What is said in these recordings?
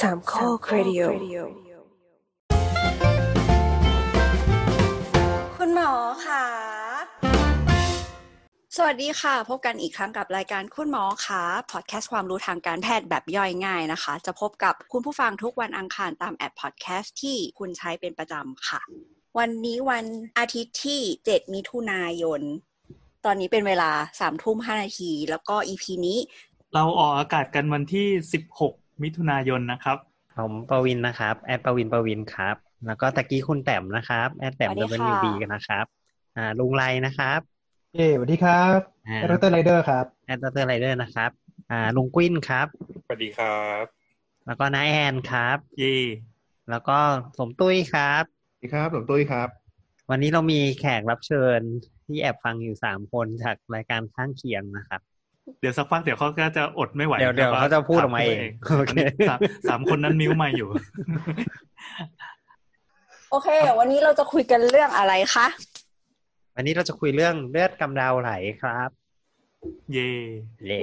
สามข้อครดิโอ คุณหมอค่ะ สวัสดีค่ะ พบกันอีกครั้งกับรายการคุณหมอค่ะพอดแคสต์ความรู้ทางการแพทย์แบบย่อยง่ายนะคะ จะพบกับคุณผู้ฟังทุกวันอังคารตามแอปพอดแคสต์ที่คุณใช้เป็นประจำค่ะ วันนี้วันอาทิตย์ที่ 7 มิถุนายน ตอนนี้เป็นเวลา3ทุ่ม5นาที แล้วก็ EP นี้ เราออกอากาศกันวันที่ 16 มิถุนายนนะครับ ผมปวินนะครับ แอดปวินปวินครับ แล้วก็ตะกี้คุณแต้มนะครับ แอดแต้ม สวัสดีค่ะ WB กันนะครับ อ่าลุงไรนะครับ เย้สวัสดีครับ อ่า ดรไรเดอร์ครับ แอดดรไรเดอร์นะครับ อ่าลุงกุ้นครับ สวัสดีครับ แล้วก็น้าแอนครับ เย่ แล้วก็สมตุ้ยครับ สวัสดีครับหลวงตุ้ยครับ วันนี้เรามีแขกรับเชิญที่แอบฟังอยู่สามคนจากรายการข้างเคียงนะครับ เดี๋ยวสักพักเดี๋ยวเขาก็จะอดไม่ไหว เดี๋ยวเดี๋ยวเขาจะพูดออกมาเองโอเค สามสามคนนั้นมิ้วมาอยู่ โอเค วันนี้เราจะคุยกันเรื่องอะไรคะ วันนี้เราจะคุยเรื่องเลือดกำเดาไหลครับ เย่ เย่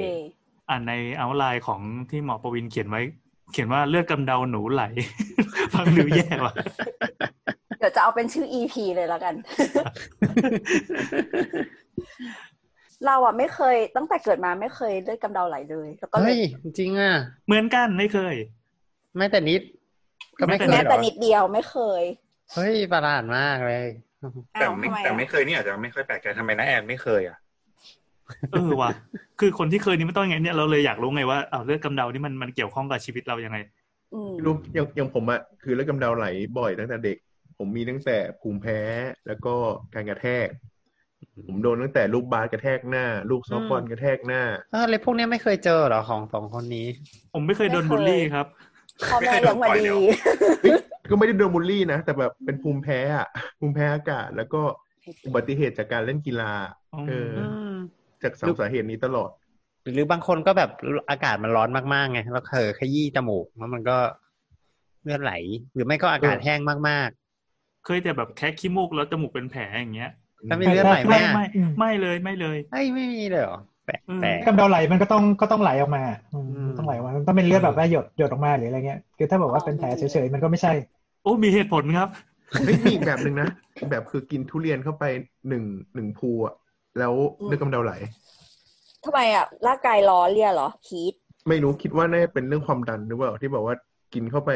อ่านในเอาไลน์ของที่หมอประวินเขียนไว้ เขียนว่าเลือดกำเดาหนูไหล ฟังดูแย่ว่ะ เดี๋ยวจะเอาเป็นชื่อ EP เลยแล้วกัน เราอะไม่เคยตั้งแต่เกิดมาไม่เคยเลือดกำเดาไหลเลย แล้วก็เล เฮ้ ย ยจริงอ่ะ เหมือนกันไม่เคย ไม่แต่นิด ก็ไม่เคย แม้ เหร แต่ อ นิดเดียวไม่เคย เฮ้ยประหลาดมากเลย แต่ไม่ อ้าวทำอะ แต่ไม่เคยนี่อาจจะไม่ค่อยแปลกใจทำไมนะแอนไม่เคยอ่ะ เออว่ะ คือคนที่เคยนี่ไม่ต้องไงเนี่ยเราเลยอยากรู้ไงว่าเอาวเลือดกำเดานี่มันมันเกี่ยวข้องกับชีวิตเรายังไง อืม รู้อย่างอย่างผมอะคือเลือดกำเดาไหลบ่อยตั้งแต่เด็ก ผมมีตั้งแต่ภูมิแพ้แล้วก็การกระแทก ผมโดนตั้งแต่ลูกบาสกระแทกหน้า ลูกซอฟต์บอลกระแทกหน้า เออเลยพวกเนี้ยไม่เคยเจอเหรอของสองคนนี้ ผมไม่เคยโดนบูลลี่ครับ พ่อแม่เลี้ยงมาดี ก็ไม่ได้โดนบูลลี่นะ แต่แบบเป็นภูมิแพ้อะภูมิแพ้อากาศ แล้วก็อุบัติเหตุจากการเล่นกีฬา อ๋อ เออ อืม จากสา ลู ม ก สาเหตุนี้ตลอด หรือบางคนก็แบบอากาศมันร้อนมากๆไงแล้วเผลอขยี้จมูกแล้วมันก็เลือดไหล หรือไม่ก็อากาศ เออ แห้งมาก เคยแต่แบบแค่ขี้มูกแล้วจมูกเป็นแผลอย่างเงี้ย ถ้าไม่เลือดไหล ไม่ อะ ไม่ไม่เลยไม่เลย ๆเอ้ยไม่มีเลยเหรอแปลก อืม แปลก กำเดาไหลมันก็ต้องก็ต้องไหลออกมาอืม อืม ต้องไหลออกมามันต้องเป็นเลือดแบบว่าหยดหยดออกมาหรืออะไรเงี้ยคือถ้าบอกว่าเป็นแผลเฉยๆมันก็ไม่ใช่ โอ้มีเหตุผลครับ เฮ้ยมีอีกแบบหนึ่งนะแบบคือกินทุเรียนเข้าไปหนึ่งหนึ่งภูอะแล้วเลือดกำเดาไหล ทำไมอะร่างกายร้อนเรียเหรอฮีท ไม่รู้คิดว่าน่าจะเป็นเรื่องความดันหรือเปล่าที่บอกว่ากินเข้าไป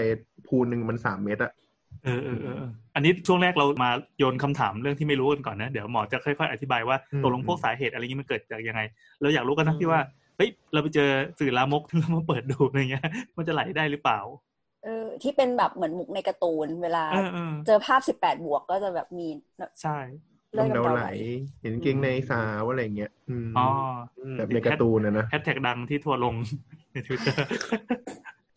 พูนหนึ่งมันสามเม็ดอะ เออเออเออเอออันนี้ช่วงแรกเรามาโยนคำถามเรื่องที่ไม่รู้กันก่อนนะ เดี๋ยวหมอจะค่อยๆอธิบายว่าตกลงพวกสาเหตุอะไรเงี้ยมันเกิดจากยังไง เราอยากรู้กันนะที่ว่าเฮ้ยเราไปเจอสื่อลามก แล้วมาเปิดดูอะไรเงี้ย มันจะไหลได้หรือเปล่า เออ ที่เป็นแบบเหมือนมุกในการ์ตูนเวลา เออเออ เจอภาพ 18 บวกก็จะแบบมี ใช่ เลือด กำ กำ เดา เดา ไห ไห ล ล เห็นเกงในสาวอะไรอย่างเงี้ยอืม อ๋อ แบบในการ์ตูนนะนะ แฮชแท็กดังที่ทัวร์ลง ในทวิตเตอร์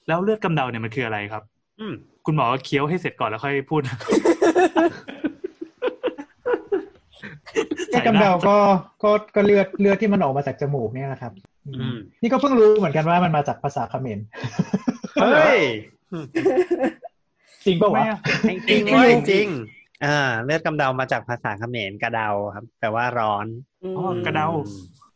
แล้วเลือดกำเดาเนี่ยมันคืออะไรครับ อืม คุณหมอเคี้ยวให้เสร็จก่อนแล้วค่อยพูดนะ แค่กำเดาก็ก็ก็เลือดเลือดที่มันออกมาจากจมูกเนี่ยนะครับอื อื ม ม นี่ก็เพิ่งรู้เหมือนกันว่ามันมาจากภาษาเขมร เฮ้ย จริงปะ ทำไม วะ อะ จริงจริงเว้ยจริงอ่าเลือดกำเดามาจากภาษาเขมรกระเดาครับแปลว่าร้อน อืม อ๋อกระเดา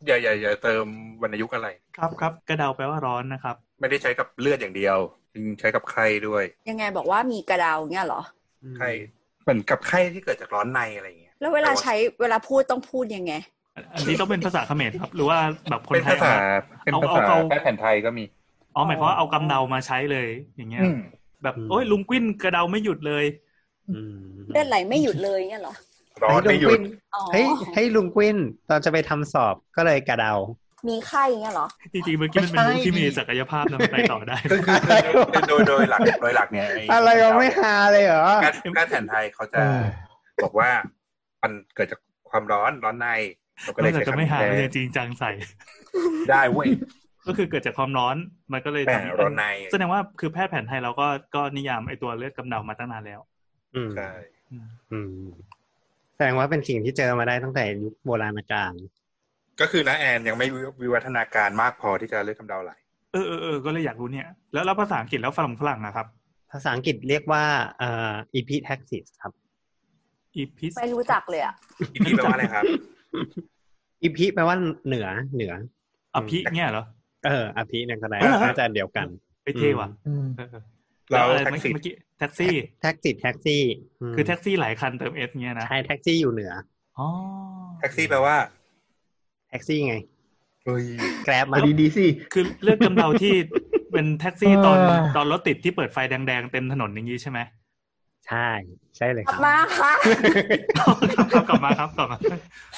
อย่าอย่าอย่าเติมวรรณยุกต์อะไร ครับครับกระเดาแปลว่าร้อนนะครับ ไม่ได้ใช้กับเลือดอย่างเดียวจริงใช้กับไข้ด้วย ยังไงบอกว่ามีกระเดาเงี้ยเหรอ ไข้เหมือนกับไข้ที่เกิดจากร้อนในอะไรอย่างเงี้ย แล้วเวลาใช้เวลาพูดต้องพูดยังไง อันนี้ต้องเป็นภาษาเขมรครับ หรือว่าแบบคน เป็น ไทย ภาษา เอม เป็น เอา ภาษา เอา แพทย์แผนไทยก็มี อ๋อหมายความว่าเอากำเดามาใช้เลยอย่างเงี้ย อืม แบบโอ้ยลุงกุ้นกระเดาไม่หยุดเลย อืม เลือดไหลไม่หยุดเลยเงี้ยเหรอ ร้อนไม่หยุด อ๋อ เฮ้ยให้ลุงกวินตอนจะไปทำสอบก็เลยกระเดา มีไข้เงี้ยเหรอ จริงๆเมื่อกี้มันเป็น ไม่ มุก ใช่ ที่มี ดิ ศักยภาพนำไปต่อได้ คือคือคือโดยโดยหลักโดยหลักเนี่ย อะไรก็ไม่ฮาเลยเหรอ แพทย์แพทย์แผนไทยเขาจะบอกว่ามันเกิดจากความร้อนร้อนในเราก็ น เล อย กจาก ใช้ จะไม่หา คำ มัน นี้ ยังจริงจังใส่ ได้เว้ย ก็คือเกิดจากความร้อนมันก็เลย แต่ ทำ ร้อนใน แสดงว่าคือแพทย์แผนไทยเราก็ก็นิยามไอตัวเลือดกำเดามาตั้งนานแล้ว อืม ใช่ อืม อืมแสดงว่าเป็นสิ่งที่เจอมาได้ตั้งแต่ยุคโบราณกาล ก็คือนะแอนยังไม่วิวัฒนาการมากพอที่จะเลือกกำเดาไหล เออเออเออก็เลยอยากรู้เนี่ย แล้วแล้วภาษาอังกฤษแล้วฝรั่งฝรั่งอะครับ ภาษาอังกฤษเรียกว่าเอ่อ epitaxis ครับ อีพิส ไม่รู้จักเลยอะ อีพีแปลว่าอะไรครับ epi แปลว่าเหนือเหนือ อภิเนี่ยเหรอ เอออภิเนี่ยก็ได้ เออเหรอ น่าจะอันเดียวกัน ไปเท่ว่ะ อืม เออเออ เรา อะไร แท็ก เมื่อ ซี่ เมื่อกี้แท็กซี่ แท็กซี่แท็กซี่ม คือแท็กซี่หลายคันเติมเอสเงี้ยนะ ใช่แท็กซี่อยู่เหนือ อ๋อ แท็กซี่แปลว่า แท็กซี่ไง เฮ้ย แกร็บมา เอาดีดีๆสิ คือเรื่องกำเดาที่ เป็นแท็ก ซี่ตอน เออ ตอนรถติดที่เปิดไฟแดงๆเต็มถนนอย่างนี้ใช่ไหม ใช่ ใช่เลย ก ค ลับบรัมาค่ะ ครับครับกลับมาครับกลับมา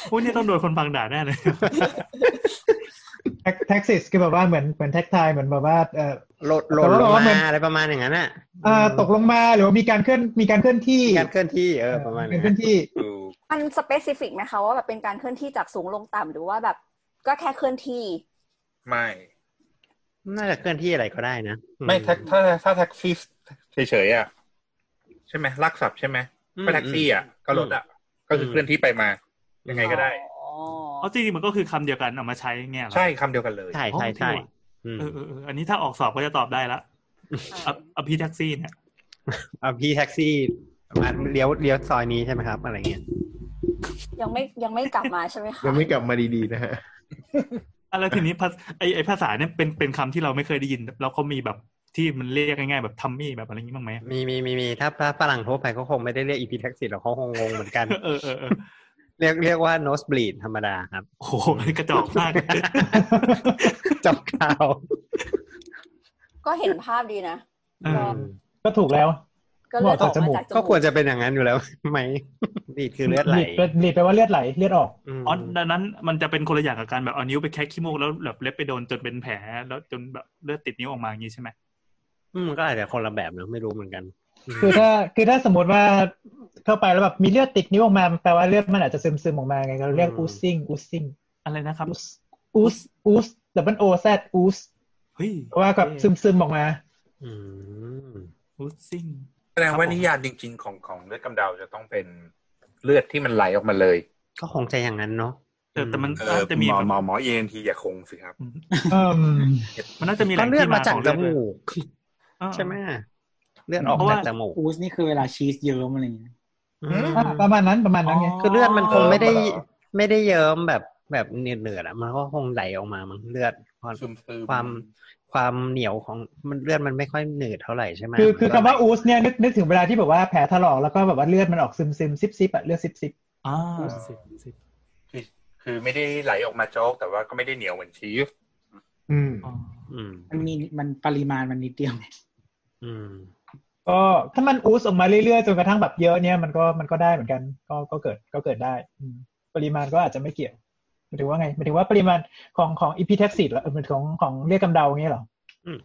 โอ้เนี่ยต้องโดนคนฟังด่าแน่เลย แท็กซิสคือแบบว่าเหมือนเหมือนแท็กทายเหมือนแบบว่าเออ โหลดโหลดลง แต่ว่ามัน มาอะไรประมาณอย่างนั้นอ่ะ เอ่อตกลงมาหรือว่ามีการเคลื่อนมีการเคลื่อนที่ การเคลื่อนที่เออประมาณ มี นั้ เคลื่ น อนที่ ดู มันสเปซิฟิกไหมคะว่าแบบเป็นการเคลื่อนที่จากสูงลงต่ำหรือว่าแบบก็แค่เคลื่อนที่ ไม่ น่าจะเคลื่อนที่อะไรก็ได้นะ ไม่แท็กถ้าถ้าแท็กซี่เฉยๆอ่ะใช่ไหมลักศัพท์ใช่ไหม อืม ก็แท็กซี่อ่ะก็รถอ่ะก็คือเคลื่อนที่ไปมา ยังไงก็ได้ อ๋อ อ๋อจริงๆมันก็คือคำเดียวกันเอามาใช้เงี้ยเหรอ ใช่คำเดียวกันเลย ใช่ อ๋อ ใช่ใช่อืม เออเออเอออันนี้ถ้าออกสอบก็จะตอบได้ละออภิแท็กซี่เนี่ย เอาพี่แท็กซี่มาเลี้ยวเลี้ยวซอยนี้ใช่ไหมครับอะไรเงี้ย ยังไม่ยังไม่กลับมาใช่ไหมคะ ยังไม่กลับมาดีๆนะฮะ อ่ะแล้วทีนี้ภาษไอไอภาษาเนี่ยเป็นเป็นคำที่เราไม่เคยได้ยิน แล้วเขามีแบบที่มันเรียกง่ายๆแบบทัมมี่แบบอะไรอย่างงี้บ้างไหม มีมีมีมีถ้าถ้าฝรั่งทั่วไปเขาคงไม่ได้เรียกอีพีแท็กซี่หรอกเขาคงงงเหมือนกัน เออเออเออ เรียกเรียกว่า nose bleed ธรรมดาครับ โอ้โหกระจอกมาก จบข่าว ก็เห็นภาพดีนะ เออ ก็ถูกแล้ว ก็เลย บ อ อ อกจามกาก จากจมูก ก็ควรจะเป็นอย่างนั้นอยู่แล้ว ไหม บีดคือเลือดไหล หลีดแปลว่าเลือดไหลเลือดออก ม อ๋อดังนั้นมันจะเป็นคนละอย่างกับการแบบเอานิ้วไปแคะขี้มูกแล้วแบบเล็บไปโดนจนเป็นแผลแล้วจนแบบเลือดติดนิ้วออกมาอย่างงี้ใช่ไหม อืมก็อาจจะคนละแบบเนอะไม่รู้เหมือนกัน คือถ้าคือถ้าสมมติว่าเข้าไปแล้วแบบมีเลือดติดนิ้วออกมาแปลว่าเลือดมันอาจจะซึมซึมๆออกมาไงเราเรียก อืม อูซิ่งอูซิ่ง อะไรนะครับ อูสอูสอูสดับเบิลโอแซดอูส เฮ้ย แปลว่ากับซึมซึมๆออกมา อืม รูซิ่ง แสดงว่านิยามจริง ๆ ของของเลือดกำเดาจะต้องเป็นเลือดที่มันไหลออกมาเลย ก็คงจะอย่างนั้นเนาะ แต่แต่มัน เออ น่าจะมี หมอ แบบ หมอหมอเอ็นทีอย่าคงสิครับ เอิ่ม มันน่าจะมีแห ก็ ล่ง เลือด ที่ มาจาก ของ จ เลือด มู ด้วย ก เออ ใช่ไหมเลือดออก เพราะ จา ว่า กจมูก อูสนี่คือเวลาชีสเยิ้มอะไรอย่างเงี้ย อื อื ม ม ประมาณนั้นประมาณนั้นไง คือเลือดมันคงไม่ได้ เออ ไม่ได้เยิ้มแบบแบบเนือดเนือดอะมันก็คงไหลออกมามั้งเลือดความ ซึมซึม ความความเหนียวของมันเลือดมันไม่ค่อยหนืดเท่าไหร่ใช่ไหม คือคือคำว่าอูสเนี่ยนึกนึกถึงเวลาที่แบบว่าแผลถลอกแล้วก็แบบว่าเลือดมันออกซึมซึมๆซิบซิบอะเลือดซิบซิบ อ่าสิบสิบ คือคือไม่ได้ไหลออกมาโจกแต่ว่าก็ไม่ได้เหนียวเหมือนชีส อืม อ๋อ อืม มันมีมันปริมาณมันนิดเดียวไง อืม ก็ถ้ามันอูสออกมาเรื่อยๆจนกระทั่งแบบเยอะเนี่ยมันก็มันก็ได้เหมือนกันก็ก็เกิดก็เกิดได้อืมปริมาณก็อาจจะไม่เกี่ยวหมายถึงว่าไงหมายถึงว่าปริมาณของของอีพีแท็กซิตหรอเออมันของของเรียกกำเดาอย่างเงี้ยเหรออ ม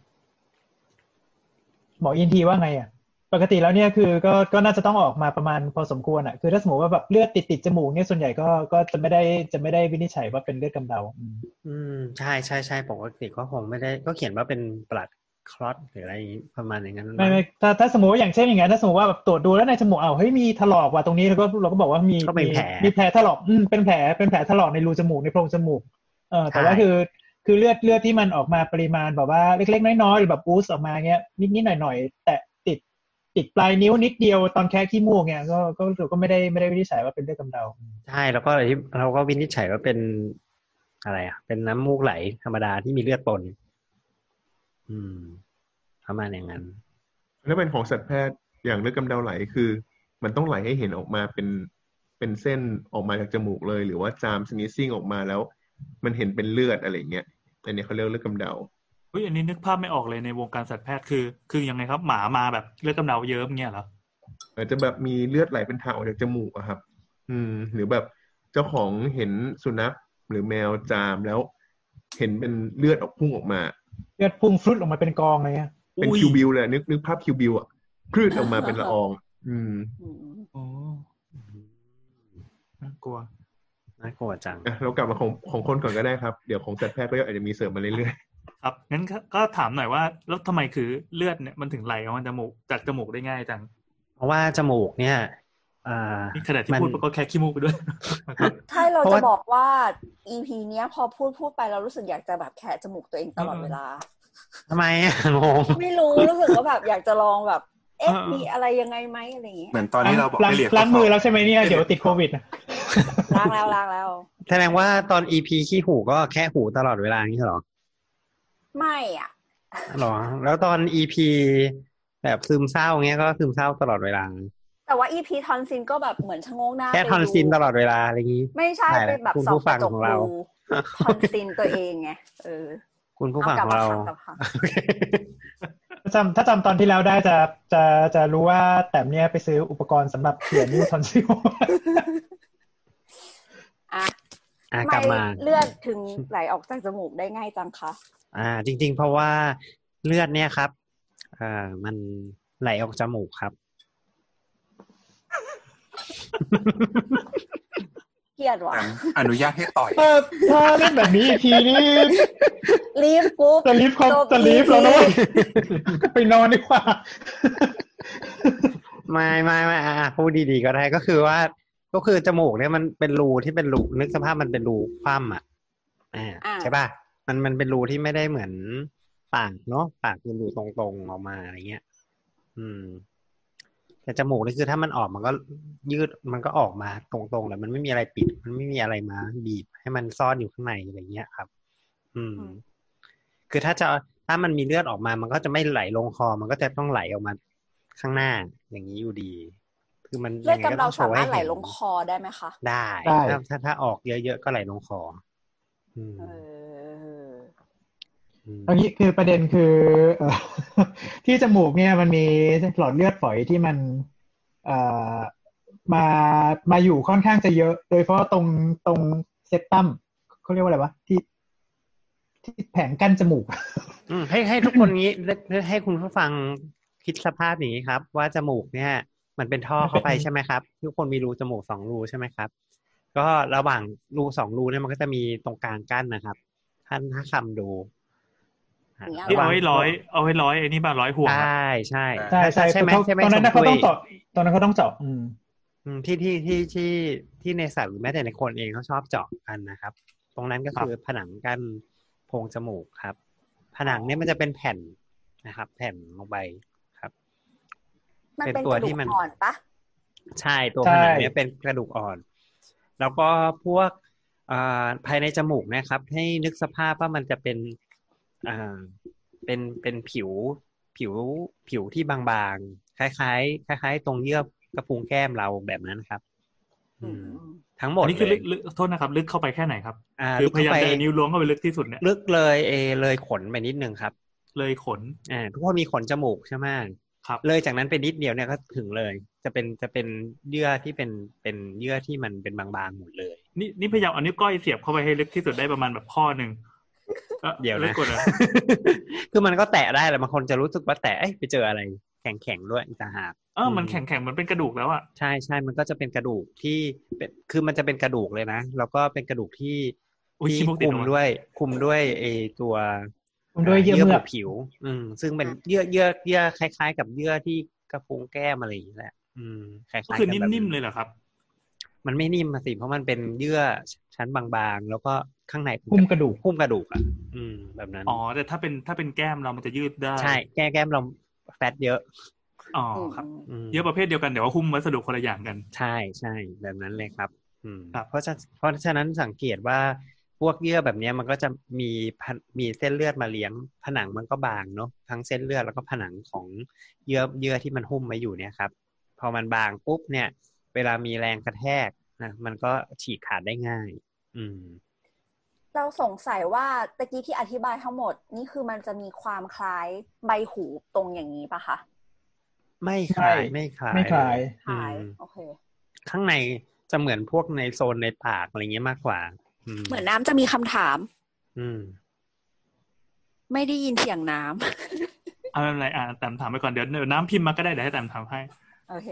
หมออินทีว่าไงอ่ะ ปกติแล้วเนี่ยคือก็ก็น่าจะต้องออกมาประมาณพอสมควรอ่ะคือถ้าสมมติว่าแบบเลือดติดติดจมูกเนี่ยส่วนใหญ่ก็ก็จะไม่ได้จะไม่ได้วินิจฉัยว่าเป็นเลือดกำเดาอืม อืมใช่ใช่ใช่ปกติก็คงไม่ได้ก็เขียนว่าเป็นปลัดคลอตหรืออะไรอย่างงี้ประมาณอย่างนั้น ไม่ไม่ถ้าถ้าสมมติว่าอย่างเช่นอย่างเงี้ยถ้าสมมติว่าแบบตรวจดูแล้วในจมูกอ้าวเฮ้ยมีถลอกว่ะตรงนี้แล้วก็เราก็บอกว่ามี ก็เป็นแผล มีแผลถลอกอืมเป็นแผลเป็นแผลถลอกในรูจมูกในโพรงจมูกเออแต่ว่า ใช่ คือคือเลือดเลือดที่มันออกมาปริมาณแบบว่าเล็กๆน้อยๆหรือแบบบูสออกมาเงี้ยนิดนิดๆหน่อยๆแตะติดติดปลายนิ้วนิดเดียวตอนแค่ขี้มูกเงี้ยก็ก็เราก็ไม่ได้ไม่ได้วินิจฉัยว่าเป็นเลือดกำเดา ใช่แล้วก็อะไรที่เราก็วินิจฉัยว่าเป็นอะไรอ่ะ เป็นน้ำมูกไหลธรรมดาที่มีเลือดปน อืมประมาณอย่างนั้น แล้วเป็นของสัตวแพทย์อย่างเลือดกำเดาไหลคือ มันต้องไหลให้เห็นออกมาเป็นเป็นเส้นออกมาจากจมูกเลย หรือว่าจามสนิซซิ่งออกมาแล้ว มันเห็นเป็นเลือดอะไรอย่างเงี้ยอันเนี้ยเขาเรียกเลือดกำเดา เฮ้ยอันนี้นึกภาพไม่ออกเลยในวงการสัตวแพทย์คือ คือยังไงครับ หมามาแบบเลือดกำเดาเยิ้มเงี้ยเหรอ อาจจะแบบมีเลือดไหลเป็นทางออกจากจมูกอะครับ อืม หรือแบบเจ้าของเห็นสุนัขหรือแมวจามแล้ว เห็นเป็นเลือดออกพุ่งออกมา เลือดพุ่งฟลุดออกมาเป็นกองเลยอะ เป็น อุ้ย คิวบิวเลยนึกนึกภาพคิวบิวอะพืดออกมาเป็นละออง อืม อืม โอ้น่ากลัว น่ากลัวจัง อ่ะเรากลับมาของของคนก่อนก็ได้ครับ เดี๋ยวของสัตวแพทย์ก็อาจจะมีเสริมมาเรื่อย ครับงั้นก็ก็ถามหน่อยว่า แล้วทำไมคือเลือดเนี่ยมันถึงไหลออกมาจมูกจากจมูกได้ง่ายจัง เพราะว่าจมูกเนี่ยอ่า นี่ขณะที่ มัน พูดก็แคะขี้มูกไปด้วย ใช่เรา เพราะ จะ ว่า บอกว่า EP เนี้ยพอพูดพูดไปเรารู้สึกอยากจะแบบแคะจมูกตัวเองตลอดเวลา ทำไมอ่ะงง ไม่รู้รู้สึกว่าแบบอยากจะลองแบบเอ๊ะ เออเออ มีอะไรยังไงไหมอะไรอย่างเงี้ย เหมือนตอนที่เราบอก ล้าง ให้เรียก ล้างมือแล้วใช่ไหมเนี่ยเดี๋ยวติดโควิดนะ ล้างแล้วล้างแล้ว แสดงว่าตอนอีพีขี้หูก็แค่หูตลอดเวลาอย่างนี้เหรอ ไม่อ่ะ หรอ แล้วตอนอีพี แบบซึมเศร้าเงี้ยก็ซึมเศร้าตลอดเวลา แต่ว่าอีพีทอนซินก็แบบเหมือนชะโงงหน้า แค่ ไป ทอนซิน ดู ตลอดเวลาอะไรอย่างงี้ ไม่ใช่ ได้ ไป แล้ว แบบ คุณ ส่อ ผู้ งก ฟั ระ ง จก ของเรา ดูทอนซินตัวเองไงเออ คุณผู้ เอา ฟัง กลั ข บ อง มา เรา ทำกลับมา ถ้าจำถ้าจำตอนที่แล้วได้จะจะจะรู้ว่าแต้มเนี่ยไปซื้ออุปกรณ์สำหรับเขียนนิ้วทอนซิล อ่ะ อ่ะ ทำ กลับ ไม มา เลือดถึงไหลออกจากจมูกได้ง่ายจังคะ อ่า จริง ๆ เพราะว่าเลือดเนี่ยครับอ่ามันไหลออกจมูกครับ เครียดว่ะ อ่ะอนุญาตให้ต่อย เออถ้าเล่นแบบนี้อีกทีนี่ รีบปุ๊บ จะรีบเขาจะรีบแล้วนะเว้ยไปนอนดีกว่า ไม่ไม่ไม่อ่ะอ่ะพูดดีๆก็ได้ก็คือว่า ก็คือจมูกเนี่ยมันเป็นรูที่เป็นรูนึกสภาพมันเป็นรูคว่ำอ่ะอ่า อ่ะ ใช่ป่ะมันมันเป็นรูที่ไม่ได้เหมือนปากเนาะปากเป็นรูตรงๆออกมาอะไรเงี้ย อืม แต่จมูกนี่คือถ้ามันออกมันก็ยืดมันก็ออกมาตรงๆแล้วมันไม่มีอะไรปิด มันไม่มีอะไรมาบีบให้มันซ่อนอยู่ข้างในอะไรเงี้ยครับ อืม อืม คือถ้าจะถ้ามันมีเลือดออกมา มันก็จะไม่ไหลลงคอ มันก็จะต้องไหลออกมาข้างหน้า อย่างนี้อยู่ดี คือมัน เลือด ยังไง กำเดา ต้องโช สา ว์ มารถ เน ไหลลงคอได้ไหมคะ ได้ ได้ ถ้าถ้าถ้าออกเยอะๆก็ไหลลงคอ อืม เออ ม อันนี้คือ ประเด็นคือเอ่อ ที่จมูกเนี่ยมันมีหลอดเลือดฝอยที่มันเอ่อมามาอยู่ค่อนข้างจะเยอะ โดยเฉพาะตรงตรงเซปตัมเขาเรียกว่าอะไรวะที่ ที่แผงกั้นจมูก อืมให้ให้ทุกคนงี้ ให้ให้คุณผู้ฟังคิดสภาพอย่างนี้ครับ ว่าจมูกเนี่ย มันเป็นท่อเข้าไปใช่ไหมครับ ทุกคนมีรูจมูกสองรูใช่ไหมครับ ก็ระหว่างรูสองรูเนี่ยมันก็จะมีตรงกลางกั้นนะครับท่านถ้าคำดูอ่ะ ที่เอาให้ร้อย เอาให้ร้อยไอ้นี่บ้าร้อยห่วงอะใช่ใช่ ใช่ใช่ ใช่ไหม เขา ใช่ไหม ตอนนั้นนะ ส เขา ม ต้ คุ อง ย เจาะตอนนั้นเขาต้องเจาะอืม อืมที่ที่ที่ที่ที่ในสัตว์หรือแม้แต่ในคนเองเขาชอบเจาะกันนะครับ ตรงนั้นก็คือผนังกั้นโพรงจมูกครับ ผนังเนี่ยมันจะเป็นแผ่นนะครับ แผ่นลงไปครับ มัน เป็น เป็น ตั ก ว ระดู ที่ ก มัน อ่อนปะ ใช่ตัวผใช่นังเนี่ยเป็นกระดูกอ่อน แล้วก็พวกอ่าภายในจมูกนะครับ ให้นึกสภาพว่ามันจะเป็นอ่าเป็นเป็นผิวผิวผิวที่บางๆ คล้ายๆคล้าย ๆ ตรงเยื่อกระพุ้งแก้มเราแบบนั้นครับ อืม อืม ทั้งหมด อันนี้คือ เล ลึ ย กลึกโทษนะครับ ลึกเข้าไปแค่ไหนครับ า คือพยายาม ลึก จะ เข้ เอานิ้วล้วงเข้าไปลึกที่สุดเนี่ย ลึกเลยเอเลยขนไปนิดนึงครับ เลยขน อ่าทุกคนมีขนจมูกใช่ไหม ครับ เลยจากนั้นไปนิดเดียวเนี่ยก็ถึงเลย จะเป็นจะเป็นเยื่อที่เป็นเป็นเยื่อที่มันเป็นบางๆหมดเลย นี่นี่พยายามเอานิ้วก้อยเสียบเข้าไปให้ลึกที่สุดได้ประมาณแบบข้อหนึ่งอ่อ เดี๋ยว ลึ นะ กกว่านะ คือมันก็แตะได้แหละบางคนจะรู้สึกว่าแตะเอ้ยไปเจออะไร แข็งๆด้วยอีกต่างหาก เออ ม มันแข็งแข็งๆเหมันเป็นกระดูกแล้วอ่ะ ใช่ใช่มันก็จะเป็นกระดูกที่เป็นคือมันจะเป็นกระดูกเลยนะ แล้วก็เป็นกระดูกที่ อุ๊ย ที่ ขี้มุกติด คุม ออกมา ด้วย คุมด้วยไอตัว คุมด้วยเยื่อเมือก ผิว อืม ซึ่งเป็นเยื่อเยื่อเยื่อคล้าย ๆ กับเยื่อที่กระพุ้งแก้มอะไรอย่างนี้แหละอืมคล้ายๆ ก็ กั คือน แบบ นิ่มๆเลยเหรอครับ มันไม่นิ่มอะสิเพราะมันเป็นเยื่อชั้นบางๆ แล้วก็ข้างใน หุ้มกระดูก หุ้มกระดูกอ่ะอืม แบบนั้น อ๋อ แต่ถ้าเป็นถ้าเป็นแก้มเรามันจะยืดได้ ใช่แก้แก้มเราแฟตเยอะ อ๋อ อืม ครับ อืม เยอะประเภทเดียวกันเดี๋ยวว่าหุ้มวัสดุคนละอย่างกัน ใช่ใช่แบบนั้นเลยครับ อืม ครับ เพราะฉะเพราะฉะนั้นสังเกตว่าพวกเยื่อแบบเนี้ยมันก็จะมีผนมีเส้นเลือดมาเลี้ยง ผนังมันก็บางเนาะทั้งเส้นเลือดแล้วก็ผนังของเยื่อเยื่อที่มันหุ้มไว้อยู่เนี่ยครับ พอมันบางปุ๊บเนี่ย เวลามีแรงกระแทกนะมันก็ฉีกขาดได้ง่าย อืม เราสงสัยว่าตะกี้ที่อธิบายทั้งหมด นี่คือมันจะมีความคล้ายใบหูตรงอย่างนี้ปะคะ ไม่คล้าย ไม่ ไม่คล้าย ไม่คลาย คล้าย อืม โอเค ข้างในจะเหมือนพวกในโซนในปากอะไรเงี้ยมากกว่า อืม เหมือนน้ำจะมีคำถาม อืม ไม่ได้ยินเสียงน้ำ เอาไม่เป็นไรอ่าแต้มถามไปก่อนเดี๋ยวเดี๋ยวน้ำพิมพ์มาก็ได้เดี๋ยวให้แต้มถามให้ โอเค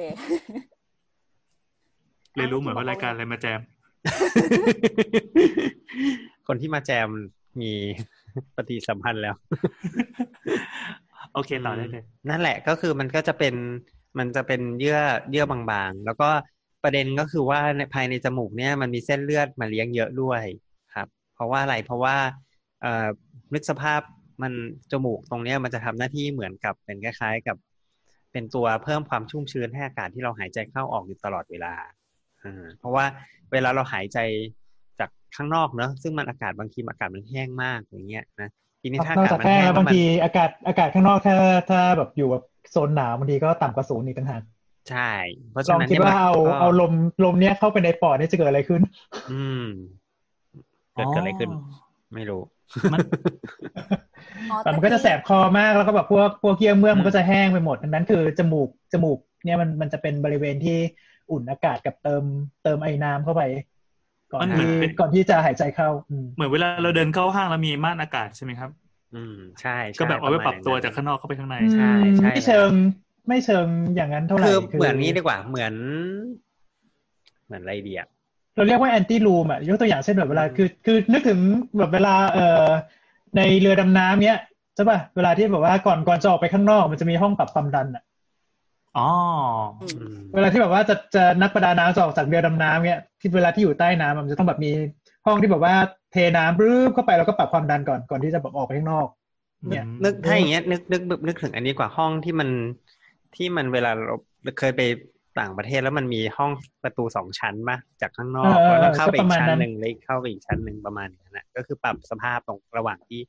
เลยรู้เหมือนว่ารายการอะไรมาแจม คนที่มาแจมมี ปฏิสัมพันธ์แล้ว โอเคต่อได้เลย นั่นแหละก็คือมันก็จะเป็นมันจะเป็นเยื่อเยื่อบางๆ แล้วก็ประเด็นก็คือว่าในภายในจมูกเนี่ยมันมีเส้นเลือดมาเลี้ยงเยอะด้วยครับ เพราะว่าอะไรเพราะว่าเอ่อนึกสภาพมันจมูกตรงเนี้ยมันจะทำหน้าที่เหมือนกับเป็นคล้ายๆกับ เป็นตัวเพิ่มความชุ่มชื้นให้อากาศที่เราหายใจเข้าออกอยู่ตลอดเวลาอ่าเพราะว่าเวลาเราหายใจจากข้างนอกเนอะซึ่งมันอากาศบางทีอากาศมันแห้งมากอย่างเงี้ยนะ ทีนี้ ครับ ถ้าน อก อากาศมันจากแห้ง แห้ง แล้วบาง มัน ทีอากาศอากาศข้างนอกถ้าถ้าแบบอยู่แบบโซนหนาวบางทีก็ต่ำกว่าศูนย์อีกต่างหาก ใช่ เพราะ ล ฉะ อง นั้น คิด นี่ย ว่าเอา มันก็ เอาลมลมเนี้ยเข้าไปในปอดเนี่ยจะเกิดอะไรขึ้น อืมเกิดเกิดอะไรขึ้น ไม่รู้ มัน อ๋อ แบบมันก็จะแสบคอมากแล้วก็แบบพวกพวกเยื่อเมื่อมันก็จะแห้งไปหมดดังนั้นคือจมูกจมูกเนี่ยมันมันจะเป็นบริเวณที่อุ่นอากาศกับเติมเติมไอ้น้ำเข้าไป ก่อน มันเหมือน ที่ เป็น ก่อนที่จะหายใจเข้าอืม เหมือนเวลาเราเดินเข้าห้างแล้วมีม่านอากาศใช่ไหมครับ อืม ใช่ใช่ ก็แบบเอาไว้ ะมณ ปรับตัวจานั้กน ข้างนอกเข้าไปข้างใน ใช่ใช่ ไม่เชิงไม่เชิงอย่างนั้นเท่าไหร่ คือเหมือนนี้ดีกว่า เหมือน เหมือนอะไรดีอะ เราเรียกว่าแอนตี้รูมอ่ะยกตัวอย่างเช่นแบบเวลา อืม คือคือนึกถึงแบบเวลาเอ่อในเรือดำน้ำเนี้ยใช่ป่ะเวลาที่แบบว่าก่อนก่อนจะออกไปข้างนอกมันจะมีห้องปรับความดันอ่ะ อ๋อ อืม อืม เวลาที่แบบว่าจะจะนักประดาน้ำจะออกจากเรือดำน้ำเนี่ยที่เวลาที่อยู่ใต้น้ำมันจะต้องแบบมีห้องที่แบบว่าเทน้ำรื้บเข้าไปแล้วก็ปรับความดันก่อนก่อนที่จะแบบออกไปข้างนอก เนี่ย นึกถ้าอย่างเงี้ยนึกนึกนึกนึกถึงอันนี้กว่าห้องที่มันที่มันเวลาเราเคยไปต่างประเทศแล้วมันมีห้องประตูสองชั้นมาจากข้างนอก เออเออ แล้วเราเข้าไป ก็อีประ ก มาณ ชั้น นั้น หนึ่งเลยเข้าไปอีกชั้นหนึ่งประมาณนั้นนะก็คือปรับสภาพตรงระหว่างที่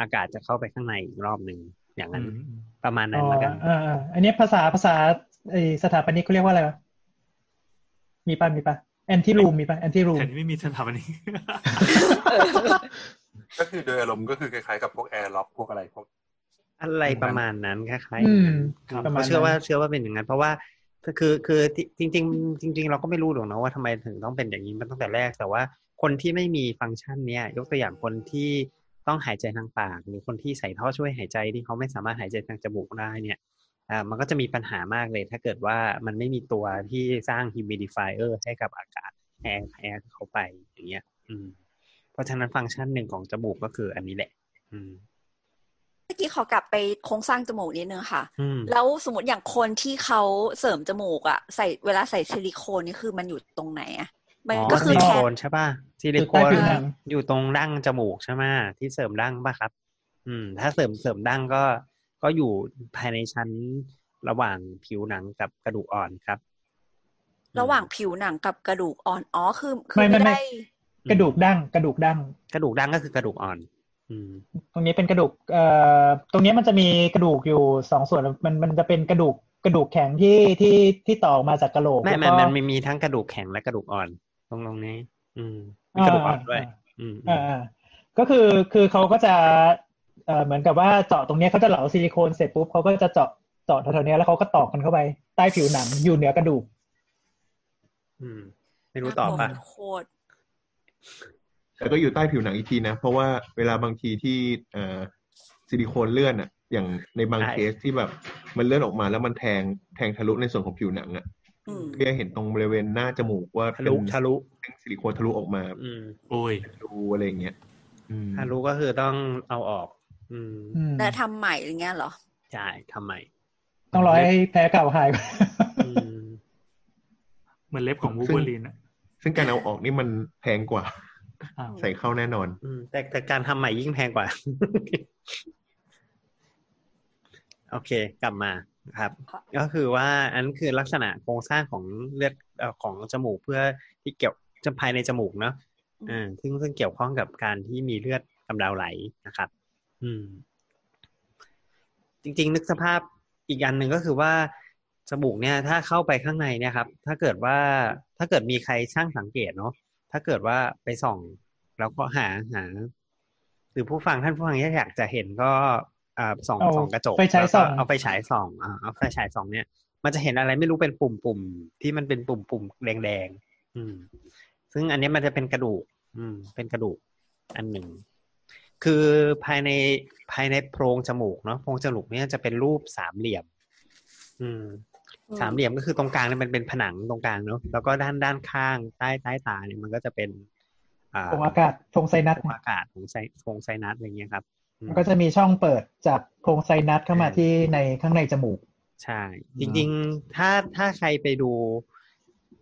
อากาศจะเข้าไปข้างในอีกรอบหนึ่งอย่างนั้นประมาณนั้นแล้วกัน อ๋ออ่าอ่าอันนี้ภาษาภาษาไอสถาปนิกเขาเรียกว่าอะไรวะมีปะมีปะแอนตี้รูมมีปะแอนตี้รูม แต่นี่ไม่มีสถาปนิก ก็คือโดยอารมณ์ก็คือคล้ายๆกับพวกแอร์ล็อกพวกอะไรพวก อะไรประมาณนั้นคล้ายๆอ อื ย่าง ม นั้น ครับ ประมาณ เขา นั้น เชื่อว่าเชื่อว่าเป็นอย่างนั้น เพราะว่าคือคือคือที่จริง ๆ จริง ๆ เราก็ไม่รู้หรอกนะว่าทำไมถึงต้องเป็นอย่างนี้มันตั้งแต่แรก แต่ว่าคนที่ไม่มีฟังก์ชันเนี้ยยกตัวอย่างคนที่ต้องหายใจทางปาก หรือคนที่ใส่ท่อช่วยหายใจที่เขาไม่สามารถหายใจทางจมูกได้เนี่ยอ่ามันก็จะมีปัญหามากเลย ถ้าเกิดว่ามันไม่มีตัวที่สร้าง humidifier ให้กับอากาศแอร์แอร์เข้าไปอย่างเงี้ย อืม เพราะฉะนั้นฟังก์ชันหนึ่งของจมูกก็คืออันนี้แหละ อืม เมื่อกี้ขอกลับไปโครงสร้างจมูกนิดนึงค่ะ อืม แล้วสมมติอย่างคนที่เขาเสริมจมูกอะใส่เวลาใส่ซิลิโคนนี่คือมันอยู่ตรงไหนอะมันก็คือ ซิลิ แค่ โคนใช่ป่ะซิลิโคนอยู่ตรงดั้งจมูกใช่ไหมที่เสริมดั้งป่ะครับ อืม ถ้าเสริมเสริมดั้งก็ก็อยู่ภายในชั้นระหว่างผิวหนังกับกระดูกอ่อนครับ ระหว่างผิวหนังกับกระดูกอ่อนอ๋อคือคือ ไม่ไม่ไม่ ได้ กระดูกดั้งกระดูกดั้ง กระดูกดั้งก็คือกระดูกอ่อน อืม ตรงนี้เป็นกระดูก เอ่อ ตรงนี้มันจะมีกระดูกอยู่สองส่วน มัน มันจะเป็นกระดูก กระดูกแข็งที่ ที่ ที่ต่อออกมาจากกระโหลก ไม่มันแล้วก็ มันมีมีทั้งกระดูกแข็งและกระดูกอ่อน ตรงตรงนี้ อืมมีกระดูกอ่อนด้วย อืมอื อ่าม อ่าก็คือ คือเขาก็จะ เอ่อ เหมือนกับว่าเจาะตรงเนี้ยเขาจะเหลาซิลิโคนเสร็จปุ๊บเขาก็จะเจาะ เจาะแถวๆเนี้ยแล้วเขาก็ตอกกันเข้าไปใต้ผิวหนังอยู่เหนือกระดูก อืม ไม่รู้ตอบป่ะ โคตร แต่ก็อยู่ใต้ผิวหนังอีกทีนะ เพราะว่าเวลาบางทีที่เอ่อซิลิโคนเลื่อนอะอย่างในบาง ใช่ เคสที่แบบมันเลื่อนออกมาแล้วมันแทงแทงทะลุในส่วนของผิวหนังอะ อืม ก็จะเห็นตรงบริเวณหน้าจมูกว่า ทะลุทะลุ เป็นซิลิโคนทะลุออกมา อืม โอ้ย ดูอะไรอย่างเงี้ยอืม ทะลุก็คือต้องเอาออก อืม อืม แต่ทำใหม่อย่างเงี้ยเหรอ ใช่ทำไม ต้องรอให้แผลเก่าหาย อืม เหมือนเล็บของ ซึ่ วู ง เบอรีนอะ ซึ่งการเอาออกนี่มันแพงกว่า อ้าว ใส่เข้าแน่นอน อืมแต่แต่การทำใหม่ยิ่งแพงกว่า โอเค กลับมาครับ ค่ะ ก็คือว่าอันคือลักษณะโครงสร้างของเลือดเอ่อของจมูกเพื่อที่เกี่ยวจะภายในจมูกเนาะอ่าซึ่งซึ่งเกี่ยวข้องกับการที่มีเลือดกำเดาไหลนะครับ อืม จริง ๆ นึกสภาพอีกอันหนึ่งก็คือว่าจมูกเนี่ย ถ้าเข้าไปข้างในเนี่ยครับ ถ้าเกิดว่าถ้าเกิดมีใครช่างสังเกตเนาะถ้าเกิดว่าไปส่อง แล้วก็หาหา หรือผู้ฟังท่านผู้ฟังที่อยากจะเห็นก็อ่าส่อง เอา ส่องกระจก ไฟฉาย แล้วก็ ส่อง เอาไฟฉายส่องอ่าเอาไฟฉายส่องเนี่ย มันจะเห็นอะไรไม่รู้เป็นปุ่มปุ่มที่มันเป็นปุ่มปุ่มแดงแดงๆอืม ซึ่งอันเนี้ยมันจะเป็นกระดูก อืม เป็นกระดูกอันหนึ่ง คือภายในภายในโพรงจมูกเนาะโพรงจมูกเนี่ยจะเป็นรูปสามเหลี่ยม อืม สามเหลี่ยมก็คือตรงกลางเนี่ยมันเป็นผนังตรงกลางเนาะแล้วก็ด้านด้านข้างใต้ใต้ตาเนี่ยมันก็จะเป็นอ่า ตรงอากาศตรงไซนัส โพรงอากาศของไซโพรงไซนัสอะไรเงี้ยครับอืม มันก็จะมีช่องเปิดจากโพรงไซนัสเข้ามา อืม ที่ในข้างในจมูก ใช่ จริงๆ ถ้าถ้าใครไปดู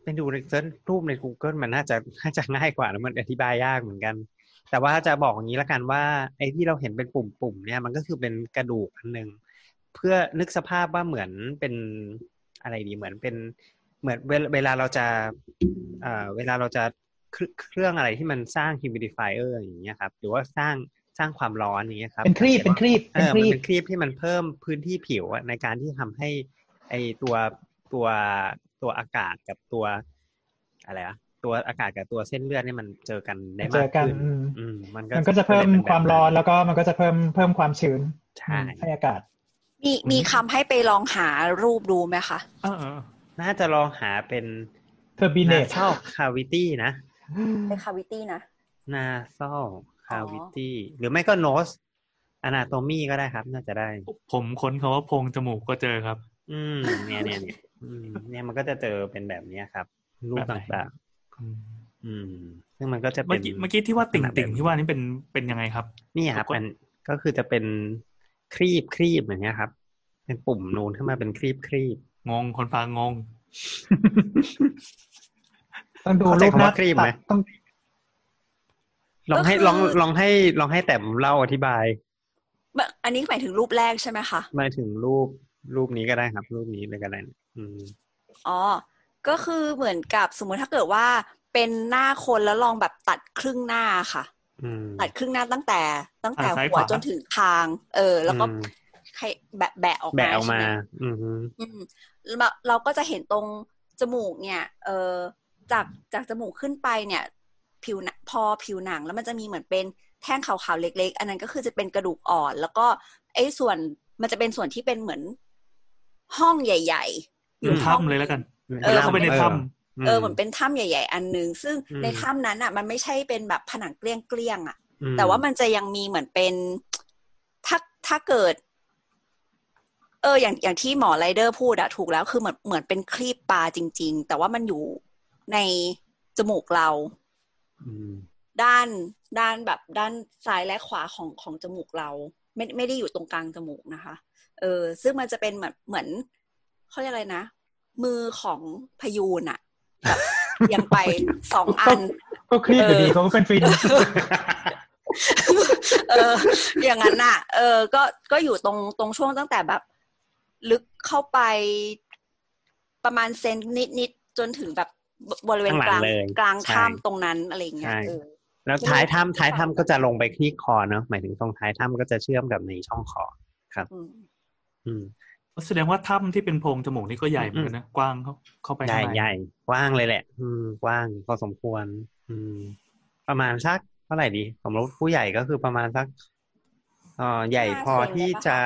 ไปดูในเซิร์ชรูปใน Google มันน่าจะ น่าจะง่ายกว่าแล้วมันอธิบายยากเหมือนกัน แต่ว่าจะบอกอย่างนี้ละกันว่า ไอ้ที่เราเห็นเป็นปุ่มๆเนี่ยมันก็คือเป็นกระดูกอันหนึ่งเพื่อนึกสภาพว่าเหมือนเป็นอะไรดีเหมือนเป็นเหมือนเวลาเวลาเราจะเอ่อเวลาเราจะเครื่องเครื่องอะไรที่มันสร้าง humidifier อย่างเงี้ยครับ หรือว่าสร้าง สร้างความร้อนอย่างเงี้ยครับ เป็นครีบเป็นครีบ เอ เป็น อมันครีบ เป็นครีบที่มันเพิ่มพื้นที่ผิวอะในการที่ทำให้ไอตัวตัวตัวอากาศกับตัวอะไรอะตัวอากาศกับตัวเส้นเลือดเนี่ยมันเจอกันได้ เจ มา อก กัน ขึ้น อืม อืมมันก็ มันก็จะเพิ่ม ป็นแบบ ความร้อน นั้น แล้วก็มันก็จะเพิ่มเพิ่มความชื้น ใช่ ให้อากาศ มีมีคำให้ไปลองหารูปดูไหมคะ เออเออ น่าจะลองหาเป็น Turbinate nasal cavity นะ เป็นคาวิตี้นะ nasal cavity หรือไม่ก็ nose anatomy ก็ได้ครับ น่าจะได้ ผมค้นคาว่าโพรงจมูกก็เจอครับ อืมเนี่ยเนี่ยเนี่ยอืมเนี่ยมันก็จะเจอเป็นแบบเนี้ยครับรูป แบบไหน ต่างๆอืม ซึ่งมันก็จะเป็ เมื่อน กี้เมื่อกี้ที่ว่าติ่งติ่งที่ว่านี่เป็นเป็นยังไงครับ นี่ครับ ปรากฏ มันก็คือจะเป็นครีบครีบอย่างเงี้ยครับ เป็นปุ่มนูนขึ้นมาเป็นครีบครีบ งงคนฟังงง ต้องดู เข้าใจ รูป คำ หน้า ว่าครีบไหม ตัดต้อง ลองให้ ก็คือ ลองลองให้ลองให้แต้มเล่าอธิบาย เมื่ออันนี้หมายถึงรูปแรกใช่ไหมคะ มาถึงรูปรูปนี้ก็ได้ครับ รูปนี้เลยก็ได้นะอืม อ๋อ ก็คือเหมือนกับสมมุติถ้าเกิดว่าเป็นหน้าคนแล้วลองแบบตัดครึ่งหน้าค่ะ อืม ตัดครึ่งหน้าตั้งแต่ตั้งแต่ อ่าซ้าย หั ข ว วา จนถึงคาง เออ แล้วก็ อืม ใครแบะแบะออกมา แบะออกมา ใช่ไห อืมฮึ อืมเราเราก็จะเห็นตรงจมูกเนี่ย เออจากจากจมูกขึ้นไปเนี่ย ผิวหนังพอผิวหนังแล้วมันจะมีเหมือนเป็นแท่งขาวๆเล็ก ๆ อันนั้นก็คือจะเป็นกระดูกอ่อน แล้วก็ไอ้ส่วนมันจะเป็นส่วนที่เป็นเหมือนห้องใหญ่ ๆ อยู่ เป็น ห้อง ถ้ำเลยแล้วกัน เออ แล้วเข้าไปในถ้ เออเหมือนเป็นถ้ำใหญ่ ๆ อันหนึง ซึ่ง อืม ในถ้ำนั้นอ่ะ มันไม่ใช่เป็นแบบผนังเกลี้ยงๆอ่ะ อืม แต่ว่ามันจะยังมีเหมือนเป็นถ้าถ้าเกิด เออ อย่างอย่างที่หมอไรเดอร์พูดอะถูกแล้วคือเหมือนเหมือนเป็นครีบปลาจริง ๆ แต่ว่ามันอยู่ในจมูกเรา อืม ด้านด้านแบบด้านซ้ายและขวาของของจมูกเรา ไม่ไม่ได้อยู่ตรงกลางจมูกนะคะ เออ ซึ่งมันจะเป็นเหมือนเหมือนเขาเรียกอะไรนะ มือของพยูนอะแบบเอียังไปสองอัน ก็ครีบอยู่ดีเขาก็เป็น ฟิน เอออย่างนั้นน่ะ เออ ก็ก็อยู่ตรงตรงช่วงตั้งแต่แบบ ลึกเข้าไปประมาณเซนนิดนิดๆจนถึงแบบบบริเวณกลางกลางถ้ำตรงนั้นอะไรอย่างเงี้ยเออ แล้วท้ายถ้ำท้ายถ้ำก็จะลงไปที่คอเนาะหมายถึงตรงท้ายถ้ำก็จะเชื่อมกับในช่องคอ อืม อืม ำแสดงว่าถ้ำที่เป็นโพรงจมูกนี่ก็ใหญ่เหมือนกันนะกว้างเข้าเข้าไป ให ข้า ญ่ งใน ใหญ่กว้างเลยแหละ อืมกว้างพอสมควร อืม ประมาณสักเท่าไหร่ดีผมรู้ผู้ใหญ่ก็คือประมาณสักเอ่อใหญ่พอที่จะ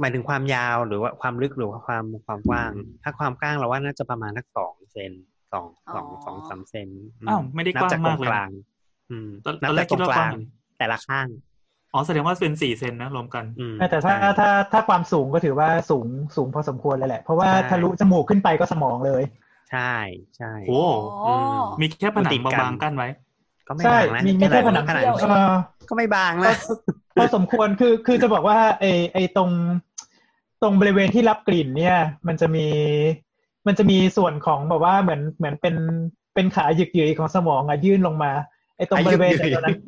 หมายถึงความยาวหรือว่าความลึกหรือว่าความความกว้าง ถ้าความกว้างเราว่าน่าจะประมาณสักสองเซนสองสองสองสามเซนม อ้าวไม่ได้ นับกว้าง จากต มาร ก ง เลย กลาง อืม ตอน นั ต บ อนแร จาก กต คิ ร ด ง ว่าก กว้า ลาง ง แต่ละข้าง อ๋อแสดงว่าเป็นสี่เซนนะรวมกัน อืม แต่ถ้าถ้าถ้าความสูงก็ถือว่าสูงสูงพอสมควรเลยแหละ เพราะว่า ใช่ ทะลุจมูกขึ้นไปก็สมองเลย ใช่ใช่ โอ้ โอ้ ม มีแค่ผนัง ติดกัน บางๆกั้นไว้ ก็ไม่ ใช่ บางนะ มีมีแค่ผนัง ขนาด เดียว เออ ก็ไม่บาง ก็ นะ พอสมควรคือคือจะบอกว่าไอไอตรงตรงบริเวณที่รับกลิ่นเนี่ย มันจะมีมันจะมีส่วนของแบบว่าเหมือนเหมือนเป็นเป็นขาหยึกหยืของสมองอะยื่นลงมา ไอตรงบริเวณ ขาหยึกหยื ตรงนั้น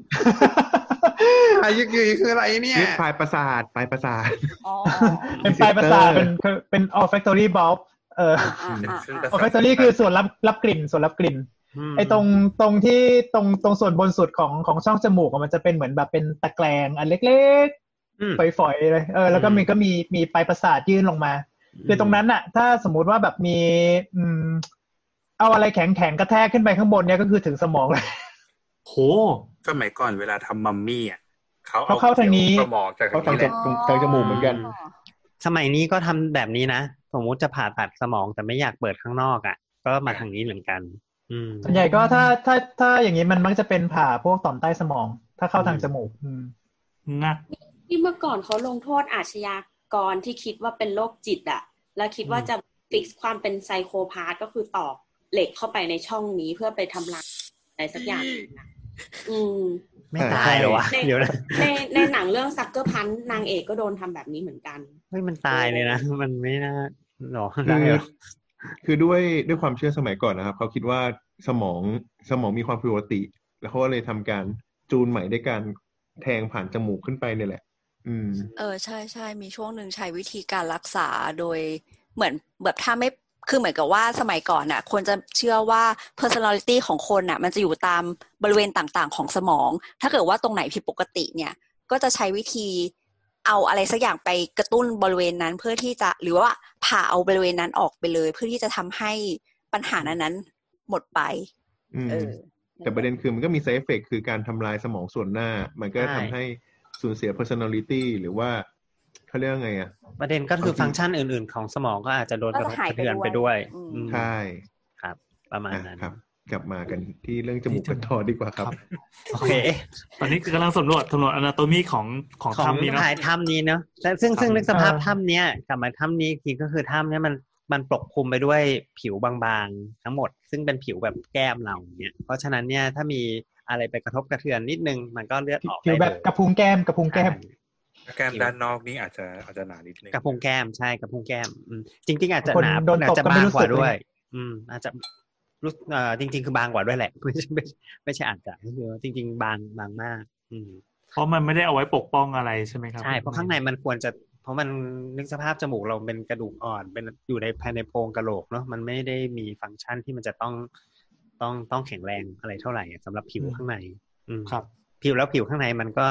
อายุยืนคืออะไรเนี่ย เรียกปลายประสาทปลายประสาท อ๋อ เป็นปลายประสาท receptor เป็นเป็น olfactory bulb เอ่อ อ่าอ่าอ่า ซึ่ง อ่า ประสาท olfactory คือส่วนรับรับกลิ่น ส่วนรับกลิ่น ไอ้ตรงตรงที่ตรงตรงส่วนบนสุดของของช่องจมูกอะมันจะเป็นเหมือนแบบเป็นตะแกรงอันเล็ก อืม ๆฝอยๆเลยเออแล้วก็ อืม มันก็มีมีปลายประสาทยื่นลงมา คือตรงนั้นน่ะ ถ้าสมมุติว่าแบบมี อืม เอาอะไรแข็งแข็งๆกระแทกขึ้นไปข้างบนเนี่ยก็คือถึงสมองเลย โห สมัยก่อนเวลาทำมัมมี่อ่ะเขา เขาเข้าทางนี้ เอสมองจาก เขา ทาง ทำ นี้แหละจากตรงทางจมูกเหมือนกัน สมัยนี้ก็ทำแบบนี้นะ สมมุติจะผ่าตัดสมองแต่ไม่อยากเปิดข้างนอกอะ่ะ ก็มาทางนี้เหมือนกัน อืม ส่วนใหญ่ก็ถ้าถ้าถ้าอย่างนี้มันมักจะเป็นผ่าพวกต่อมใต้สมอง ถ้าเข้าทาง อืม จมูก อืม งัก ที่เมื่อก่อนเขาลงโทษอาชญากรที่คิดว่าเป็นโรคจิตอะแล้วคิดว่า อืม จะฟิกซ์ความเป็นไซโคพาธก็คือตอกเหล็กเข้าไปในช่องนี้เพื่อไปทำลายอะไรสักอย่างหนึ่งอะอืม ไม่ตายเหรอวะ ใช่ เดี๋ยวนะ ในในหนังเรื่องซักเกอร์พันนางเอกก็โดนทำแบบนี้เหมือนกัน เฮ้ยมันตายเลยนะ มันไม่น่าหรอ คื ได้ อ เหรอ คือด้วยด้วยความเชื่อสมัยก่อนนะครับ เขาคิดว่าสมองสมองมีความผิดปกติ แล้วเขาก็เลยทำการจูนใหม่ด้วยการแทงผ่านจมูกขึ้นไปเนี่ยแหละ อืม เออใช่ใช่มีช่วงหนึ่งใช้วิธีการรักษาโดยเหมือนแบบถ้าไม่ คือเหมือนกับว่าสมัยก่อนน่ะควรจะเชื่อว่า personality ของคนน่ะ มันจะอยู่ตามบริเวณต่างๆ ของสมอง ถ้าเกิดว่าตรงไหนผิดปกติเนี่ย ก็จะใช้วิธีเอาอะไรสักอย่างไปกระตุ้นบริเวณนั้นเพื่อที่จะหรือว่าผ่าเอาบริเวณนั้นออกไปเลย เพื่อที่จะทำให้ปัญหานั้นๆหมดไป อืม เออ แต่ประเด็นคือมันก็มี side effect คือการทำลายสมองส่วนหน้า มันก็ ใช่ ทำให้สูญเสีย personality หรือว่าเขาเรียกว่าไงอ่ะ ประเด็นก็คือ เอาจริง ฟังก์ชันอื่น ๆ ของสมองก็อาจจะโดนกระทก็บจะหาย กระเทือน ไป ไป ด้ ด้ ว วย ย อืม อืม ใช่ ครับประมาณ อ่ะ นั้น ครับ กลับมากันที่เรื่องจมูกกันต่อดีกว่าครับ โอเค ตอนนี้คือกำลังสำรวจสำรวจอนาโตมีของของ ของ ถ้ำนี้เนาะ ถ่ายถ้ำนี้เนาะแต่ซึ่งซึ่ง ถ้ำ นึกสภาพ เออ ถ้ำเนี้ยกลับมาถ้ำนี้อีกทีก็คือถ้ำเนี้ยมันมันปกคลุมไปด้วยผิวบางๆทั้งหมด ซึ่งเป็นผิวแบบแก้มเราอย่างเนี้ยเพราะฉะนั้นเนี่ยถ้ามีอะไรไปกระทบกระเทือนนิดนึง มันก็เลือดออก ผิว ได้ แบบ เลย กระพุ้งแก้มกระพุ้งแก้ม ใช่ แก้มด้านนอกนี่อาจจะอาจจะหนานิดนึง กระพุ้งแก้มใช่กระพุ้งแก้มอืมจริง ๆ อาจจะ คน หนา โดนตบ อาจจะ ก็ไม่ บาง รู้ ก สึ ว่าก เลย ด้วย อืม อาจจะรู้สึกเอ่อจริง ๆ คือบางกว่าด้วยแหละ ไม่ใช่ไม่ใช่ไม่ใช่อาจจะก็คือว่าจริง ๆ บางบางมาก อืม เพราะมันไม่ได้เอาไว้ปกป้องอะไรใช่ไหมครับ ใช่เพราะข้างในมันควรจะ เพราะมันนึกสภาพจมูกเราเป็นกระดูกอ่อน เป็นอยู่ในภายในโพรงกระโหลกเนาะมันไม่ได้มีฟังก์ชันที่มันจะต้องต้องต้องแข็งแรงอะไรเท่าไหร่อะสำหรับผิวข้างใน อืม ครับ ผิวแล้วผิวข้างในมันก็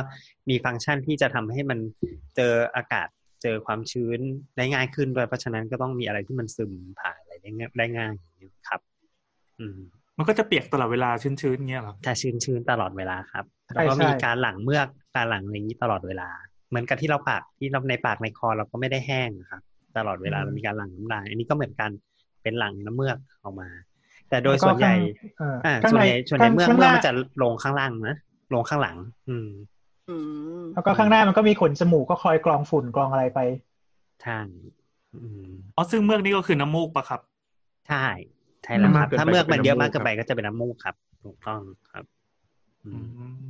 มีฟังก์ชันที่จะทำให้มันเจออากาศเจอความชื้นได้ง่ายขึ้นด้วยเพราะฉะนั้นก็ต้องมีอะไรที่มันซึมผ่านอะไรได้ง่ายได้ง่ายอย่างนี้ครับ อืม มันก็จะเปียกตลอดเวลาชื้นๆเงี้ยเหรอ ถ้าชื้นชื้นตลอดเวลาครับ ใช่ แล้วก็มี ใช่ การหลังเมือกการหลังอะไรอย่างนี้ตลอดเวลา เหมือนกับที่เราปากที่เราในปากในคอเราก็ไม่ได้แห้งนะครับ ตลอดเวลาเรามีการหลั่งน้ำลายอันนี้ก็เหมือนกันเป็นหลังน้ำเมือกออกมา แต่โดยส่วนใหญ่ เออ อ่า ข้าง ส่วน ใน ใหญ่ส่วนใหญ่เมือก ข้าง เมือหก น้า มันจะลงข้างล่างนะลงข้างหลัง อืม อืม แล้วก็ข้างหน้ามันก็มีขนจมูกก็คอยกรองฝุ่นกรองอะไรไป ใช่อืม อ๋อซึ่งเมือกนี่ก็คือน้ำมูกปะครับ ใช่ใช่แล้วค มา รั ก บ เกินไป ถ้าเมือกมันเยอะมาก ก็ เกิน เป็ ไป นน้ำมูก ก็จะเป็นน้ำมูกครับ ถูกต้องครับ อืม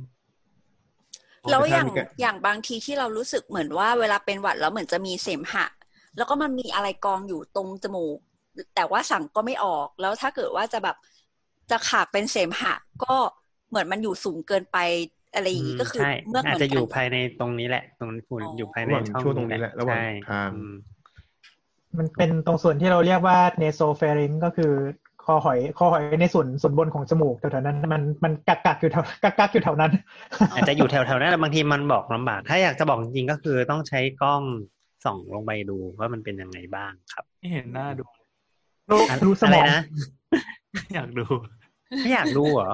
แล้ว ไป อ ทา ย่าง ง กัน อย่างบางทีที่เรารู้สึกเหมือนว่าเวลาเป็นหวัดแล้วเหมือนจะมีเสมหะ แล้วก็มันมีอะไรกองอยู่ตรงจมูก แต่ว่าสั่งก็ไม่ออก แล้วถ้าเกิดว่าจะแบบจะขาดเป็นเสมหะ ก็เหมือนมันอยู่สูงเกินไปอะไรอย่างนี้ ม ก็คือ ใช่ เมื่อกเห อามืจอน จะอยู่ กั ภาน ยในตรงนี้แหละ ตรงฝุ่น อ๋ออ อยู่ภายใน ระหว่าง ช่อง ช่วงตรงนี้แหละระหว่าง ใช่ ทาง อืม มันเป็นตรงส่วนที่เราเรียกว่าเนโซเฟริงก็คือคอหอยคอหอยในส่วนส่วนบนของจมูกแถวๆนั้นมันมันกักกักๆอยู่แถวกักกักๆอยู่แถวนั้น อาจจะอยู่แถวๆนั้นแหละบางทีมันบอกลำบาก ถ้าอยากจะบอกจริงๆก็คือต้องใช้กล้องส่องลงไปดูว่ามันเป็นยังไงบ้างครับ ไม่เห็นหน้าดู อะ รู้สมออะงไรนะ อยากดู ไม่อยากดูเหรอ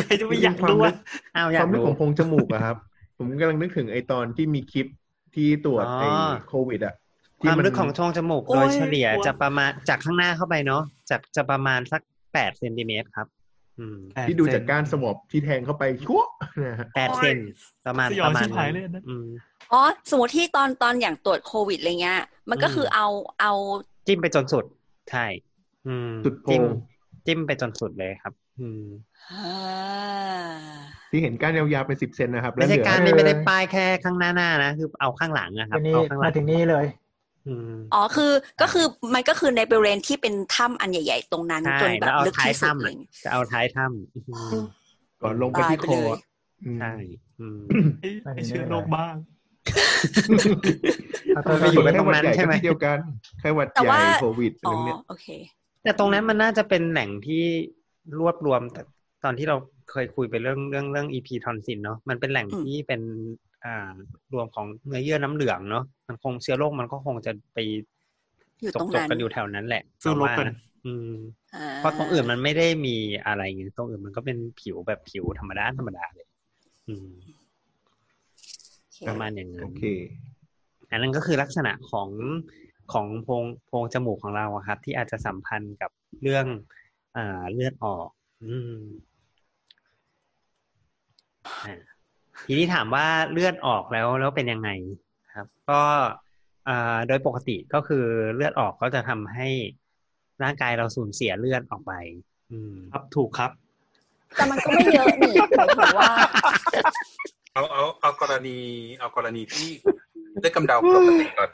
ใครจะไปอยากดูวะ อ้าวอยาวคาก มลึก ดู ของโพรงจมูกอะครับ ผมกำลังนึกถึงไอตอนที่มีคลิปที่ตรวจ อ๋อ ไอโควิดอะ ค ที่ วามลึกของช่องจมูกโดย โอ้ย เฉลี่ย กลัว จะประมาณจากข้างหน้าเข้าไปเนาะจะจะประมาณสักแปดเซนติเมตรครับ อืม ที่ดูจากการสวอปที่แทงเข้าไป ชั่วนะฮะ แปดเซนประมาณ สย ป อง ระมาณ ชิบหายเลยนะ อืม อ๋อสมมติที่ตอนตอนอย่างตรวจโควิดอะไรเงี้ย มันก็ อืม คือเอาเอา จิ้มไปจนสุดใช่อืม สุดโพรง จิ้มจิ้มไปจนสุดเลยครับ อืม อ่า ที่เห็นก้านยาวๆเป็นสิบเซนนะครับแล้ ไม่ วเห ใช่ ลือ การ เออ นี่ไม่ได้ป้ายแค่ข้างหน้าหน้านะคือเอาข้างหลังนะครับ ทีนี้ เอาข้างหลั มางถึงนี่เลย อืม อ๋อคือก็คือมันก็คือในบริเวณที่เป็นถ้ำอันใหญ่ ๆ ตรงนั้น ใช่ จนแบ แล้ บ วเอา ลึก ท้าย ที่สุด ถ้ำ เล อะ ย จะเอาท้ายถ้ำอืม ก่อนลงไปที่คอ ตายไปเลย อืม ใช่อืม ไอ้ไอ้เชื้อโรคบ้าง เอา มั ตัวน ไปอยู่ ไป ตรงนั้นใช่ไหม ไข้วัดญ่ก็ที่เดียวกันไข้หวัด แต่ ใหญ่ ว่า โควิดอะ อ๋อไรพวกเนี้ย โอเค แต่ตรงนั้นมันน่าจะเป็นแหล่งที่รวบรวมแต่ตอนที่เราเคยคุยไปเรื่องเรื่องเรื่อง EP ทอนซินเนาะมันเป็นแหล่ง อืม ที่เป็นอ่ารวมของเนื้อเยื่อน้ำเหลืองเนาะมันคงเชื้อโรคมันก็คงจะไป อยู่ จ ตร ก ง จก นั้น กันอยู่แถวนั้นแหละ สู้รบกัแต่นว่าะอืม อ่า เพราะตรงอื่นมันไม่ได้มีอะไรไงตรงอื่นมันก็เป็นผิวแบบผิวธรรมดาธรรมดาเลย อืม ประมาณอย่างนั้น โอเค อันนั้นก็คือลักษณะของของโพรงโพรงจมูกของเราอะครับ ที่อาจจะสัมพันธ์กับเรื่องอ่าเลือดออก อืมอ่าทีนี้ถามว่าเลือดออกแล้วแล้วเป็นยังไงครับ ก็อ่าโดยปกติก็คือเลือดออกก็จะทำให้ร่างกายเราสูญเสียเลือดออกไป อืม ครับถูกครับ แต่มันก็ไม่เยอะนี่หมายถึงว่า เอาเอาเอากรณี เอากรณีที่เลือดกำเดาปกติก่อน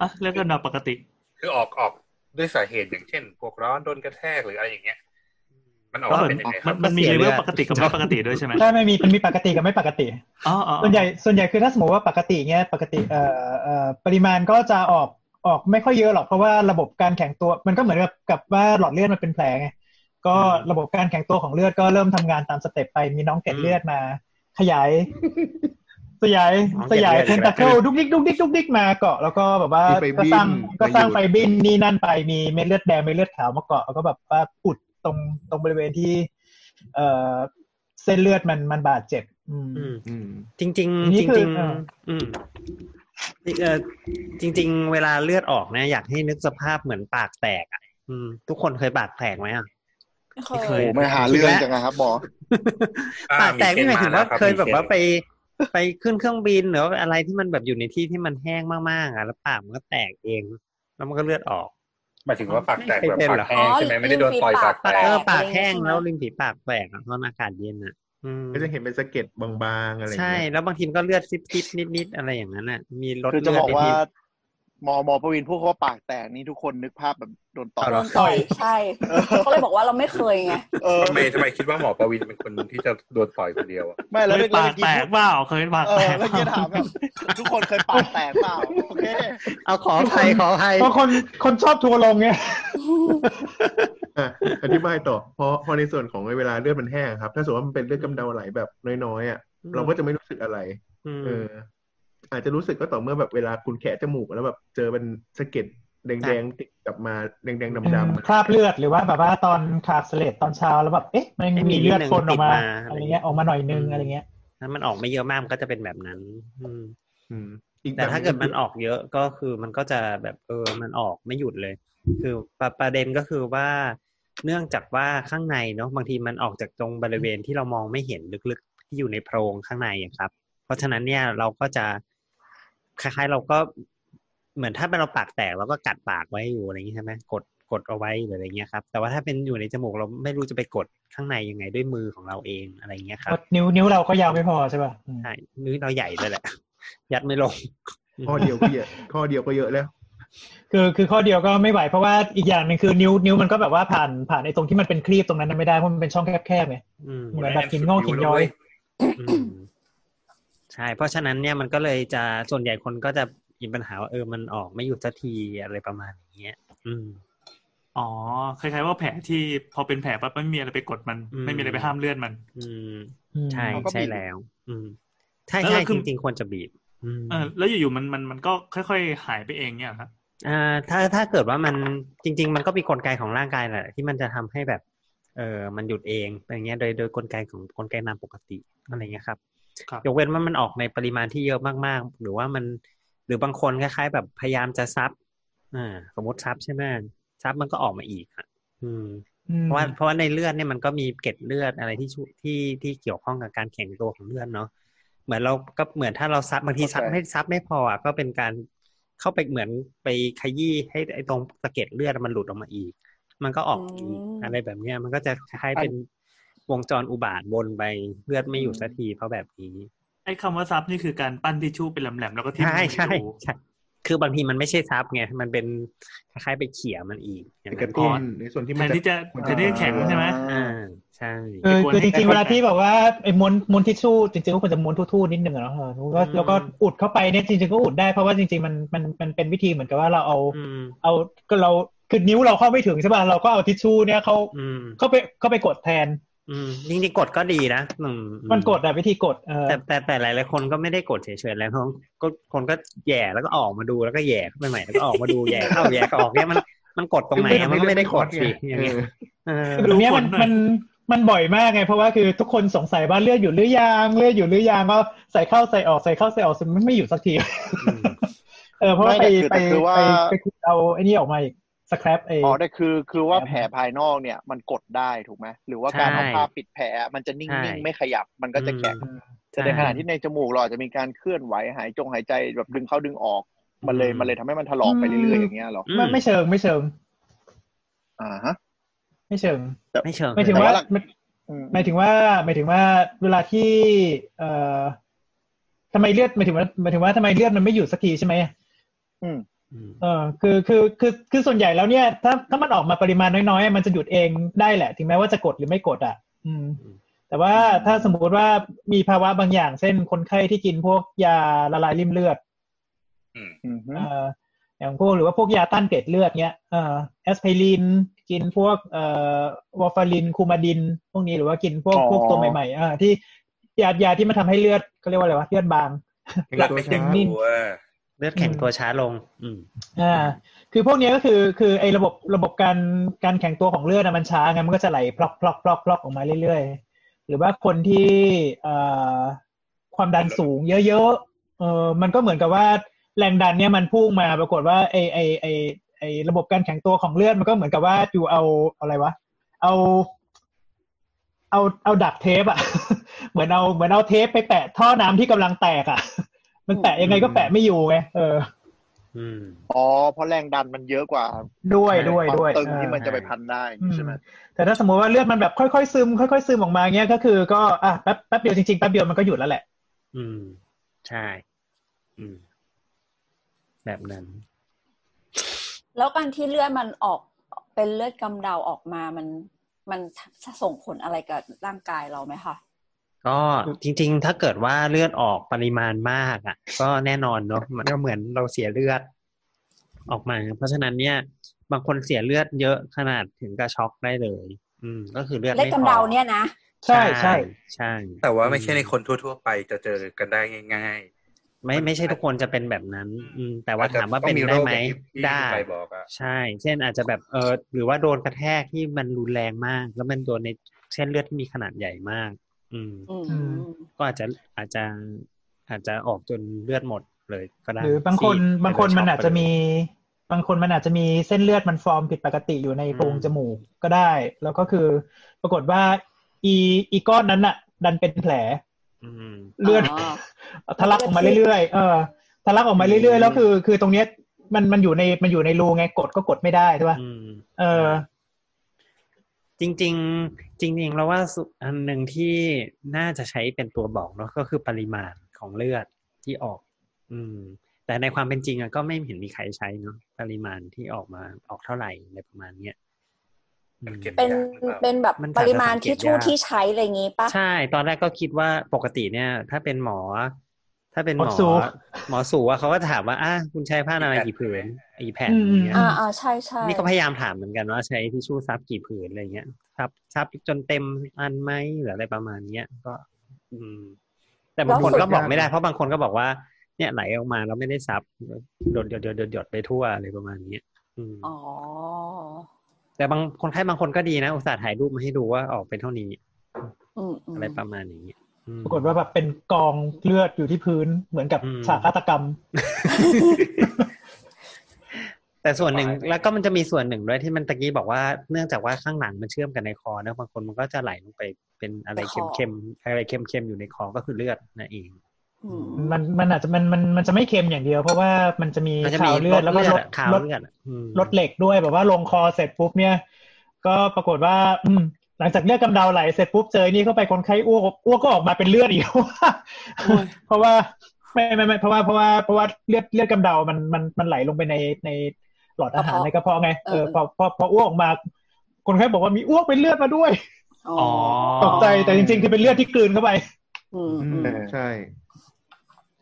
อ่ะเรื่องกันดาปกติ คือออกออกด้วยสาเหตุอย่างเช่น พวกร้อนโดนกระแทกหรืออะไรอย่างเงี้ย มันออก ก็ มา เหมือน เป็นยังไงค มั รั น บ มันมี เสีย เล เลือเวด ลปกติกับไม่ปกติด้วยใช่ไหม ถ้าไม่มีมันมีปกติกับไม่ปกติ อ๋ออ๋อ ส่วนใหญ่ส่วนใหญ่คือถ้าสมมติว่าปกติเงี้ยปกติเอ่อเอ่อปริมาณก็จะออก ออกไม่ค่อยเยอะหรอกเพราะว่าระบบการแข็งตัว มันก็เหมือนกับกับว่าหลอดเลือดมันเป็นแผลไงก็ระบบการแข็งตัวของเลือดก็เริ่มทำงานตามสเต็ปไปมีน้องเกล็ดเลือดมา ขยาย สยาย น้องเกสล็ด ยาย เลือด เทนตาเคิลดุกดิกดุกดิกดุกดิกมาเกาะแล้วก็แบบว่า มีไฟ ก็ บิ้น สร้างก็สร้างไฟ มาอยู่ บินนี่นั่นไปมีเม็ดเลือดแดงเม็ดเลือดขาวมาเกาะแล้วก็แบบว่าอุดตรงตรงบริเวณที่ เอ่อเส้นเลือดมันมันบาดเจ็บ อืม อืม อืม จริงๆจริง นี่ ๆ คือ ริง เอ่อ อืมเอ่อจริง ๆ เวลาเลือดออกนะอยากให้นึกสภาพเหมือนปากแตกอ่ะ อืม ทุกคนเคยปากแตกไหมอ่ะ เคย โอ้ไม่หาเรื่องจังนะครับหมอ อ่า ปากแตกนี่หมายถึงว่า มีเกณฑ์มาแล้วครับ เคยแบบว่า มีเกณฑ์ ไปไปขึ้นเครื่องบินหรือว่าอะไรที่มันแบบอยู่ในที่ที่มันแห้งมากๆอ่ะแล้วปากมันก็แตกเอง แล้วมันก็เลือดออก หมายถึงว่าปากแตก ไม่ แบบ เป็น ปาก เหรอ แห้งใช่ไหมไม่ได้โดนต่อยปากแต เอก อปาก อะไรอย่างเงี้ แห้ ย ง ใช่ไหม แล้วริมฝีปากแตกอ่ะตอนอากาศเย็นอ่ะ อืม ก็จะเห็นเป็นสะเก็ดบางๆอะไรอย่าง ใช่ เงี้ย แล้วบางทีมันก็เลือดซิปๆนิดๆอะไรอย่างนั้นอ่ะ มีรถ คือจะ เลือด บอก ไป ว่า ที่ หมอหมอประวินพูดว่าปากแตกนี่ทุกคนนึกภาพแบบโดนต่อย เอาเหร โด อ นต่อยใช่เขาเลยบอกว่าเราไม่เคยไง เออ ทำไมทำไมคิดว่าหมอประวินเป็นคนที่จะโดนต่อยคนเดียวอะ ไม่แล้ว เคย เมื่อ ปาก กี้ แตกเปล่าเคยปาก เอ แต อก เมื่อกี้ถามแบบทุกคนเคยปากแตกเปล่าโอเค เอาขออภัยขออภัย เพราะคนคนชอบทัวร์ลงไง อ่ะอธิบายต่อเพราะเพอในส่วนของเวลาเลือดมันแห้งครับ ถ้าสมมติว่ามันเป็นเลือดกำเดาไหลแบบน้อยๆอ่ะ อืม เราก็จะไม่รู้สึกอะไร อืม เออ อาจจะรู้สึกก็ต่อเมื่อแบบเวลาคุณแคะจมูกแล้วแบบเจอเป็นสะเก็ดแดงๆติดกลับมาแดงๆดำ คราบเลือดหรือว่าแบบว่าตอนขาดเสลดตอนเช้าแล้วแบบเอ๊ะมัน ไม่มี มีเลือดปนออกมา นิดนึงติดมา อะไรเงี้ยออกมาหน่อยนึง อืม อะไรเงี้ย ถ้ามันออกไม่เยอะมากมันก็จะเป็นแบบนั้น อืม ๆอืมอีก แต่ แบบ ถ้าเกิดมันออกเยอะก็คือมันก็จะแบบเออมันออกไม่หยุดเลย คือประประเด็นก็คือว่า เนื่องจากว่าข้างในเนาะบางทีมันออกจากตรงบริเวณที่เรามองไม่เห็นลึกๆที่อยู่ในโพรงข้างในอะครับ เพราะฉะนั้นเนี่ยเราก็จะคล้ายๆเราก็เหมือนถ้าเป็นเราปากแตกเราก็กัดปากไว้อยู่อะไรอย่างนี้ใช่ไหมกดกดเอาไว้หรืออะไรเงี้ยครับ แต่ว่าถ้าเป็นอยู่ในจมูกเราไม่รู้จะไปกดข้างในยังไงด้วยมือของเราเองอะไรอย่างเงี้ยครับ ก็นิ้วนิ้วเราก็ยาวไม่พอใช่ป่ะอืม ใช่นิ้วเราใหญ่เลยแหละ ยัดไม่ลง ข้อเดียวก็เยอะข้อเดียวก็เยอะแล้ว คือคือข้อเดียวก็ไม่ไหวเพราะว่าอีกอย่างหนึ่งคือนิ้วนิ้วมันก็แบบว่าผ่านผ่านไอ้ตรงที่มันเป็นครีบตรงนั้นนะไม่ได้เพราะมันเป็นช่องแคบๆไง อืม เหมือนแบบกินงอกกินย้อย อืมใช่ เพราะฉะนั้นเนี่ยมันก็เลยจะส่วนใหญ่คนก็จะมีปัญหาว่าเออมันออกไม่หยุดสักทีอะไรประมาณอย่างเงี้ย อืม อ๋อคล้ายๆว่าแผลที่พอเป็นแผลปั๊บไม่มีอะไรไปกดมัน อืม ไม่มีอะไรไปห้ามเลือดมัน อืม อืม ใช่ เขาก็บีบ ใช่แล้ว อืมใช่ แล้ว ใช่ ก็คื จ อ ริงๆควรจะบีบ อืม เออแล้วอยู่ๆมันมันมันก็ค่อยๆหายไปเองเนี่ยครับ ่า ถ้าถ้าเกิดว่ามันจริง ๆ มันก็มีกลไกของร่างกายแหละที่มันจะทำให้แบบ เออมันหยุดเองอย่างเงี้ยโดยโดยกลไกของกลไกนามปกติอะไรเงี้ยครับ ครับ ยกเว้นว่ามันออกในปริมาณที่เยอะมากๆ หรือว่ามันหรือบางคนคล้ายๆ แบบพยายามจะซับอ่าสมมติซับใช่ไหมซับมันก็ออกมาอีกอ่ะอืม อืม เพราะว่าเพราะว่าในเลือดเนี่ยมันก็มีเกล็ดเลือดอะไรที่ช่วยที่ที่เกี่ยวข้องกับการแข็งตัวของเลือดเนาะเหมือนเราก็เหมือนถ้าเราซับบางทีซับ เข้าใจ ไม่ซับไม่พออ่ะก็เป็นการเข้าไปเหมือนไปขยี้ให้ไอ้ตรงสะเก็ดเลือดมันหลุดออกมาอีก มันก็ออกอีก อืม อะไรแบบเนี้ยมันก็จะคล้ายๆเป็นวงจรอุบาทวนไปเลือดไม่อยู่สักทีเพราะแบบนี้ ไอ้คำว่าซับนี่คือการปั้นทิชชู่เป็นแหลมๆแล้วก็ทิ้ง ใช่ ลงไป ใช่ ดู ใช่ คือบางทีมันไม่ใช่ซับไง มันเป็นคล้ายๆไปเขี่ยมันอีกอย่าง กระ นั้น ตุ้น อ๋อ ในส่วนที่ แท มัน นที่จะ ควร แทนที่จะแข็งใช่ไหม อ่าใช่ คือคือจริงๆ ไอ้คน เวลาที่แบบว่าไอ้ม้วนม้วนทิชชู่จริงๆก็ควรจะม้วนทู่ๆนิดนึงอะเนาะเออแล้วก็แล้วก็อุดเข้าไปเนี่ยจริงๆก็อุดได้เพราะว่าจริงๆมันมันมันเป็นวิธีเหมือนกับว่าเราเอา อืม เอาก็เราคือนิ้วเราเข้าไม่ถึงใช่ป่ะเราก็เอาทิชชู่เนี่ยเขา อืม เข้าไปเข้าไปกดแทน อืมจริงๆกดก็ดีนะอืมอื มันกดอะวิธีกดเออ แต่แต่แต่หลายๆคนก็ไม่ได้กดเฉยๆแล้วเขาก็คนก็แหย่แล้วก็ออกมาดูแล้วก็แหย่เข้าไปใหม่แล้วก็ออกมาดูแหย่เข้าแหย่ก็ออกเนี่ยมันมันกดตรงไหนอะมันก็ไม่ได้กดสิอย่างเงี้ย เออ เออ คือตรงเนี้ยมัน ดูผลหน่อย มันมันบ่อยมากไงเพราะว่าคือทุกคนสงสัยว่าเลือดอยู่หรือยังเลือดอยู่หรือยังก็ใส่เข้าใส่ออกใส่เข้าใส่ออกมันไม่อยู่สักที อืม เออเพราะว่าไป ไม่แต่คือ ไป แต่คือว่า ไปไปขุดเอาไอ้นี่ออกมาอีกสครับเอ อ๋อได้คือคือว่าแผลภายนอกเนี่ยมันกดได้ถูกไหมหรือว่าการเอาผ้าปิดแผลมันจะนิ่ ใช่ งๆ ไม่ขยับมันก็จะแข็ง อืม แต่ในขณะที่ในจมูกเราอาจจะมีการเคลื่อนไหวหายจงหายใจแบบดึงเข้าดึงออก มันเลย อืม มันเลยทำให้มันถลอกไปเรื่อยๆอย่างเงี้ยเหรอ อืม ไม่ไม่เชิงไม่เชิง อ่าฮะ ไม่เชิง ไม่เชิง หมายถึง แต่ ว่า ว่าหลัก มัน อืม หมายถึงว่าหมายถึงว่าเวลาที่ เอ่อทำไมเลือดหมายถึงว่าหมายถึงว่าทำไมเลือดมันไม่หยุดสักทีใช่ไหม อืม เออคือคือคือคือส่วนใหญ่แล้วเนี่ยถ้าถ้ามันออกมาปริมาณน้อยๆ มันจะหยุดเองได้แหละ ถึงแม้ว่าจะกดหรือไม่กดอ่ะ อืม อืม แต่ว่าถ้าสมมุติว่ามีภาวะบางอย่าง เช่นคนไข้ที่กินพวกยาละลายริ่มเลือด อืมฮึ เอ่อแอ อย่างพวกหรือว่าพวกยาต้านเกล็ดเลือดเนี้ยเอ่อแอสไพริน กินพวกเอ่อวอร์ฟาริน คูมาดิน พวกนี้หรือว่ากินพวก อ๋อ พวกตัวใหม่ๆอ่าที่ยายาที่มันทำให้เลือดเขาเรียกว่าอะไรวะเลือดบาง หลับไม่แข็งตัว เลือดแข็งตัวช้าลง อืม อ่า คือพวกเนี้ยก็คือคือไอ้ระบบระบบการการแข็งตัวของเลือดอะมันช้าไงมันก็จะไหลพลอกพลอกพลอกพลอกออกมาเรื่อยๆ หรือว่าคนที่เอ่อความดันสูงเยอะๆเออมันก็เหมือนกับว่าแรงดันเนี่ยมันพุ่งมาปรากฏว่าไอไอไอไอระบบการแข็งตัวของเลือดมันก็เหมือนกับว่าอยู่เอาเอาอะไรวะ เอา เอาเอาดักเทปอะ เหมือนเอาเหมือนเอาเทปไปแปะท่อน้ำที่กำลังแตกอะ มันแปะยังไงก็แปะไม่อยู่ไงเออ อืม อ๋อเพราะแรงดันมันเยอะกว่า ด้วย ใช่ ด้วย ความ ด้วย ตึงที่ เออ มันจะไปพันได้อย่างนี้ใช่ไหม แต่ถ้าสมมติว่าเลือดมันแบบค่อยๆซึมค่อยๆซึมออกมาเงี้ยก็คือก็อ่ะแป๊บแป๊บเดียวจริงๆแป๊บเดียวมันก็หยุดแล้วแหละ อืม ใช่ อืม แบบนั้น แล้วการที่เลือดมันออกเป็นเลือดกำเดาออกมามันมันส่งผลอะไรกับร่างกายเราไหมคะ ก็จริง ๆ ถ้าเกิดว่าเลือดออกปริมาณมากอ่ะ ก็แน่นอนเนาะมันก็เหมือนเราเสียเลือด ออกมา เพราะฉะนั้นเนี่ย บางคนเสียเลือดเยอะขนาดถึงกับช็อกได้เลย อืม ก็คือเลือด เลือด ไม่พ กำ อ เดาเนี่ยนะ ใช่ใช่ ใช่ แต่ว่าไม่ใช่ในคนทั่ว ๆ ไปจะเจอกันได้ง่าย ไม่ไม่ใช่ทุกคนจะเป็นแบบนั้น อืม แต่ ๆ ว่าถามว่าเป็นได้ไหม อาจจะต้องโรคอย่างที่ ได้ ไปบอกอะ ใช่ เช่นอาจจะแบบเออหรือว่าโดนกระแทกที่มันรุนแรงมาก แล้วมันโดนในเส้นเลือดที่มีขนาดใหญ่มาก อืม อืม อืม ก็อาจจะอาจจะอาจจะออกจนเลือดหมดเลยก็ได้ หรือบางคน ซีด บางคน เป็ มัน ช็ อาจจะ ไปเลย มี บางคนมันอาจจะมีเส้นเลือดมันฟอร์มผิดปกติอยู่ในโพรงจมูกก็ได้ แล้วก็คือปรากฏว่า อีอีก้อนนั้นอะดันเป็นแผล อืม เลือด อ๋อ ทะลักออกมาเรื่อยๆเออทะลักออกมาเรื่อยๆแล้วคือ คือตรงเนี้ยมันมันอยู่ในมันอยู่ในรูไงกดก็กดไม่ได้ใช่ป่ะ อืม เออ จริง ๆ จริงๆแล้วว่าสุอันหนึ่งที่น่าจะใช้เป็นตัวบอกเนาะก็คือปริมาณของเลือดที่ออก อืม แต่ในความเป็นจริงอะก็ไม่เห็นมีใครใช้เนาะปริมาณที่ออกมาออกเท่าไหร่อะไรประมาณเนี้ยอืม เก็บ เป็น ยากหรือเปล่า เป็นแบบ มัน ป อาจจะ ริมาณ สังเกต ที่ชู่ ยาก ที่ใช้อะไรอย่างงี้ปะ ใช่ ตอนแรกก็คิดว่าปกติเนี่ย ถ้าเป็นหมอ ถ้าเป็นหม หม อ อสู หมอสูอะเขาก็ถามว่าอ่ะคุณใช้ผ้าอนามัยกี่ผืนกี่แผ่น อืม อย่างเงี้ย อ่าอ่าใช่ใช่ นี่ก็พยายามถามเหมือนกันว่าใช้ทิชชู่ซับกี่ผืนอะไรเงี้ยซับซับจนเต็มอันไหมหรืออะไรประมาณเนี้ยก็ อืม แต่บางคนก็บอกไม่ได้เพราะบางคนก็บอกว่าเนี่ยไหลออกมาแล้วไม่ได้ซับหยดหยดหยดหยดหยดไปทั่วอะไรประมาณเนี้ยอืม อ๋อ แต่บางคนไข้บางคนก็ดีนะอุตส่าห์ถ่ายรูปมาให้ดูว่าออกเป็นเท่านี้ อืมอืม อะไรประมาณอย่างเงี้ยอืม ปรากฏว่าแบบเป็นกองเลือดอยู่ที่พื้นเหมือนกับ อืม ฉากฆาตกรรม แต่ส่วนหนึ่ง ไปไป แล้วก็มันจะมีส่วนหนึ่งด้วยที่มันตะกี้บอกว่าเนื่องจากว่าข้างหลังมันเชื่อมกันในคอนะบางคนมันก็จะไหลลงไปเป็นอะไรเค็มๆอะไรเค็มๆอยู่ในคอก็คือเลือดนั่นเอง อืม มันมันอาจจะมันมันมันจะไม่เค็มอย่างเดียว เพราะว่ามันจะมี มันจะ คา มี วเลือดแล้วก็ลด ะขาว ลด เลือดอะอืม ลดเหล็กด้วยแบบว่าลงคอเสร็จปุ๊บเนี่ย ก็ปรากฏว่า อืม หลังจากเลือดกำเดาไหลเสร็จปุ๊บเจอนี่เข้าไปคนไข้อ้วกอ้วกก็ออกมาเป็นเลือดอีก เพราะว่าไม่ไม่ไม่เพราะว่าเพราะว่าเพราะว่าเลือดเลือดกำเดามันมันมันไหลลงไปในในหลอดอาหารในกระเพาะไงเออพอพอพออ้วกออกมา คนไข้บอกว่ามีอ้วกเป็นเลือดมาด้วย อ๋อ อ๋อ ตกใจแต่จริงๆคือเป็นเลือดที่กลืนเข้าไป อืมอืม เออใช่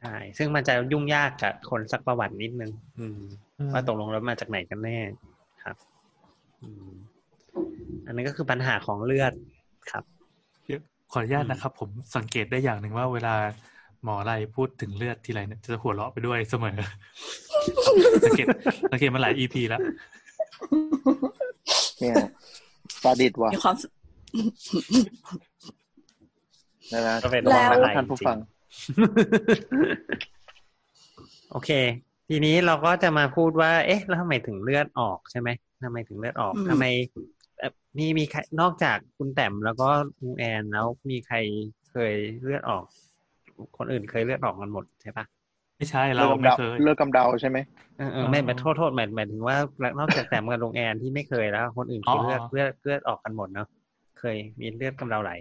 ใช่ซึ่งมันจะยุ่งยากกับคนสักประวัตินิดนึง อืม ว่าตกลงแล้วมาจากไหนกันแน่ครับ อืม อันนั้นก็คือปัญหาของเลือดครับ เดี๋ยวขออนุญาตนะครับ ผมสังเกตได้อย่างหนึ่งว่าเวลาหมออะไรพูดถึงเลือดทีไรเนี่ยจะหัวเราะไปด้วยเสมอ สังเกตสังเกตมาหลาย EP แล้ว เนี่ยปลาดิดว่ะ มีความ นะนะ ก็เป็น แล้ว ระ อะไร วังท่านผู้ฟัง จริ โอเค ทีนี้เราก็จะมาพูดว่า เอ๊ะ แล้วทำไมถึงเลือดออกใช่ไหมทำไมถึงเลือดออก อืม ทำไมเอ่อมีมีใครนอกจากคุณแต้มแล้วก็ลุงแอนแล้วมีใครเคยเลือดออก คนอื่นเคยเลือดออกกันหมดใช่ปะ ไม่ใช่เรา เลือกกำ ไม่ เดา เคย เลือกกำเดาใช่ไหม เออเออ อ๋อ ไม่ไม่โทษโทษหมายหมายถึงว่านอกจากแต้มกับลุงแอนที่ไม่เคยแล้ว คนอื่น อ๋อ คือเลือดเลือดเลือดออกกันหมดเนาะเคยมีเลือดกำเดาไหล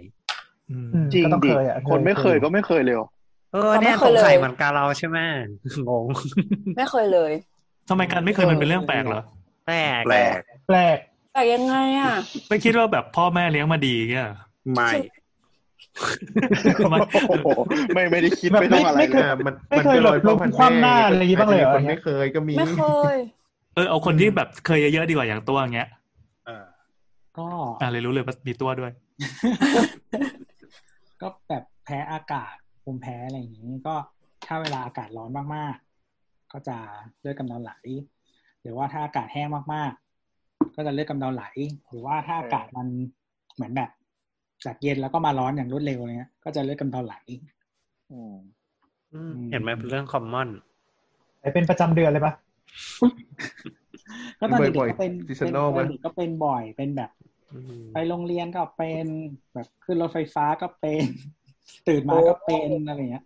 อืม อืม จริง ก็ต้อง ดิ เคยอ่ะ คนไม่เคยก็ไม่เคยเลยเหรอ เออ เราไม่ เนี่ย เค ส ย ง เลย สัยเหมือนกับเราใช่ไหม งง ไม่เคยเลย ทำไมการไม่เคยมันเป็นเรื่องแปลกเหรอ แปลก แปลก แปลก แต่ยังไงอ่ะ ไม่คิดว่าแบบพ่อแม่เลี้ยงมาดีเงี้ยเหรอ ไม่ มัน โอ้โห ไม่ไม่ได้คิดไม่ต้องอะไร ไม่ เล เคยยอ่ะมัน ไม่เคย นก็ หลบ พ่อพัน คว่ำหน้าอะไรอย่างงี้บ้างเลยเหรอ คนไม่เคยก็มี ไม่เคย เออเอาคนที่แบบเคยเยอะๆดีกว่าอย่างตัวอย่างเงี้ย เออ ก็ อ่ะเลยรู้เลยว่ามีตัวด้วย ก็แบบแพ้อากาศภูมิแพ้อะไรอย่างนี้ก็ถ้าเวลาอากาศร้อนมากๆ ก็จะเลือดกำเดาไหล หรือว่าถ้าอากาศแห้งมากๆ ก็จะเลือดกำเดาไหล หรือว่าถ้าอากาศมันเหมือนแบบ จากเย็นแล้วก็มาร้อนอย่างรวดเร็วอะไรเงี้ยก็จะเลือดกำเดาไหล อืม อืมเห็นไหมเป็นเรื่องคอมมอน ไหนเป็นประจำเดือนเลยปะ ก็ตอนเด็ก บ่อย ๆ ๆ ก็เป็นเป็น seasonal ไหม ตอนเด็กก็เป็นบ่อยเป็นแบบ ไปโรงเรียนก็เป็นแบบขึ้นรถไฟฟ้าก็เป็น ตื่นมาก็เป็นอะไรเงี้ย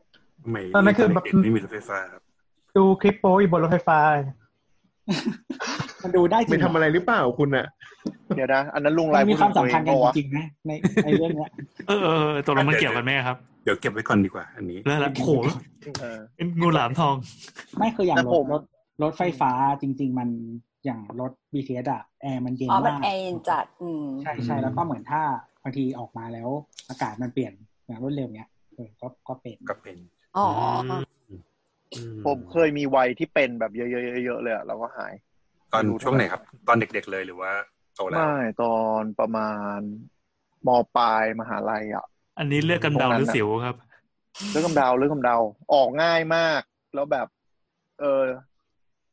ไม่ ตอนนั้นคือแบบ เด็กๆไม่มีรถไฟฟ้าครับ ดูคลิปโป้อยู่บนรถไฟฟ้า มันดูได้จ ไป ริงเห ทำ รอ อะไรหรือเปล่าคุณอ่ะ เดี๋ยวนะ อันนั้นลุงไล มั น์ น พู มี ด ค ถึ วาม งตัสำวเอ คัญ ง กันจปะวะ ริงๆนะในในเรื่องเนี้ย เออเออเออตกลงมันเกี่ยวกันไหมครับ เดี๋ยวเก็บไว้ก่อนดีกว่า อันนี้ แล้วละโอ้โห เออ เป็นงูหลามทอง ไม่คืออย่าง แต่ ร ผ ถ ม รถรถไฟฟ้าจริง ๆ มันอย่างรถ BTS อะแอร์มันเย็น อ๋อ มั มาน ก แอร์เย็นจัด อืม ใช่ใช่แล้วก็เหมือนถ้าบางทีออกมาแล้ว อากาศมันเปลี่ยนอย่างรวดเร็วเนี้ยเออก็ก็เป็น ก็เป็น อ๋อ ผมเคยมีวัยที่เป็นแบบเยอะๆๆๆเลยอะแล้วก็หาย ตอนช่วงไหนครับ ตอนเด็กๆเลยหรือว่าโตแล้ว ไม่ตอนประมาณมปลายมหาลัยอ่ะ อันนี้เลือกกันเดาหรือสิวครับ เรื่องกำเดาเรื่องกำเดาออกง่ายมาก แล้วแบบ เออ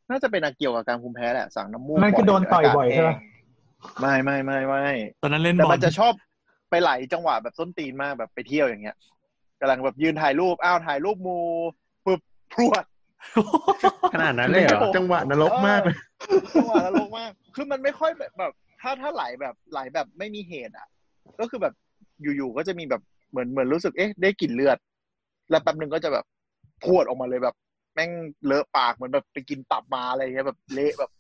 น่าจะเป็นอาเกี่ยวกับการภูมิแพ้แหละสั่งน้ำมูก มันคือโดนต่อยบ่อยใช่ปะ ไม่ ไม่ไม่ไม่ ตอนนั้นเล่น แต่ บอ มั ล นจะชอบไปไหลจังหวะแบบส้นตีนมากแบบไปเที่ยวอย่างเงี้ยกำลังแบบยืนถ่ายรูปอ้าวถ่ายรูปมูปึ๊บพรวด ขนาดนั้นเลยเหรอ จังหวะนรกมากเลย จังหวะนรกมาก คือมันไม่ค่อยแบบแบบ ถ้าถ้าไหลแบบไหลแบบไม่มีเหตุอ่ะ ก็คือแบบอยู่ๆก็จะมีแบบเหมือนเหมือนรู้สึกเอ๊ะได้กลิ่นเลือด แล้วแป๊บหนึงก็จะแบบพรวดออกมาเลยแบบ แม่งเลอะปากเหมือนแบบไปกินตับมาอะไรเงี้ยแบบเละแบบ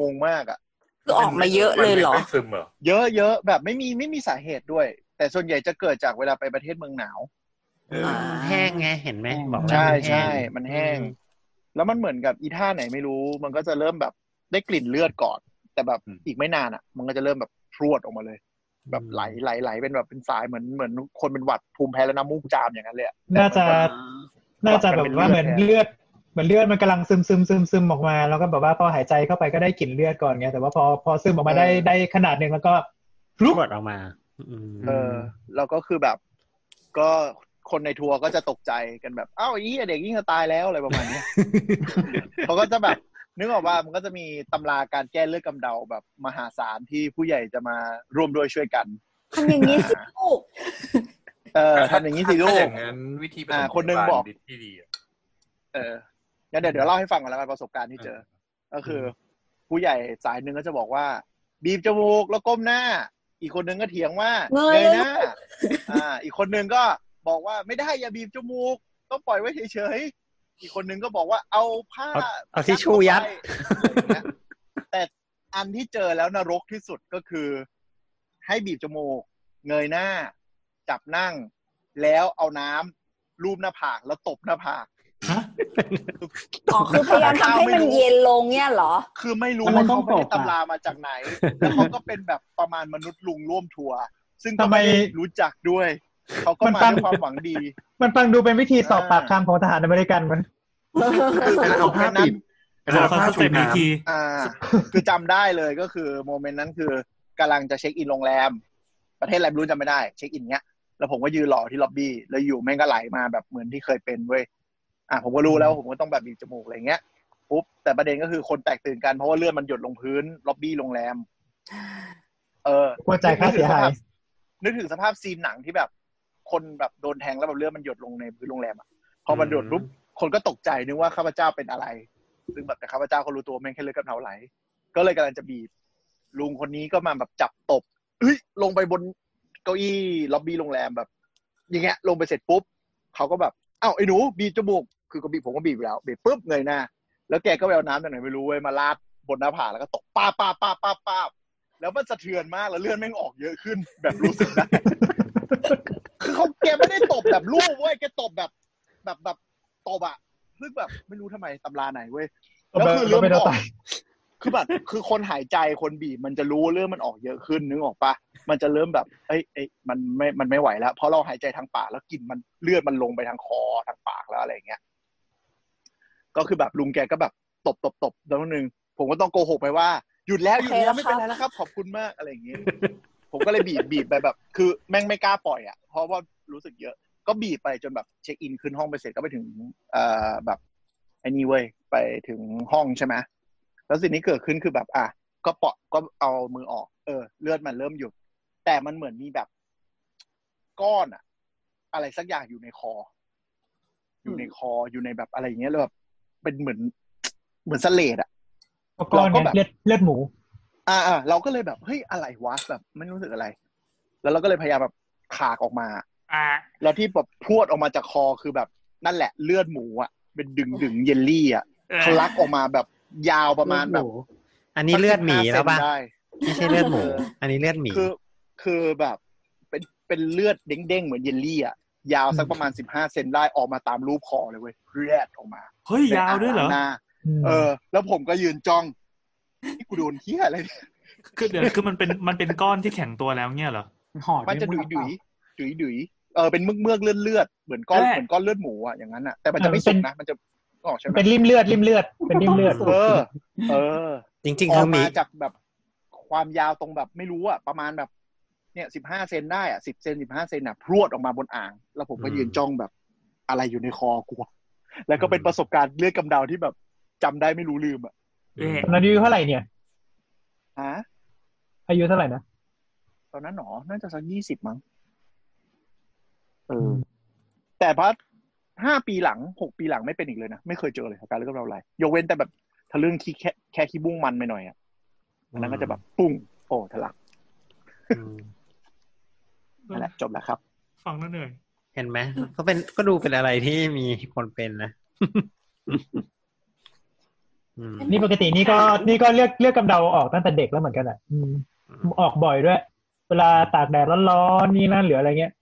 งงมากอ่ะ คือออกมาเยอะเลยเหรอ มันไม่ค่ซึมเหรอ เยอะเยอะแบบไม่มีไม่มีสาเหตุด้วย แต่ส่วนใหญ่จะเกิดจากเวลาไปประเทศเมืองหนาว เออ แห้งไงเห็นไหมบอกแล้ว ใช่ มันแห้ ใช่ ง มันแห้ง แล้วมันเหมือนกับอีท่าไหนไม่รู้ มันก็จะเริ่มแบบได้กลิ่นเลือดก่อน แต่แบบอีกไม่นานอ่ะ มันก็จะเริ่มแบบพรวดออกมาเลย แบบไหลไหลไหลเป็นแบบเป็นสายเหมือนเหมือนคนเป็นหวัดภูมิแพ้แล้วน้ำมูกจามอย่างนั้นเลยอะ น่าจะ น่าจะแบบว่าเหมือนเลือดเหมือนเลือดมันกำลังซึมซึมซึมซึมออกมา แล้วก็แบบว่าพอหายใจเข้าไปก็ได้กลิ่นเลือดก่อนไงแต่ว่าพอพอซึมออกมาได้ เออ ได้ขนาดหนึ่งแล้วก็ รู ลุ ป ก ดออกมาอืม เออแล้วก็คือแบบ ก็คนในทัวร์ก็จะตกใจกันแบบอ้าวอีเด็กยิ่งจะตายแล้วอะไรประมาณเนี้ย เขาก็จะแบบ นึกออกว่ามันก็จะมีตำราการแก้เลือดกำเดาแบบมหาศาลที่ผู้ใหญ่จะมาร่วมด้วยช่วยกัน ทำอย่างนี้สิลูก เออทำอย่างนี้สิลู ถ้าก อย่างนั้นวิธีปฐม อ่าคนหนึ่ง พยาาล บอก ที่ดีอะ เอองั้นเดี๋ยวเดี๋ยวเล่าให้ฟังก่อนแล้วกันประสบการณ์ที่เจอ ก็คือ ผู้ใหญ่สายหนึ่งก็จะบอกว่า บีบจมูกแล้วก้มหน้า อีกคนนึงก็เถียงว่า เงย หน้าอ่า อีกคนนึงก็บอกว่าไม่ได้อย่าบีบจมูก ต้องปล่อยไว้เฉยๆอีกคนนึงก็บอกว่าเอาผ้า เอาเอาทิชชู่ยัด เข้าไปอะไรอย่างเงี้ยแต่อันที่เจอแล้วนรกที่สุดก็คือ ให้บีบจมูก เงยหน้า จับนั่ง แล้วเอาน้ำรูปหน้าผากแล้วตบหน้าผาก อ๋อ คือพยายามทำให้มันเย็นลงเนี่ยเหรอ คือไม่รู้ แล้วมั ว่าน ต้องเขาไม่ได้ ตกอะ ตำรามาจากไหน แล้วเขาก็เป็นแบบประมาณมนุษย์ลุงร่วมทัวร์ซึ่งก็ ทำไม ไม่ได้รู้จักด้วย เขาก็มัมานตั้ ด้ ง วยความหวังดี มันฟังดูเป็นวิธีสอบปากคำของทหารอเมริกันมัน อันนั้นเอาผ้าปิดอันนั้นเอา ขอ ผ้า ส ชุ เต็ บ ปอีก น้ำ ที อ่า คือจำได้เลยก็คือโมเมนต์นั้นคือกำลังจะเช็คอินโรงแรม ประเทศอะไรไม่รู้จำไม่ได้ เช็คอินเนี้ย แล้วผมก็ยืนรอที่ล็อบบี้ แล้วอยู่แม่งก็ไหลมาแบบเหมือนที่เคยเป็นเว้ย อ่ะผมก็รู้แล้วว่าผมก็ต้องแบบบีบจมูกอะไรเงี้ย ปุ๊บ แต่ประเด็นก็คือคนแตกตื่นกันเพราะว่าเลือดมันหยดลงพื้นล็อบบี้โรงแรม เออ กลัวจ่ายค่าเสียหาย นึกถึงสภาพซีนหนังที่แบบ คนแบบโดนแทงแล้วแบบเลือดมันหยดลงในพื้นโรงแรมอ่ะพอมันหยดปุ๊บคนก็ตกใจนึกว่าข้าพเจ้าเป็นอะไร ซึ่งแบบแต่ข้าพเจ้าก็รู้ตัวแม่งแค่เลือดกำเดาไหล ก็เลยกำลังจะบีบ ลุงคนนี้ก็มาแบบจับตบเอ้ยลงไปบนเก้าอี้ล็อบบี้โรงแรมแบบ อย่างเงี้ย ลงไปเสร็จปุ๊บเขาก็แบบอ้าวไอ้หนูบีบจมูกคือก็บีบผมก็บีบอยู่แล้วบีบปุ๊บเงยหน้า แล้วแกก็ไปเอาน้ำจากไหนไม่รู้เว้ยมาลาดบนหน้าผากแล้วก็ตกป้าบป้าบป้าบป้าบป้าบแล้วมันสะเทือนมากแล้วเลือดแม่งออกเยอะขึ้น แบบรู้สึกได้ คือเขาแกไม่ได้ตบแบบลูกเว้ยแกตบแบบ แบบแบบตบอะซึ่งแบบไม่รู้ทำไมตำราไหนเว้ยแล้วคือเลือดมันออก คือแบบคือคนหายใจคนบีบมันจะรู้ว่าเรื่องมันออกเยอะขึ้นนึกออกปะ มันจะเริ่มแบบเอ้ยเอ้ยมันไม่มันไม่ไหวแล้ว เพราะเราหายใจทางปากแล้วกลิ่นมันเลือดมันลงไปทางคอทางปากแล้วอะไรอย่างเงี้ย ก็คือแบบลุงแกก็แบบตบตบตบแล้วนึงผมก็ต้องโกหกไปว่า หยุดแล้วหยุดโอเคแล้วแล้ว ไม่เป็นคไรรับ แล้วครับ ขอบคุณมากอะไรอย่างเงี้ย ผมก็เลยบีบบีบไปแบบ คือแม่งไม่กล้าปล่อยอ่ะ เพราะว่ารู้สึกเยอะ ก็บีบไปจนแบบเช็คอินขึ้นห้องไปเสร็จก็ไปถึงเอ่อแบบไอ้นี่เว้ยไปถึงห้องใช่ไหมแล้วสิ่งที่เกิดขึ้นคือแบบ อ่ะก็เปาะก็เอามือออก เออ เลือดมันเริ่มหยุด แต่มันเหมือนมีแบบก้อนอะอะไรสักอย่างอยู่ในคอ อยู่ในคออยู่ในแบบอะไรอย่างเงี้ยแล้วแบบเป็นเหมือนเหมือนสเลดอะ ก็ก้อน เราก็ เนี่ย แบบ เลือดเลือดหมู อ่าอ่าเราก็เลยแบบเฮ้ยอะไรวะแบบไม่รู้สึกอะไร แล้วเราก็เลยพยายามแบบขากออกมา อ่า แล้วที่แบบพรวดออกมาจากคอคือแบบนั่นแหละเลือดหมูอ่ะเป็นดึงดึงๆเยลลี่อ่ะทะลักออกมาแบบยาวประมาณแบบ อันนี้เลือดหมีแล้วป่ะ สัก15เซนได้ ไม่ใช่เลือดหมู เออ อันนี้เลือดหมี คือคือแบบเป็นเป็นเลือดเด้งๆเหมือนเยลลี่อ่ะยาวสักประมาณสิบห้าเซนได้ออกมาตามรูปคอเลยเว้ยเลือดออกมา เฮ้ยยาวด้วยเหรอ ในงล้งน้า เออ แล้วผมก็ยืนจ้องนี่กูโดนเหี้ยอะไรเนี่ย คือเดี๋ยวคือมันเป็นมันเป็นก้อนที่แข็งตัวแล้วเนี่ยเหรอ หอด มันจะดุยดุยดุยดุยเออเป็นเมือกเมือกเลือดเลือดเหมือนก้อนเหมือนก้อนเลือดหมูอ่ะอย่างนั้นอ่ะแต่มันจะไม่สุกนะมันจะออกใช่ไหม เป็นริมเลือดริมเลือดเป็นริมเลือด เออ เออ จริง อ ๆ อ คื ก อหมี มาจากแบบความยาวตรงแบบไม่รู้อ่ะประมาณแบบ เนี่ยสิบห้าเซนได้อ่ะสิบเซนสิบห้าเซนอ่ะพรวดออกมาบนอ่าง แล้วผมก็ยืนจ้องแบบอะไรอยู่ในคอกูอะแล้วก็เป็นประสบการณ์เลือดกำเดาที่แบบจำได้ไม่รู้ลืมอ่ะ อืม ตอนนั้นอายุเท่าไหร่เนี่ย ฮะ อายุเท่าไหร่นะ ตอนนั้นหนอน่าจะสักยี่สิบมั้งเออ แต่พัดห้าปีหลังหกปีหลังไม่เป็นอีกเลยนะ ไม่เคยเจอเลยอาการเลือดกำเดาไหลยกเว้นแต่แบบทะลึ่งขี้แค่แค่ขี้บุ้งมันไปหน่อยอ่ะอันนั้นก็จะแบบปุ้งโอ้ทะลัก อืม นั่นแหละจบแล้วครับ ฟังแล้วเหนื่อย เห็นไหมก็เป็นก็ดูเป็นอะไรที่มีคนเป็นนะอืม นี่ปกตินี่ก็นี่ก็เลือกเลือกกำเดาออกตั้งแต่เด็กแล้วเหมือนกันอ่ะอืมออกบ่อยด้วย เวลาตากแดดร้อนๆนี่นั่นหรืออะไรเงี้ย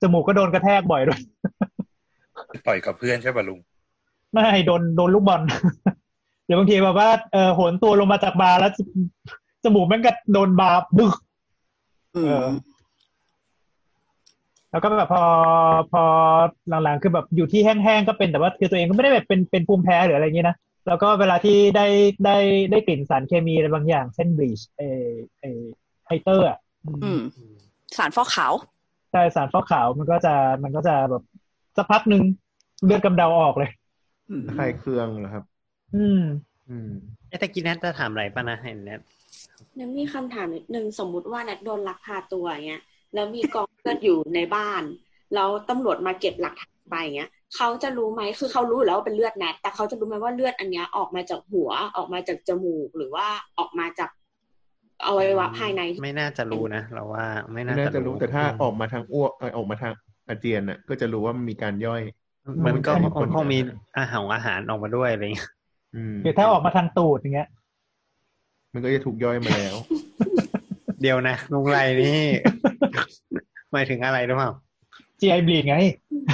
จมูกก็โดนกระแทกบ่อยด้วย ต่อยกับเพื่อนใช่ป่ะลุง ไม่โดนโดนลูกบอล เดี๋ยวบางทีแบบว่าเออโหนตัวลงมาจากบาร์แล้วจจมูกแม่งก็โดนบาร์บึกเออ แล้วก็แบบพอพอหลังๆคือแบบอยู่ที่แห้งๆก็เป็นแต่ว่าคือตัวเองก็ไม่ได้แบบเป็นเป็นภูมิแพ้หรืออะไรอย่างนี้นะแล้วก็เวลาที่ได้ได้ได้กลิ่นสารเคมีอะไรบางอย่าง เช่นบลีชเออเออไฮเตอร์อ่ะอืม อืม สารฟอกขาว ใช่สารฟอกขาวมันก็จะมันก็จะแบบสักพักหนึ่งเลือดกำเดาออกเลย คลายเครื่องเหรอครับ อืม อืม เอ๊ะตะกี้แนัทจะถามอะไรป่ะนะเห็นแนัท นันมีคำถามนิดนึงสมมุติว่าแนทโดนลักพาตัวอย่างเงี้ยแล้วมีกองเลือดอยู่ในบ้าน แล้วตำรวจมาเก็บหลักฐานไปอย่างเงี้ยเขาจะรู้ไหมคือเขารู้อยู่แล้วว่าเป็นเลือดแนทแต่เขาจะรู้ไหมว่าเลือดอันเนี้ยออกมาจากหัวออกมาจากจมูกหรือว่าออกมาจากอวัยวะภายในที่ ไม่น่าจะรู้นะเราว่าไม่ ไม่น่าจะรู้แต่ถ้า อืม ออกมาทางอ้วกเอ่อออกมาทางอาเจียนน่ะ ก็จะรู้ว่ามันมีการย่อย มันก็ มันมีผ ค ล งคงมีอาหารอาหารออกมาด้วยอะไรเงี้ย อืม หรือถ้าออกมาทางตูดอย่างเงี้ย มันก็จะถูกย่อยมาแล้ว เดียวนะลุงไรนี่ หมายถึงอะไรหรือเปล่า GI bleed ไง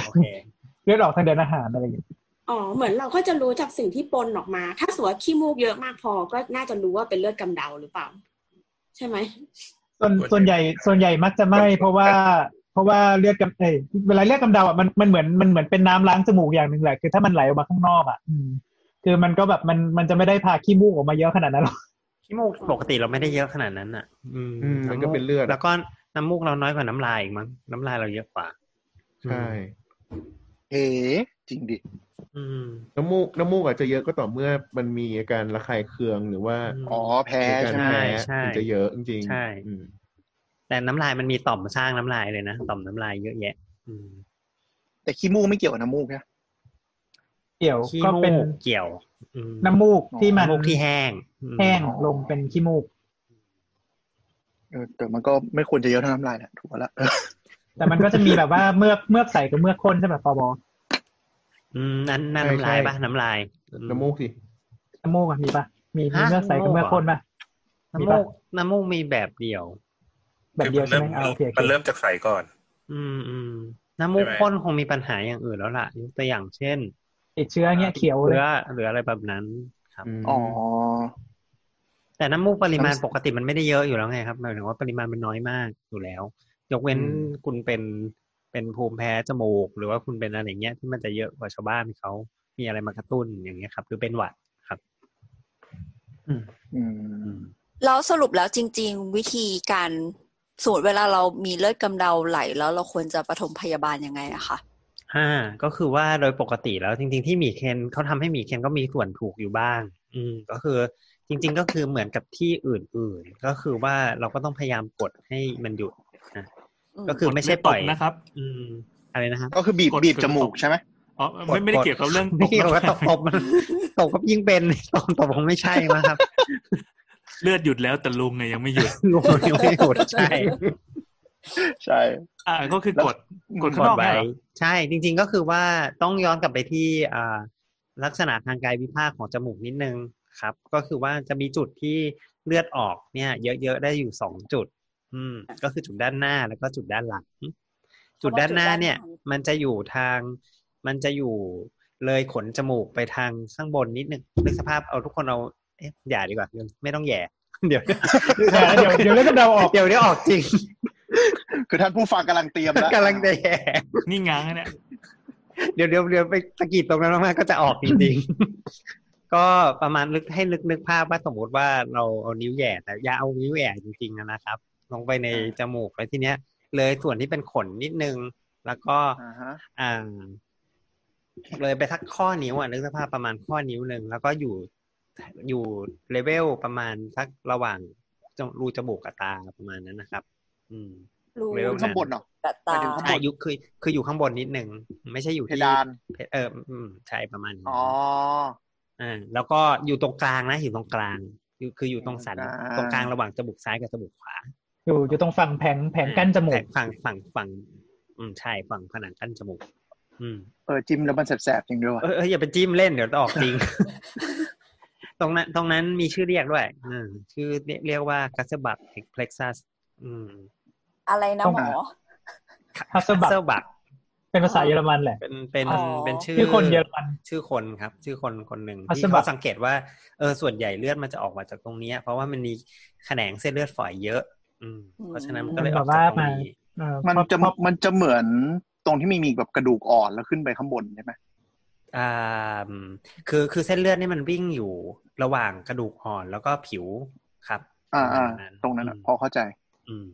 โอเค เลือดออกทางเดินอาหารอะไรอย่างเงี้ย อ๋อเหมือนเราก็จะรู้จากสิ่งที่ปนออกมา ถ้าสมมุติว่าขี้มูกเยอะมากพอก็น่าจะรู้ว่าเป็นเลือดกำเดาหรือเปล่า ใช่ไหม ส่วนส่วนใหญ่ส่วนใหญ่มักจะไม่เพราะว่า เพราะว่าเลือดกำเอ้ยเวลาเลือดกำเดาอ่ะมันมันเหมือนมันเหมือนเป็นน้ำล้างจมูกอย่างหนึ่งแหละคือถ้ามันไหลออกมาข้างนอกอ่ะ อืม คือมันก็แบบมันมันจะไม่ได้พาขี้มูกออกมาเยอะขนาดนั้นหรอก ขี้มูกปกติเราไม่ได้เยอะขนาดนั้นอ่ะ อืม อืมมันก็เป็นเลือด แล้วก็น้ำมูกเราน้อยกว่าน้ำลายอีกมั้งน้ำลายเราเยอะกว่า ใช่ เอ๋จริงดิ อืม น้ำมูกน้ำมูกอาจจะเยอะก็ต่อเมื่อมันมีอาการระคายเคืองหรือว่า อืม อ๋อแพ้ มีอาการ ใช่ไหม แพ้ ใช่ ถึงจะเยอะจริงๆ ใช่ อืม แต่น้ำลายมันมีต่อมสร้างน้ำลายเลยนะต่อมน้ำลายเยอะแยะ อืม แต่ขี้มูกไม่เกี่ยวกับน้ำมูกนะ เกี่ยว ขี้ ก็ มู เป็น กเกี่ยวอืม น้ำมูกที่มัน น้ำมูกที่แห้งอืม แห้งลงเป็นขี้มูก เออแต่มันก็ไม่ควรจะเยอะเท่าน้ำลายแหละถูกแล้วละเออ แต่มันก็จะมีแบบว่าเมือกเมือกใสกับเมือกข้นใช่ไหมปอบอ อืมนั่นนั่นน้ำลายปะน้ำลายอื น้ำมูกสิ น้ำมูกอะมีปะมีมี ฮะ เมือกใสกับเมือกข้นปะ มี น้ำ ปะ มูกน้ำมูกมีแบบเดียว แบบเดียวใช่ไหม คือ เอา น โอเค เริ่ โอ มัน เค เริ่มจากใสก่อน อืมอืมน้ำมูก ใช่ไหม ข้นคงมีปัญหาอย่างอื่นแล้วล่ะยกตัวอย่างเช่น ติดเชื้อเงี้ยเขียวเล เชื้ ย อหรืออะไรแบบนั้นครับ อืม อ๋อ แต่น้ำมูกปริมาณปกติมันไม่ได้เยอะอยู่แล้วไงครับหมายถึงว่าปริมาณมันน้อยมากอยู่แล้ว ยกเว้น อืม คุณเป็นเป็นภูมิแพ้จมูก หรือว่าคุณเป็นอะไรอย่างเงี้ยที่มันจะเยอะกว่าชาวบ้านเขามีอะไรมากระตุ้นอย่างเงี้ยครับ หรือเป็นหวัดครับ อืม แล้วสรุปแล้วจริง ๆ วิธีการสูตรเวลาเรามีเลือดกำเดาไหล แล้วเราควรจะปฐมพยาบาลยังไงอะคะ ห้าก็คือว่าโดยปกติแล้วจริง ๆ ที่หมีเคนเขาทำให้หมีเคนก็มีส่วนถูกอยู่บ้าง อืมก็คือจริง ๆ ก็คือเหมือนกับที่อื่นๆ ก็คือว่าเราก็ต้องพยายามกดให้มันหยุดนะ ม ก็คือไม่ใช่ กด ปล่อย นะครับ อืมอะไรนะครับ ก็คือบีบ กด บีบ กด จมูกใช่ไหม อ๋อไม่ไม่ได้เกี่ยวกับเรื่องต นี่ ก เราก็ตกตบมัน ตบก็ยิ่งเป็น ตบตบคงไม่ใช่มั้งครับ เลือดหยุดแล้วแต่ลุงเนี่ยยังไม่หยุด งงยังไม่หยุดใช่ ใช่ อ่าก็คือกดกดข้างนอก ไว้ เนี่ยเหรอ ใช่จริง ๆก็คือว่าต้องย้อนกลับไปที่อ่าลักษณะทางกายวิภาคของจมูกนิดนึงครับ ก็คือว่าจะมีจุดที่เลือดออกเนี่ย เยอะๆได้อยู่สองจุด อืม ก็คือจุดด้านหน้าแล้วก็จุดด้านหลัง จุดด้านหน้าเนี่ย มันจะอยู่ทาง มันจะอยู่เลยขนจมูกไปทางข้างบนนิดนึงนึกสภาพเอาทุกคนเอาเอ๊ะอย่าดีกว่าไม่ต้องแหย่ เดี๋ยว แหม่เดี๋ยวเดี๋ยวเลือดกำเดาออก เดี๋ยวได้ออกจริง คือท่านผู้ฟังกำลังเตรียมแล้ว กำลังจะแหย่ นี่ง้างนะเนี่ย เดี๋ยวเดี๋ยวเดี๋ยวไปสะกิดตรงนั้นมากๆก็จะออกจริงๆ ก็ประมาณลึกให้ลึกนึกภาพว่าสมมติว่าเราเอานิ้วแหย่แต่อย่าเอานิ้วแหย่จริงๆนะครับ ลงไปในจมูกแล้วทีเนี้ย เลยส่วนที่เป็นขนนิดนึง แล้วก็ อ่าฮะ อ่า เลยไปทักข้อนิ้วอ่ะนึกสภาพประมาณข้อนิ้วหนึ่งแล้วก็อยู่อยู่เลเวลประมาณสักระหว่างจรูจมูกกับตาประมาณนั้นนะครับ อืม รู้ เร็วะ ข้างบนเนาะ กับตา หมายถึงข้างบน อ่ะอยู่คือคืออยู่ข้างบนนิดนึงไม่ใช่อยู่ เพ ที่ ดาน เพเอออืมใช่ประมาณนั้น อ๋อ อ่าแล้วก็อยู่ตรงกลางนะ อยู่ตรงกลางอยู่คืออยู่ตรงสัน ต ต ร รง ง ก ก ลา ลาง งระหว่างจมูกซ้ายกับจมูกขวา อยู่อยู่ตรงฝั่งแผงแผงกั้นจมูก แต่ฝั่งฝั่งฝั่ง อืมใช่ฝั่งผนังกั้นจมูก อืม เออจิ้มแล้วมันแสบๆจริงด้วยว่ะ เออเอออย่าไปจิ้มเล่นเดี๋ยวจะออก จริง ตรงนั้น ตรงนั้นมีชื่อเรียกด้วยอืมชื่อเรียกเรียกว่ากัสบัตเพล็กซัสอืม อะไรนะหมอ ฮัสเซอร์บัค เซอร์บัต เป็นภาษาเยอรมันแหละ เป็นเป็น อ๋อ เป็นชื่อ ชื่อคนเยอรมัน ชื่อคนครับ ชื่อคนคนหนึ่ง อัส ที่ บั เขา ต สังเกตว่าเออส่วนใหญ่เลือดมันจะออกมาจากตรงเนี้ย เพราะว่ามันมีแขนงเส้นเลือดฝอยเยอะ อืม เพราะฉะนั้นมันก็เลยออกจากตรงนี้ เออ มันจะ เพราะ มันจะเหมือนตรงที่มีมีแบบกระดูกอ่อนแล้วขึ้นไปข้างบนใช่ไหม อ่าคือคือเส้นเลือดนี่มันวิ่งอยู่ระหว่างกระดูกอ่อนแล้วก็ผิวครับ อ่า ปะ อ่า มาณ ตรงนั้นอะ ม พอเข้าใจ อืม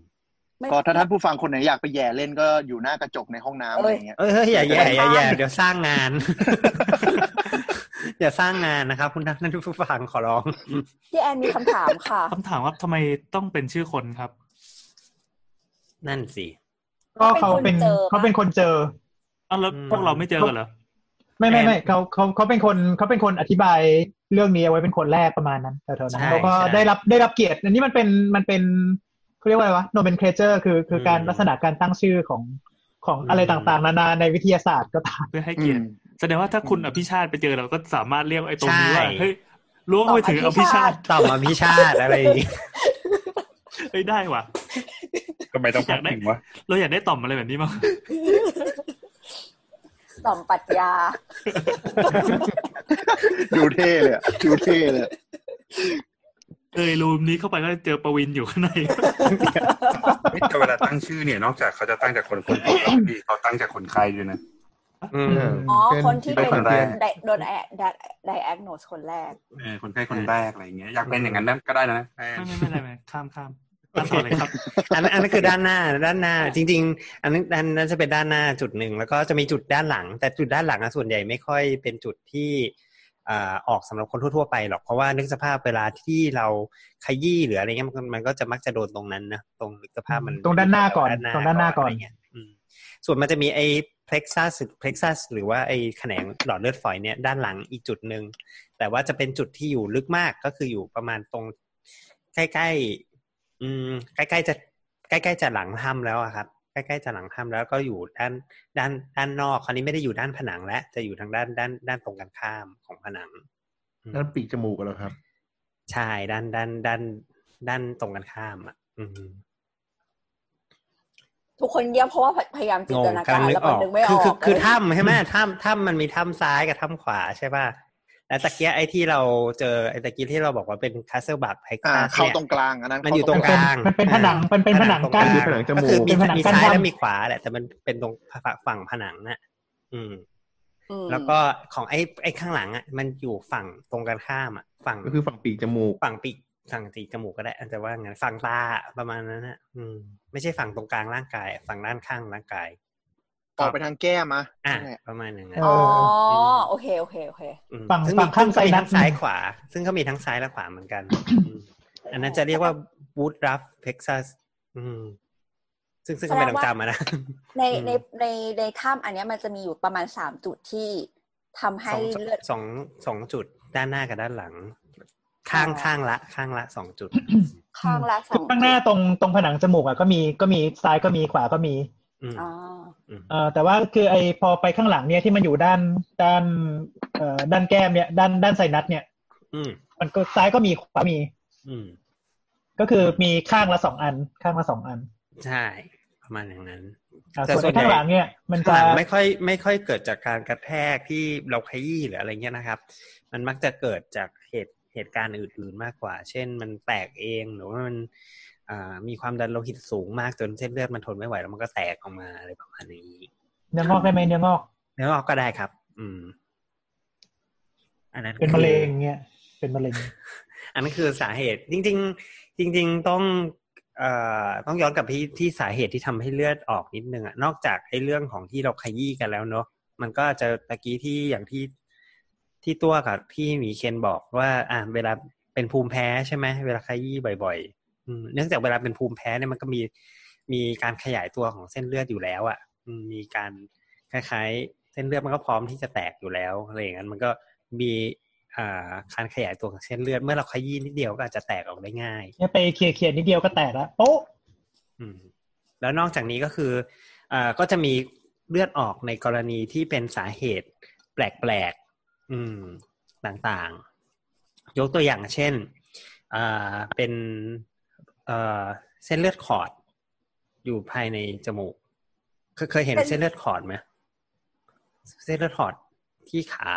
ไม่ ก็ถ้าท่านผู้ฟังคนไหนอยากไปแย่เล่นก็อยู่หน้ากระจกในห้องน้ำอะไรอย่างเงี้ย เอ้ยเฮ้ยอ ย่าแย่อย่าแย่เดี๋ยวสร้างงาน อย่าสร้างงานนะครับ คุณท่านผู้ฟังขอร้อง พี่แอนมีคำถามค่ะ คำถามว่าทำไมต้องเป็นชื่อคนครับ นั่นสิ ก็เขาเป็น เขาเป็นคนเจอปะ เขาเป็นคนเจอ อ้าวแล้ว อืม พวกเราไม่เจอกันเหรอ ไม่ไม่ไม่ แอน เขาเขาเขาเป็นคนเขาเป็นคนอธิบายเรื่องนี้เอาไว้เป็นคนแรกประมาณนั้นแถวๆนั้น ใช่ เขาก็ ใช่ ได้รับได้รับเกียรติ อันนี้มันเป็นมันเป็นเขาเรียกว่าอะไรวะ nomenclature คือคือการ อืม ลักษณะการตั้งชื่อของของ อืม อะไรต่างๆ นานาในวิทยาศาสตร์ก็ตาม เพื่อให้เกียรติ แสดงว่าถ้าคุณอภิชาติไปเจอเราก็สามารถเรียกไอ้ตรงนี้ว่า ใช่ เฮ้ยล้วงไปถึงอภิชาติ ต่อมาพิชาติอะไรอย่างงี้ เฮ้ยได้ว่ะ ทำไมต้องพักถึงวะ เราอยากได้ต่อมอะไรแบบนี้มั้ง ต่อมปรัดยา ดูเท่เลยอะดูเท่เลยอะ เอยรูมนี้เข้าไปก็เจอประวินอยู่ข้างใน เฮ้ยแต่เวลาตั้งชื่อเนี่ยนอกจากเขาจะตั้งจากคนคนตกแล้วมีเขาตั้งจากคนไข้ด้วยนะ อืม อ๋อ คนที่เป็ได้น คนแรก ไดโดนแอดไดแอกโนสคนแรก เออคนไข้คนแรกอะไรอย่างเงี้ยอยากเป็นอย่างนั้นก็ได้นะแอน ไม่ไม่ไม่อะไรไม่ข้ามข้ามข้ามต่อเลยครับ อันนั้นอันนั้นคือด้านหน้าด้านหน้า จริง ๆ อันนั้นอันนั้นจะเป็นด้านหน้าจุดหนึ่งแล้วก็จะมีจุดด้านหลัง แต่จุดด้านหลังอะส่วนใหญ่ไม่ค่อยเป็นจุดที่อ่าออกสำหรับคนทั่วๆไปหรอกเพราะว่านึกสภาพเวลาที่เราขยี้หรืออะไรเงี้ยมันมันก็จะมักจะโดนตรงนั้นนะตรงนึกสภาพมัน ตรงด้านหน้าก่อนตรงด้านหน้าก่อน ะไรเงี้ยมส่วนมันจะมีไอ้เพล็กซัสเพล็กซัสหรือว่าไอ้แขนงหลอดเลือดฝอยเนี่ยด้านหลังอีกจุดหนึ่ง แต่ว่าจะเป็นจุดที่อยู่ลึกมากก็คืออยู่ประมาณตรง ใกล้ๆอืมใกล้ๆจะใกล้ ๆ จะหลังถ้ำแล้วอะครับ ใกล้ๆจะหลังถ้ำแล้วก็อยู่ด้านด้านด้านนอกคราวนี้ไม่ได้อยู่ด้านผนังแล้วจะอยู่ทางด้านด้านด้านตรงกันข้ามของผนังอืม นั่นปีกจมูกกันแล้วครับ ใช่ด้านด้านด้านด้านตรงกันข้ามอ่ะ อืม ทุกคนเยี่ยมเพราะว่าพยายามจินตนากา ำ ร แล้วมันนึกไม่อ คือ อ คือกคือ เลย ถ้ำใช่ไหมถ้ำถ้ำมันมีถ้ำซ้ายกับถ้ำขวาใช่ป่ะ แต่ แล้วตะเกียไอ้ที่เราเจอไอ้ตะกี้ที่เราบอกว่าเป็นคาสเซิลบับไฮ อ่า คาส เข้าตรงกลางอันนั้น มันอยู่ตรงกลาง มันเป็นผนังมันเป็นผนังกั้น อ่า ผนังจมูก็กคือมี เป็นผนัง มี กั้น ซ้าย ครับ และมีขวาแหละ แต่มันเป็นตรงฝั่งผนังน่ะ อืม อืม แล้วก็ของไอ้ไอ้ข้างหลังอ่ะมันอยู่ฝั่งตรงกันข้ามอ่ะฝั่ง ก็คือฝั่งปีกจมูก ฝั่งปีกฝั่งตีกจมูกก็ได้อาจจะว่างั้นฝั่งตาอะประมาณนั้นนะอืม ไม่ใช่ฝั่งตรงกลางร่างกาย ฝั่งด้านข้างร่างกาย ออกไปทางแก้มอะ อ่ะ นั่นแหละ ประมาณอย่างนั้น เ อ๋อ อืม โอเคโอเคโอเค อืม ฝั่ง ซึ่ ฝั่งข้าง ซึ่ก็มี ซ้ายนั ทั้ ด งซ้าย หนึ่ง ขวา ซึ่งก็มีทั้งซ้ายและขวาเหมือนกันอืมอันนั้นจะเรียกว่า Wood Ruff Texas อืม ซึ่งซึ่งก็ไม่ แสดงต้อง ว่า จำอะนะ ใน อืม ในในในถ้ำอันเนี้ยมันจะมีอยู่ประมาณสามจุดที่ทำ ส ให้ อง เลือด สองสองจุดด้านหน้ากับด้านหลัง ข้าง อ๋อ ข้างละ ข้างละสองจุด ข้างละส คือ อง ข้างหน้าตรงตรงผนังจมูกอ่ะก็มีก็มีซ้ายก็มีขวาก็มี อืม อ๋อ อืม เอ่อแต่ว่าคือไอพอไปข้างหลังเนี่ยที่มันอยู่ด้านด้านเอ่อด้านแก้มเนี่ยด้านด้านไซนัสเนี่ย อืม มันก็ซ้ายก็มีขวามี อืม ก็คือมีข้างละสองอันข้างละสองอัน ใช่ ประมาณอย่างนั้น อ่า แต่ ส่วน ส่ว ไอ้ นใหญ่ ข้างหลังเนี่ยมันจะ ข้างหลังไม่ค่อยไม่ค่อยเกิดจากการกระแทกที่เราขยี้หรืออะไรเงี้ยนะครับ มันมักจะเกิดจากเหตุเหตุการณ์อื่นๆมากกว่า เช่น มันแตกเองหรือว่ามันอ่ามีความดันโลหิตสูงมากจนเส้นเลือดมันทนไม่ไหวแล้วมันก็แตกออกมาอะไรประมาณนี้ เนื้องอกได้ไหมเนื้องอก เนื้อออกก็ได้ครับ อืม อันนั้น เป็น คือ มะเร็งเนี่ยเป็นมะเร็ง อันนั้นคือสาเหตุจริง ๆ จริง ๆ ต้องเอ่อต้องย้อนกลับไปที่ที่สาเหตุที่ทำให้เลือดออกนิดนึงอะนอกจากไอ้เรื่องของที่เราขยี้กันแล้วเนอะมันก็จะตะกี้ที่อย่างที่ที่ตัวกับที่หมีเคนบอกว่า อ่าเวลาเป็นภูมิแพ้ใช่ไหมเวลาขยี้บ่อย ๆ อืมเนื่องจากเวลาเป็นภูมิแพ้เนี่ยมันก็มีมีการขยายตัวของเส้นเลือดอยู่แล้วอะอืมมีการ คล้ายๆ เส้นเลือดมันก็พร้อมที่จะแตกอยู่แล้วอะไรอย่างนั้นมันก็มีอ่าการขยายตัวของเส้นเลือดเมื่อเราขยี้นิดเดียวก็อาจจะแตกออกได้ง่าย เนี่ยไปเคลียร์เคลียร์นิดเดียวก็แตกละโป๊ะ อืมแล้วนอกจากนี้ก็คืออ่าก็จะมีเลือดออกในกรณีที่เป็นสาเหตุแปลกๆอืมต่างๆ ยกตัวอย่างเช่นอ่าเป็นเอ่อเส้นเลือดขอด อยู่ภายในจมูก เคยเคยเห็นเส้นเลือดขอดไหมเส้นเลือดขอดที่ขา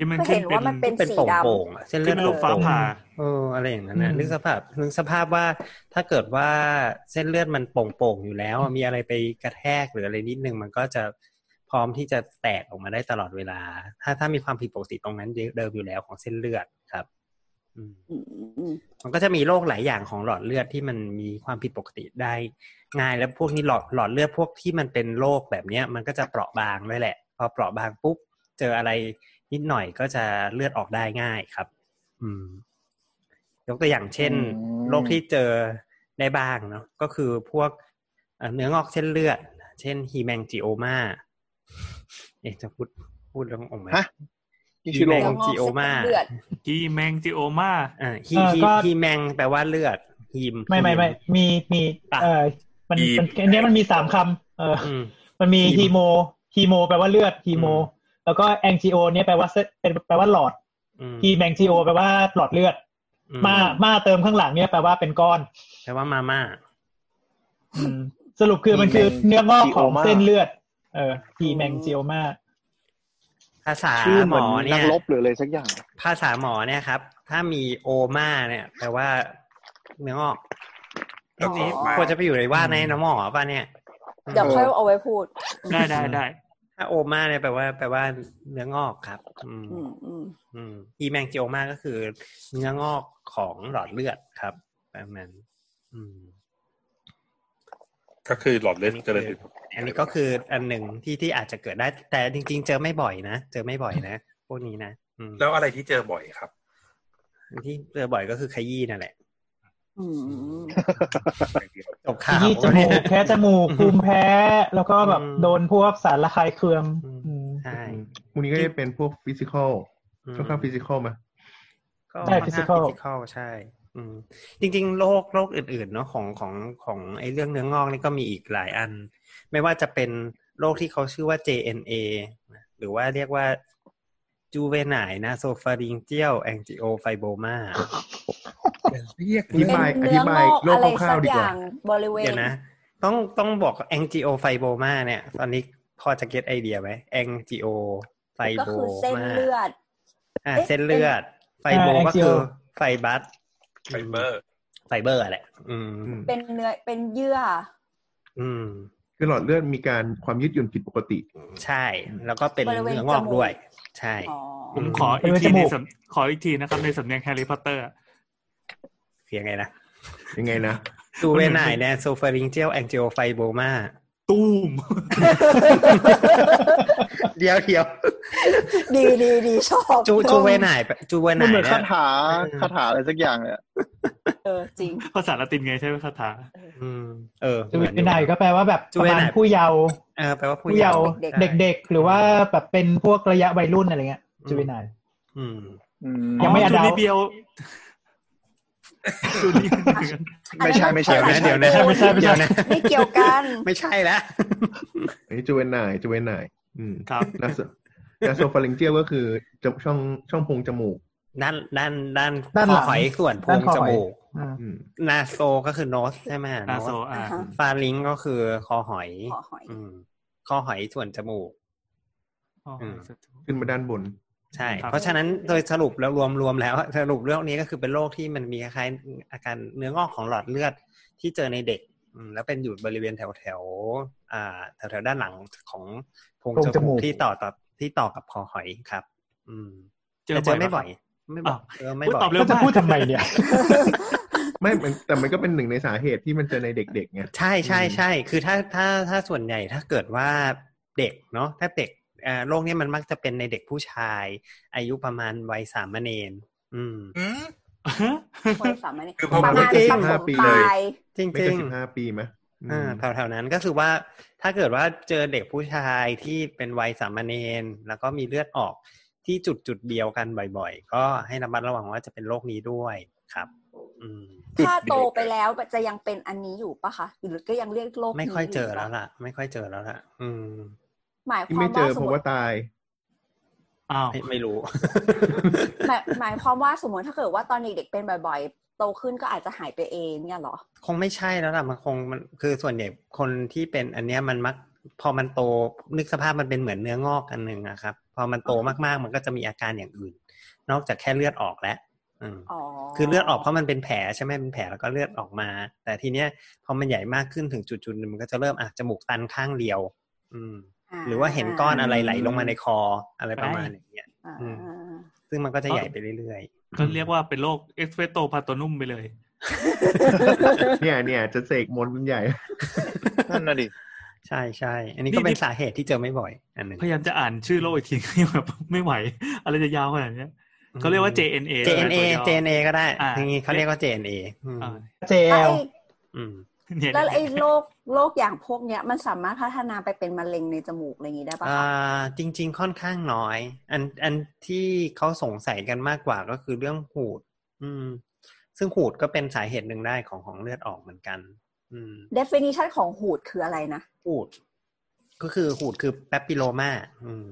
ที่มัน ก็ ขึ้ เห็ น น เป็ ว่าน มันเป็น เป็น สี โป่ง ดำ โป่งๆอะเส้นเลื ขึ้ อน ด เป็น โป่ ลู ง ก ๆ ฟ้าผ่า เอออะไรอย่างนั้นนะ อืม นึกสภาพนึกสภาพว่าถ้าเกิดว่าเส้นเลือดมันโป่งๆอยู่แล้วอะมีอะไรไปกระแทกหรืออะไรนิดนึง มันก็จะพร้อมที่จะแตกออกมาได้ตลอดเวลา ถ้าถ้ามีความผิดปกติตรงนั้นเดิมอยู่แล้วของเส้นเลือดครับ อืม อืมอืม มันก็จะมีโรคหลายอย่างของหลอดเลือดที่มันมีความผิดปกติได้ง่ายแล้วพวกนี้หลอดหลอดเลือดพวกที่มันเป็นโรคแบบเนี้ย มันก็จะเปราะบางด้วยแหละ พอเปราะบางปุ๊บเจออะไรนิดหน่อยก็จะเลือดออกได้ง่ายครับ อืม ยกตัวอย่างเช่น อืม โรคที่เจอได้บ้างเนาะก็คือพวกเอ่อเนื้องอกเส้นเลือด เช่นฮีแมงจิโอมาเอ๊ะจะพูดพูดเรื่องออกไหม ฮะนี่ ฮี ชื่อ แม โรง ค จิโอมา เลือด กีแมงจิโอมา อ่าฮี เอ่อ ฮี ก็ ฮีแมงแปลว่าเลือดฮีม ไม่ไม่ไม่ ฮี มีมี อ่ะ เออมัน อี มันอันเนี้ยมันมีสามคำเออ อืม มันมี ฮี ฮี โม โมฮีโมแปลว่าเลือดฮีโม อืม แล้วก็แองจิโอเนี่ยแปลว่าเส้นเป็นแปลว่าหลอด อืม ฮีแมงจิโอแปลว่าหลอดเลือด อื มามาเติมข้างหลังเนี่ยแปลว่าเป็นก้อน แปลว่ามาม่า อืมสรุปคือมันคือเนื้องอกของ Hemangioma เส้นเลือด เออฮีแมงจิโอมา ภาษา ชื่อ ห เห ม มือน อเนี่ นั ย กรบหรืออะไรสักอย่าง ภาษาหมอเนี่ยครับ ถ้ามีโอมาเนี่ย แปลว่าเนื้องอก เนื้องอก นี่ควรจะไปอยู่ในว่าในน้ำหมอป่ะเนี่ย เดี๋ยวค่อยเอาไว้พูด ได้ได้ได้ ถ้าโอมาเนี่ยแปลว่าแปลว่าเนื้องอกครับ อืม อืมอืม อืมอีแมงจิโอมาก็คือ เนื้องอกของหลอดเลือดครับแบบนั้นอืม ก็คือหลอดเลือดเจริญผิดปกติ อันนี้ก็คืออันหนึ่งที่ที่อาจจะเกิดได้ แต่จริง ๆ เจอไม่บ่อยนะเจอไม่บ่อยนะพวกนี้นะอืม แล้วอะไรที่เจอบ่อยครับ อันที่เจอบ่อยก็คือขยี้นั่นแหละ อืมอืม จบข่าว ยี่จมูกแพ้จมูกภูมิแพ้ แล้วก็แบบ อืม โดนพวกสารระคายเคือง อืม อืม ใช่ พวกนี้ก็จะเป็นพวกฟิสิกอล อืม ค่อนข้างฟิสิกอลมา ก็ ใช่ physical ฟิสิกอลใช่ อืม จริง ๆ โรคโรคอื่น ๆ เนาะของของของไอ้เรื่องเนื้องอกนี่ก็มีอีกหลายอัน ไม่ว่าจะเป็นโรคที่เขาชื่อว่า JNA นะหรือว่าเรียกว่า juvenile nasopharyngeal angiophybroma เรียกอธิบายอ เนื้ ธิ อง บาง ย อก โล อะไร กค สั ร่าก วๆดี อกย่า ว่า งบริเวณ เดี๋ยวนะ ต้องต้องบอก angio fibroma เนี่ย ตอนนี้พอจะเก็ตไอเดียไหม angio ก็คือเส้น fibroma เลือด อ่า เอ๊ะ เส้นเลือด ไฟโบก็คือไฟบัส ไฟเบอร์ ไฟเบอร์แหละ อืม อืม เป็นเนื้อเป็นเยื่อ อืม คือหลอดเลือดมีการความยืดหยุ่นผิดปกติ ใช่ แล้วก็เป็น บริเวณ เนื้องอก จมูก ด้วย ใช่ อ๋อ ผมขออีก เป็น ที จมู ใน ก สำขออีกทีนะครับ ในสำเนียงแฮร์รี่พอตเตอร์ เสียงไงนะ ยังไงนะ ดูเวนไหนแนโซฟาริงเจลแองเจโอไฟโบมา ตู้ม เดียวเดียว ดีดีดีชอบ จูจูเวนไหนไปจูเวนไหน มันเหมือน เนี่ คาย ถาคาถาอะไรสักอย่างเลยอะ เออจริง ภาษาละตินไงใช่ไหมคาถา อืมเออ จู เห เว มือน นไน อยู่ ก็แปลว่าแบบ จู ป เวนระมาณ ไน ผู้เยาว์ เออแปลว่าผู้ ผู้เยาว์ เด็ เด็ ก กๆ หรือว่าแบบเป็นพวกระยะวัยรุ่นอะไรเงี้ยจูเวนไน อืม อื ยั ยัง ไม่ จู adult นิเบียว จูนิ ไม่ใช่ไม่ใช่ เดี๋ยว ไม่ นะเดี๋ยวนะใช่ไม่ใช่ไม่ใช่ เดี๋ยวนะ ไม่เกี่ยวกัน ไม่ใช่แล้ว อันนี้จูเวนไนจูเวนไนอืม ครับ นาโซนาโซฟาริงเจียก็คือจมูกช่องช่องโพรงจมูก ด้านด้านด้าน ด้าน ค ห อ ลัง หอยส่วนโพร ด้าน ง คอ จ หอย มูก อ่า อืม นาโซก็คือโนสใช่ไหม นาโซ โส อ่า อ่ะฮะ ฟาลิงก็คือคอหอย ขอหอย อืมคอหอยส่วนจมูก อ๋ออ ม ขึ้นมาด้านบน ใช่ ครับ เพราะฉะนั้นโดยสรุปแล้วรวมรวมแล้ว สรุปเรื่องนี้ก็คือเป็นโรคที่มันมีคล้ายๆอาการเนื้องอกของหลอดเลือดที่เจอในเด็กอืมแล้วเป็นอยู่บริเวณแถวแถวๆอ่าแถวแถวๆด้านหลังของโพรง โพรง จ จมู มูก ก ที่ต่อต่อที่ต่อกับคอหอยครับ อืม เจอ แต่เจ บ่อ อย ไม่บ่อยไม่บ่หอย อ้าว เออไม่ อุ๊ย บ่ ต อ อบ ย เร็ว ก็จะ มาก พูดทำไม เนี่ย ไม่มันแต่มันก็เป็นหนึ่งในสาเหตุที่มันเจอในเด็กๆไง ใช่ใช่ อืม ใช่คือถ้าถ้าถ้าส่วนใหญ่ถ้าเกิดว่าเด็กเนาะถ้าเด็กอ่าโรคเนี้มันมักจะเป็นในเด็กผู้ชาย อายุประมาณวัยสามเณรอืม อืม ฮะ คอยสามอันเนี่ย คือ ป ผม ระมาณ ไม่เกิน ปฐม 15ปี ป เลย ลาย จริงๆ ไม่เกินสิบห้าปีไหมอื อ่าม แถวๆนั้นก็คือว่าถ้าเกิดว่าเจอเด็กผู้ชายที่เป็นวัยสามเณรแล้วก็มีเลือดออกที่จุดจุดๆเดียวกันบ่อยๆ ก็ให้ระมัดระวังว่าจะเป็นโรคนี้ด้วยครับ อืม ถ้าโตไปแล้วจะยังเป็นอันนี้อยู่ปะคะหรือก็ยังเรียกโรคนี้ ไม่ค่อยเจอแล้ว ยู่ป ล่ะ ไม่ค่อยเจอแล้วล่ะ อืม หมายค ที่ วา ไม่ ม เจ ว่า อ ส เพ มมติราะว่าตาย อ้าว ไม่ไม่รู้ หมายหมายความว่าสมมติถ้าเกิดว่าตอนเด็กๆเป็นบ่อยๆ โตขึ้นก็อาจจะหายไปเองเนี่ยเหรอ คงไม่ใช่แล้วล่ะมันคงมันคือส่วนใหญ่คนที่เป็นอันเนี้ยมันมัก พอมันโตนึกสภาพมันเป็นเหมือนเนื้องอกอันหนึ่งอะครับ พอมันโตมากๆ มันก็จะมีอาการอย่างอื่น นอกจากแค่เลือดออกแล้วอืม อ๋อ คือเลือดออกเพราะมันเป็นแผลใช่ไหมเป็นแผลแล้วก็เลือดออกมา แต่ทีเนี้ยพอมันใหญ่มากขึ้นถึงจุดจุดๆหนึ่งมันก็จะเริ่มอ่ะจมูกตันข้างเดียว อืม หรือว่าเห็นก้อนอะไรไหลลงมาในคออะไรประมาณอย่างเงี้ย อ่า อื ซึ่งมันก็จะใหญ่ไปเรื่อย ก็เรียกว่าเป็นโรคเอ็กซ์เพรสโตพาโตนุ่มไปเลย เนี่ยเนี่ยจะเสกมนต์มันใหญ่ นั่นน่ะดิ ๆ ใช่ใช่อันนี้ นี่ ก็เป็ นี่ นสาเหตุที่เจอไม่บ่อย อันหนึ่ง พยายามจะอ่านชื่อโรคอีกทีก็ยังแบบไม่ไหว อะไรจะยาวขนาดเนี้ยเขาเรียกว่า JNA ใช่ไหม JNA ตัวย่อ JNA ก็ได้ อ่า ทีนี้เขาเรียกว่า JNA อืม อ่า เจ แล้ว ล ไอ้ อืม เนี่ย แล้วไอ้โรคโรคอย่างพวกเนี้ยมันสามารถพัฒนาไปเป็นมะเร็งในจมูกอะไรอย่างนี้ได้ปะ อ่ คะ าจริง ๆ ค่อนข้างน้อย อันอันที่เขาสงสัยกันมากกว่าก็คือเรื่องหูด อืม ซึ่งหูดก็เป็นสาเหตุหนึ่งได้ของของเลือดออกเหมือนกัน อืม เดฟ i นิชันของหูดคืออะไรนะ หูด ก็คือหูดคือแปปปิโลมาอืม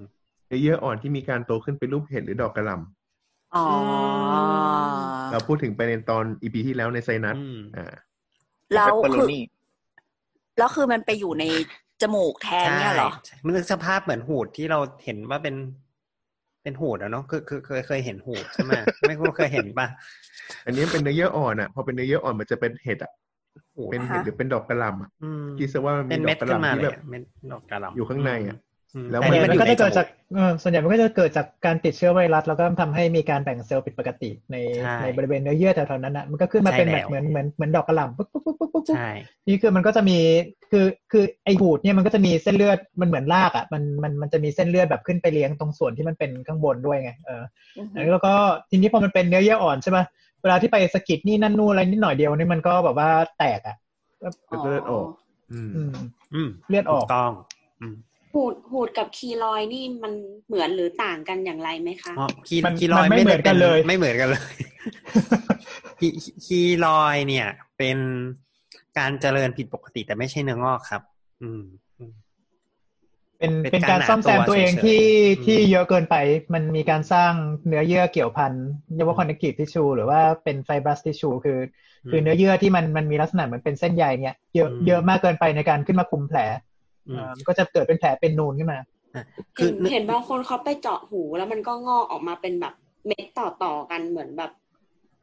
เยอะอ่อนที่มีการโตขึ้นเป็นรูปเห็ดหรือดอกกระหล่ อ๋อ ำเราพูดถึงไปในตอนอีพีที่แล้วในไซนัส อืม อ่า แล้ว เปปเปอ คือ โรนี่ แล้วคือมันไปอยู่ในจมูกแทน ใช่ เนี่ยเหรอ ใช่มันนึกสภาพเหมือนหูดที่เราเห็นว่าเป็น เป็นหูดอะเนาะคือคือเคยเคยเห็นหูดใช่ไหมไม่คุณเคยเห็นปะ อันนี้เป็นเนื้อเยื่ออ่อนอ่ะพอเป็นเนื้อเยื่ออ่อนมันจะเป็นเห็ดอ่ะ หูด เป็นเห็ด อ่าฮะ หรือเป็นดอกกระหล่ำอะ อืม คิดซะว่ามันมี เป็น ด เม็ อ ด กกขึ้ระหนมา ล่ำเลยที่แบบ อะเม็ดดอกกระหล่ำ อยู่ข้างในอะ ม แล้ว แต่ มั นี่ น มันอยู่ ก็ ใน จะ จมูเกิดจาก ก เออส่วนใหญ่มันก็จะเกิดจากการติดเชื้อไวรัส แล้วก็ทำให้มีการแบ่งเซลล์ผิดปกติใน ใช่ ในบริเวณเนื้อเยื่อแถวๆนั้นนะมันก็ขึ้นมา ใช่ เป็นแบ แล้ บ ว เหมือนเหมือนเหมือนดอกกระหล่ำปุ๊บปุ๊บปุ๊บปุ๊บปุ๊บ ใช่ นี่คือมันก็จะมีคือคือไอหูดเนี่ยมันก็จะมีเส้นเลือดมันเหมือนลากอะ่ะมันมันมันจะมีเส้นเลือดแบบขึ้นไปเลี้ยงตรงส่วนที่มันเป็นข้างบนด้วยไงเออ อือฮึ แล้วก็ทีนี้พอมันเป็นเนื้อเยื่ออ่อนใช่ไหมเวลาที่ไปสะกิดนี่นั่นนู่นอะไรนิดหน่อยเดียวนี่มันก็แบบว่าแตกอะ่ะ เป็นเลือดออก อืม อืม อืม เลือดออก ถูต้องอืม หูดหูดกับคีลอยด์นี่มันเหมือนหรือต่างกันอย่างไรไหมคะ อ๋อคี มัน คีลอย มันไม่เหมือนกันเลย ไม่เหมือนกันเลย คีคีลอยเนี่ย เป็นการเจริญผิดปกติแต่ไม่ใช่เนื้องอกครับ อืม เป็น เป็น เป็นการ การหนา ซ่อมแซม ตัว ตัวเอง เฉยๆ ที่ อืม ที่เยอะเกินไป มันมีการสร้างเนื้อเยื่อเกี่ยวพันเรียกว่าคอนเนคทีฟทิชชูหรือว่าเป็นไฟบรัสทิชชูคือ คือเนื้อเยื่อที่มันมันมีลักษณะเหมือนเป็นเส้นใยเนี่ยเยอะ อืม เยอะมากเกินไปในการขึ้นมาคุมแผล อืม เอ่อมันก็จะเกิดเป็นแผลเป็นนูนขึ้นมา คือ เห็นเห็นบางคนเขาไปเจาะหูแล้วมันก็งอกออกมาเป็นแบบ เม็ดต่อต่อๆกันเหมือนแบบ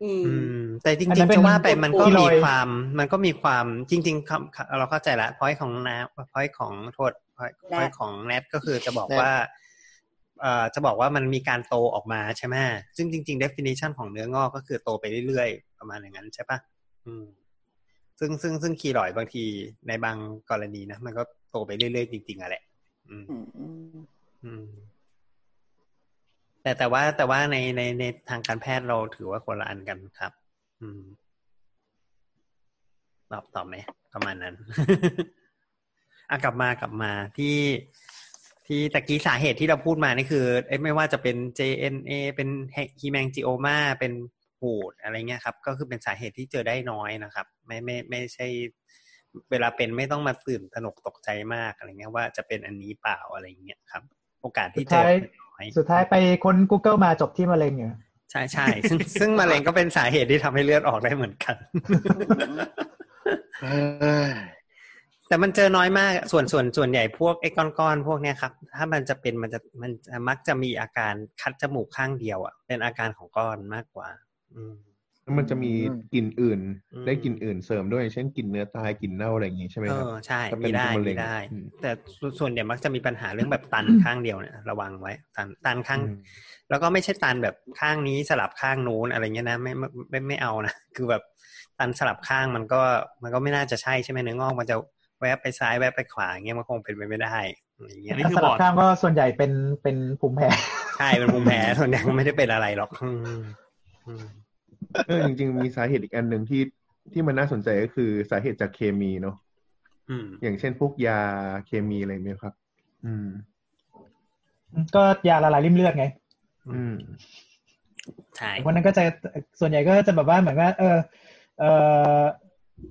อืม อืม แต่จ อันริงนั้ๆนเป็น จะว่าไปมันก็ ที่ล มี อย ความ มันก็มีความจริงๆคำคำเราเข้าใจละพอยของน้ำพอยของโทษพอย แนท ของแนทก็คือจะบอก แนท ว่าเอ่อจะบอกว่ามันมีการโตออกมาใช่ไหมซึ่งจริง ๆ definition ของเนื้องอกก็คือโตไปเรื่อยๆ ประมาณอย่างนั้นใช่ปะอืม ซึ่งซึ่งซึ่งคีรอยด์บางทีในบางกรณีนะมันก็โตไปเรื่อยๆจริงๆอะแหละอืม อืมอืม อืม แต่แต่ว่าแต่ว่าในในในทางการแพทย์เราถือว่าคนละอันกันครับ อืมตอบตอบไหมประมาณนั้น อ่ะกลับมากลับมาที่ที่ตะกี้สาเหตุที่เราพูดมานี่คือเอ้ยไม่ว่าจะเป็น JNA เป็นฮีแมงจิโอมาเป็นหูดอะไรเงี้ยครับ ก็คือเป็นสาเหตุที่เจอได้น้อยนะครับ ไม่ไม่ไม่ใช่ เวลาเป็นไม่ต้องมาตื่นตระหนกตกใจมากอะไรเงี้ยว่าจะเป็นอันนี้เปล่าอะไรเงี้ยครับ โอกาสที่เจอน้อ สุดท้ายไปค้น Google มาจบที่มะเร็งอยู่ ใช่ใช่ซึ่งซึ่งมะเร็งก็เป็นสาเหตุที่ทำให้เลือดออกได้เหมือนกัน เอ้ย แต่มันเจอน้อยมาก ส่วนส่วนส่วนใหญ่พวกไอ้ก้อนๆพวกเนี้ยครับ ถ้ามันจะเป็นมันจะมันจะมักจะมีอาการคัดจมูกข้างเดียวอ่ะ เป็นอาการของก้อนมากกว่า อืม แล้วมันจะมีกลิ่นอื่น อืม ได้กลิ่นอื่นเสริมด้วย เช่นกลิ่นเนื้อตายกลิ่นเน่าอะไรอย่างงี้ใช่ไหม เอ ครับ อใช่ ถ้าเป็ มี น ได้ มะเร็ มี ง ได้ อืม แต่ส่วนส่วนใหญ่มักจะมีปัญหาเรื่องแบบตันข้างเดียวเนี่ยระวังไว้ตันตันข้าง อืม แล้วก็ไม่ใช่ตันแบบข้างนี้สลับข้างนู้นอะไรเงี้ยนะไม่ไมไม่ไม่เอานะ คือแบบตันสลับข้างมันก็มันก็ไม่น่าจะใช่ใช่ไหมเนื้องอกมันจะแวบไปซ้ายแวบไปขวาอย่างเงี้ยมันคงเป็นไปไม่ได้อย่างเงี้ย นี่คือ สลั บอบ ร์ด ข้างก็ส่วนใหญ่เป็นเป็นภูมิแพ้ ใช่เป็นภูมิแพ้ ส่วนใหญ่ก็ไม่ได้เป็นอะไรหรอกอืมอืม เออจริงๆมีสาเหตุอีกอันหนึ่งที่ที่มันน่าสนใจก็คือสาเหตุจากเคมีเนาะ อืม อย่างเช่นพวกยาเคมีอะไรเนี่ยครับ อืม ก็ยาละลายริ่มเลือดไง อืม ใช่ วันนั้นก็จะส่วนใหญ่ก็จะแบบว่าเหมือนว่า เออเออ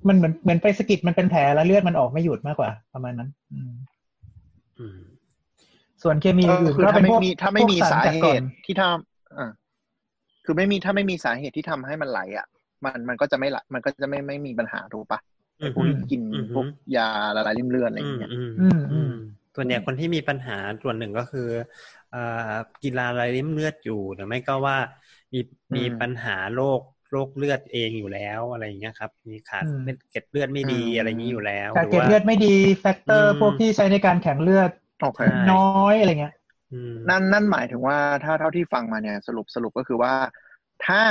มันเหมือนเหมือนไปสะกิดมันเป็นแผลแล้วเลือดมันออกไม่หยุดมากกว่า ประมาณนั้น อืม อืม ส่วนเคมี ก็ อื่น คือ ก็ ถ้า เป็น ไม่ พวก มีถ้าไม่มี พวก สา จก เห ก่อน ตุที่ทำอ่าคือไม่มีถ้าไม่มีสาเหตุที่ทำให้มันไหลอ่ะ มันมันก็จะไม่ไหลมันก็จะไม่ไม่มีปัญหาถูกปะไอ้พวกที่กินพวกยาละลายริ่มเลือดอะไรอ อื ย่ามงเงี้ย อืม อืมอืม ส่วนใหญ่คนที่มีปัญหาส่วนหนึ่งก็คือเอ่อกีฬาลายริ่มเลือดอยู่หรือไม่ก็ว่ามีมีปัญหาโรคโรคเลือดเองอยู่แล้วอะไรอย่างเงี้ยครับ มีขาด อืม เม็ดเกล็ดเลือดไม่ดีอะไรอย่างนี้อยู่แล้ว การ หรื เก็บ ว่า เลือดไม่ดีแฟกเตอ อืมร์พวกที่ใช้ในการแข็งเลือด โอเค ใช่ น้อยอะไรเงี้ย อืม นั่นนั่นหมายถึงว่าถ้าเท่าที่ฟังมาเนี่ยสรุปสรุปก็คือว่า ถ้า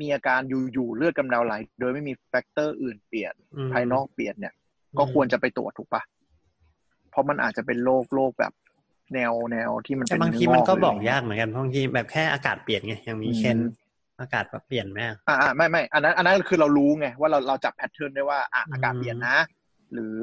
มีอาการอยู่ๆเลือดกำเดาไหล โดยไม่มีแฟกเตอร์อื่นเปลี่ยน ม ภายนอกเปลี่ยนเนี่ย ม ก็ควรจะไปตรวจถูกปะเพราะมันอาจจะเป็นโรคโรคแบบ แนวแนวที่มัน แต่ เป็น บางที เอ มันก็ หรืะไร บอกยากเหมือนกันบางทีแบบแค่อากาศเปลี่ยนไงยังมีเช่นอากาศแบบเปลี่ยนไหมอะ อ่าอ่าไม่ไม่อันนั้น อันนั้นคือเรารู้ไงว่าเราเราจับแพทเทิร์นได้ว่าอ่ะอากาศเปลี่ยนนะ หรือ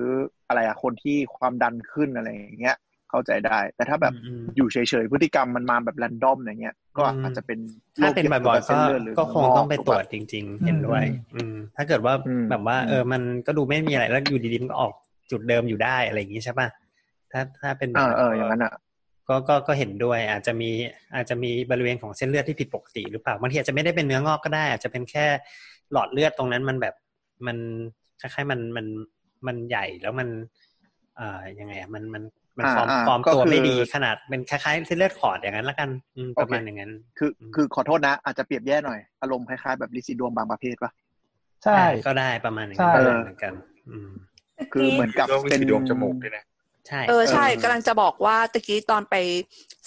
อะไรอะคนที่ความดันขึ้นอะไรอย่างเงี้ยเข้าใจได้ แต่ถ้าแบบ อืมอืม อยู่เฉยๆพฤติกรรมมันมาแบบแรนดอมอย่างเงี้ย ก็อาจจะเป็นโรค ถ้าเป็นบ่อยๆกี่วบเส้ ก็ นเลืดหรือ ก็คงต้องไป ก ตรวจ ถูกปะ จริง ๆ เห็นด้วย อืม ถ้าเกิดว่า อืม แบบว่า อืม เออมันก็ดูไม่มีอะไรแล้วอยู่ดีๆมันก็ออกจุดเดิมอยู่ได้อะไรอย่างนี้ใช่ป่ะถ้าถ้าเป็นแบบนั้นอ่าเอออย่างนั้นอ่ะ ก็ก็ก็เห็นด้วย อาจจะมีอาจจะมีบริเวณของเส้นเลือดที่ผิดปกติหรือเปล่าบางทีอาจจะไม่ได้เป็นเนื้องอกก็ได้ อาจจะเป็นแค่หลอดเลือดตรงนั้นมันแบบมันคล้ายๆมันมันมันใหญ่แล้วมัน เอ่อยังไงอ่ะมันมันมันฟอร์ม อ่าอ่า ฟอร์มตัว ก็คือ ไม่ดีขนาดเป็นคล้ายๆเส้นเลือดขอดอย่างนั้นละกันอืมประมาณอย่างนั้น คือ อืม คือขอโทษนะ อาจจะเปรียบแย่หน่อย อารมณ์คล้ายๆแบบลิซิดวงบางประเภทปะ ใช่ ก็ได้ประมาณอย่าง ใช่ นั้นประมาณ เออ เหมือนกัน อืม คือเหมือนกับ โรค เป็น สีดวงจมูกด้วยนะ ใช่ เออใช่ เออ กำลังจะบอกว่าตะกี้ตอนไป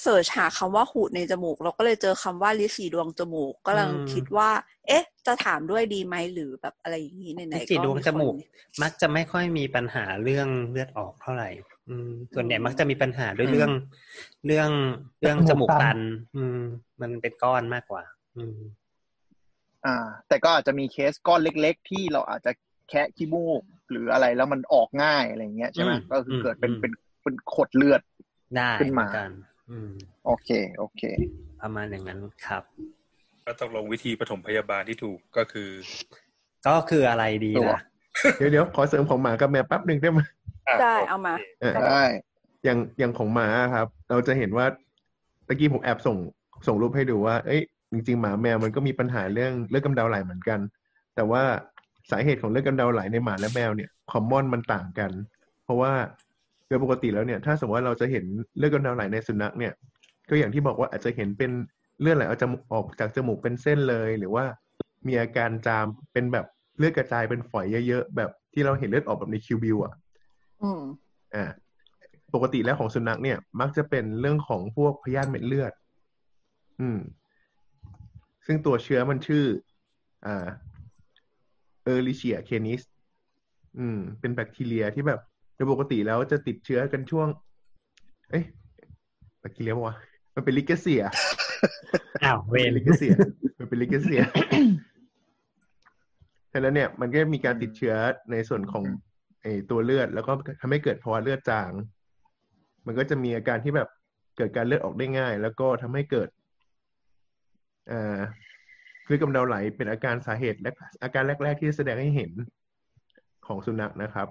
เสิร์ชหาคำว่าหูดในจมูก เราก็เลยเจอคำว่าลิสีดวงจมูกก็กำลังคิดว่า เอ๊ะ จะถามด้วยดีไหมหรือแบบอะไรอย่างนี้ไหน ลิ ๆ จิ ก็ ดวง มี จ คน มูก มักจะไม่ค่อยมีปัญหาเรื่องเลือดออกเท่าไหร่ อืม ส่วนใหญ่มักจะมีปัญหาด้วยเรื่องเรื่องเรื่องจมูกตัน อืม มันเป็นก้อนมากกว่า อืม อ่า แต่ก็อาจจะมีเคสก้อนเล็ก ๆ ที่เราอาจจะแคะขี้มูกหรืออะไรแล้วมันออกง่ายอะไรอย่างเงี้ยใช่ไหม อืม ก็คือเกิดเป็น อืม เป็นเป็นขดเลือด ได้ ขึ้น เหมื มา อนกัน อืม โอเค โอเค ประมาณอย่างนั้นครับ ก็ต้องลงวิธีปฐมพยาบาลที่ถูกก็คือ ก็คืออะไรดี ตัว ล่ะ เดี๋ยวเดี๋ยวขอเสริมของหมากับแมวแป๊บหนึ่งได้ไหม อ่ะ ได้ โค เอามา เออ ได้ อย่างอย่างของหมาครับ เราจะเห็นว่าตะกี้ผมแอบส่งส่งรูปให้ดูว่า เอ้ยจริงๆหมาแมวมันก็มีปัญหาเรื่องเลือดกำเดาไหลเหมือนกัน แต่ว่าสาเหตุของเลือดกำเดาไหลในหมาและแมวเนี่ยคอมมอนมันต่างกัน เพราะว่าโดยปกติแล้วเนี่ย ถ้าสมมติว่าเราจะเห็นเลือดกำเดาไหลในสุนัขเนี่ย ก็อย่างที่บอกว่าอาจจะเห็นเป็น เลือดไหลออกจมูกออกจากจมูกเป็นเส้นเลย หรือว่ามีอาการจามเป็นแบบเลือดกระจายเป็นฝอยเยอะๆแบบที่เราเห็นเลือดออกแบบในคิวบิวอ่ะ อืม อ่าปกติแล้วของสุนัขเนี่ย มักจะเป็นเรื่องของพวกพยาธิเม็ดเลือด อืม ซึ่งตัวเชื้อมันชื่อ อ่า เออริเชียเคนิส อืม เป็นแบคทีเรียที่แบบโดยปกติแล้วจะติดเชื้อกันช่วง เอ้ยแบคทีเรียปะวะมันเป็นลิเกเซีย อ้าวเว เป็น ร ลิเกเซียมันเป็นลิเกเซีย ฉะนั้นเนี่ย มันก็มีการติดเชื้อในส่วนของไอตัวเลือด แล้วก็ทำให้เกิดภาวะเลือดจาง มันก็จะมีอาการที่แบบเกิดการเลือดออกได้ง่าย แล้วก็ทำให้เกิดเอ่อคลือนกำเดาไหลเป็นอาการสาเหตุและอาการแรก ๆ ที่แสดงให้เห็นของสุนัขนะครับ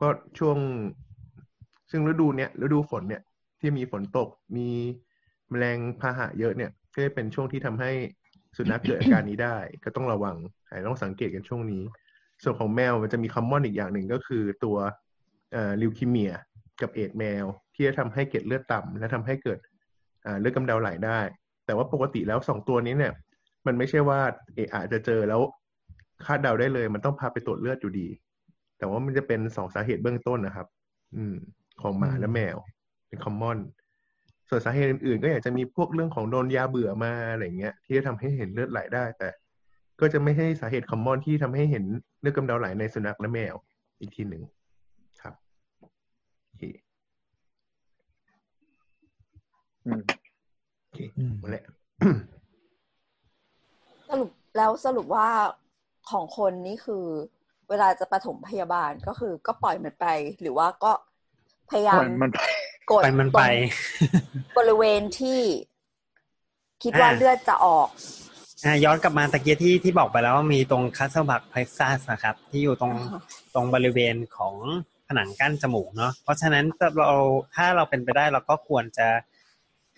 ก็ช่วงซึ่งฤดูเนี้ยฤดูฝนเนี่ย ที่มีฝนตกมีแมลงพาหะเยอะเนี่ย ก็จะเป็นช่วงที่ทำให้สุนัขเกิดอาการนี้ได้ ก็ต้องระวังอาจจะต้องสังเกตกันช่วงนี้ ส่วนของแมวมันจะมีคอมมอนอีกอย่างหนึ่งก็คือตัวลิวคิเมียกับเอดแมว ที่จะทำให้เกล็ดเลือดต่ำและทำให้เกิดเอ่อเลือดกำเดาไหลได้ แต่ว่าปกติแล้วสองตัวนี้เนี่ย มันไม่ใช่ว่าเอะอาจจะเจอแล้วคาดเดาได้เลย มันต้องพาไปตรวจเลือดอยู่ดี แต่ว่ามันจะเป็นสองสาเหตุเบื้องต้นนะครับ อืม ของหมาและแมว เป็นคอมมอน ส่วนสาเหตุอื่นๆ ก็อยากจะมีพวกเรื่องของโดนยาเบื่อมาอะไรเงี้ย ที่จะทำให้เห็นเลือดไหลได้ แต่ก็จะไม่ใช่สาเหตุคอมมอนที่ทำให้เห็นเลือดกำเดาไหลในสุนัขและแมวอีกทีหนึ่งครับโอเค อืม โอเคหมดแล้สวรุปแล้วสรุปว่าของคนนี่คือ เวลาจะปฐมพยาบาลก็คือก็ปล่อยมันไป หรือว่าก็พยายาม มันมันไป กด ไปมันไป ตรงบริเวณที่คิดว่า อ่า เลือดจะออก อ่ะย้อนกลับมาตะเกียที่ที่บอกไปแล้วว่ามีตรงคัสเซลบักไพซัสนะครับ ที่อยู่ตรง อ่าฮะ ตรงบริเวณของผนังกั้นจมูกเนาะเพราะฉะนั้นเราถ้าเราเป็นไปได้เราก็ควรจะ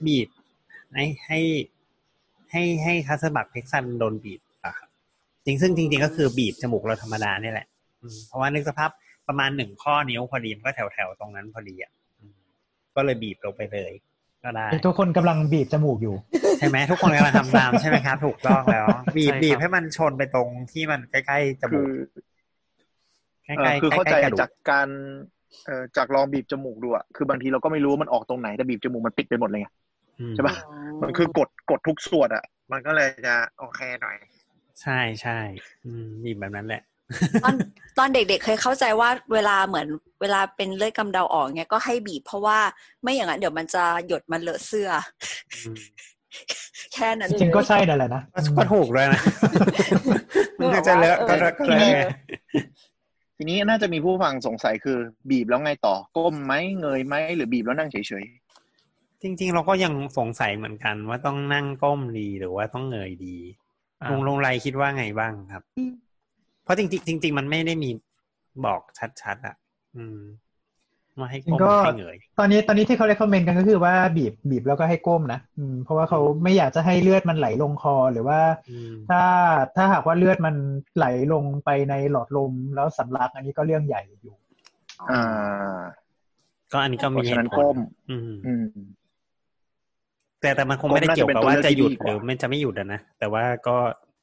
บีบให้ให้ให้ให้คัสเซลบักไพซัสโดนบีบอะครับจริงซึ่งจริง ๆ ก็คือบีบจมูกเราธรรมดาเนี่ยแหละอืมเพราะว่านึกสภาพประมาณหนึ่งข้อนิ้วพอดีมันก็แถวแถวๆตรงนั้นพอดีอ่ะอืมก็เลยบีบลงไปเลย ก็ได้ เดี๋ยวทุกคนกำลังบีบจมูกอยู่ ใช่ไหมทุกคนกำลังทำตามใช่ไหมครับ ถูกต้องแล้ว บีบ ใช่ครับ บีบให้มันชนไปตรงที่มันใกล้ๆจ คื มูก อ ใกล้ๆ เอ่ ใก อ ล้ คือเข้าใจ ๆกระดูก จากการเอ่อจากลองบีบจมูกดูอะคือบางทีเราก็ไม่รู้ว่ามันออกตรงไหนแต่บีบจมูกมันปิดไปหมดเลยไง อืม ใช่ปะ มันคือกดกดทุกส่วนอะมันก็เลยจะโอเคหน่อย ใช่ใช่อืมบีบแบบนั้นแหละ ตอนตอนเด็กๆเคยเข้าใจว่าเวลาเหมือนเวลาเป็นเลือดกำเดาออกเนี่ยก็ให้บีบเพราะว่าไม่อย่างนั้นเดี๋ยวมันจะหยดมันเลอะเสื้อ อืม แค่นั้น จริงๆก็ เลย ใช่นั่นแหละนะ ก็ก็ถูกเลยนะมันก็จะเลอะก็เลอะก็เลอะไง ทีนี้น่าจะมีผู้ฟังสงสัยคือบีบแล้วไงต่อ ก้มไหมเงยไหมหรือบีบแล้วนั่งเฉย จริง ๆ เราก็ยังสงสัยเหมือนกัน ว่าต้องนั่งก้มดีหรือว่าต้องเงยดี อ่า ลุงลงไรคิดว่าไงบ้างครับ เพราะจริงๆจริง ๆ มันไม่ได้มีบอกชัดๆอ่ะ อืมว่าให้ก้มหรือให้เงย ตอนนี้ตอนนี้ที่เขา recommend กันก็คือว่าบีบบีบแล้วก็ให้ก้มนะอืมเพราะว่าเขาไม่อยากจะให้เลือดมันไหลลงคอหรือว่า อืม ถ้าถ้าหากว่าเลือดมันไหลลงไปในหลอดลมแล้วสำลักอันนี้ก็เรื่องใหญ่อยู่ ๆ อ่า ก็อันนี้ก็มี เพราะ เห ฉะนั้ ตุ น ผ ก้ ล ม อืม อืม แต่แต่มันคงไม่ได้เกี่ยวกับว่าจะหยุดหรือ ก็น่าจะเป็นตัวเลือกที่ดีกว่า มันจะไม่หยุดอะนะ แต่ว่าก็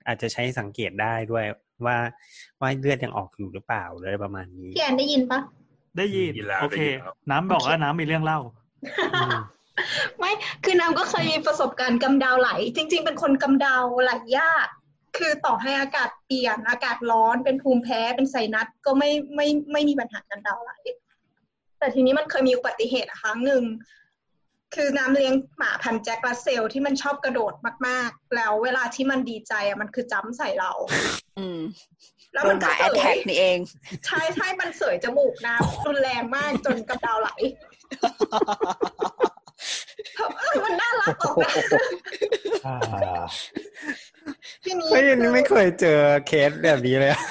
อาจจะใช้สังเกตได้ด้วยว่าว่าเลือดยังออกอยู่หรือเปล่าเลยประมาณนี้ พี่แอนได้ยินปะ ได้ยิน มีแล้ว โอเค ได้ยินแล้ว น้ำบอกว่าน้ำมีเรื่องเล่า อืม ไม่คือน้ำก็เคยมีประสบการณ์กำเดาวไหล จริง ๆ เป็นคนกำเดาวไหลยาก คือต่อให้อากาศเปลี่ยนอากาศร้อนเป็นภูมิแพ้เป็นไซนัสก็ไม่ไม่ไม่มีปัญหากำเดาวไหล แต่ทีนี้มันเคยมีอุบัติเหตุครั้งหนึ่ง คือน้ำเลี้ยงหมาพันธุ์แจ็ครัสเซลที่มันชอบกระโดดมากๆ แล้วเวลาที่มันดีใจอะมันคือจ้ำใส่เรา อืม แล้ว โด มัน น ห ก็ มาแอ เส ดแท็ ย นี่เอง ใช่ใช่มันเสยจมูกน้ำรุนแรงมากจนกำเดาวไหล เออมันน่ารักออกนะ อ่า ทีนี้ เฮ้ยอันนี้ไม่เคยเจอเคสแบบนี้เลยอะ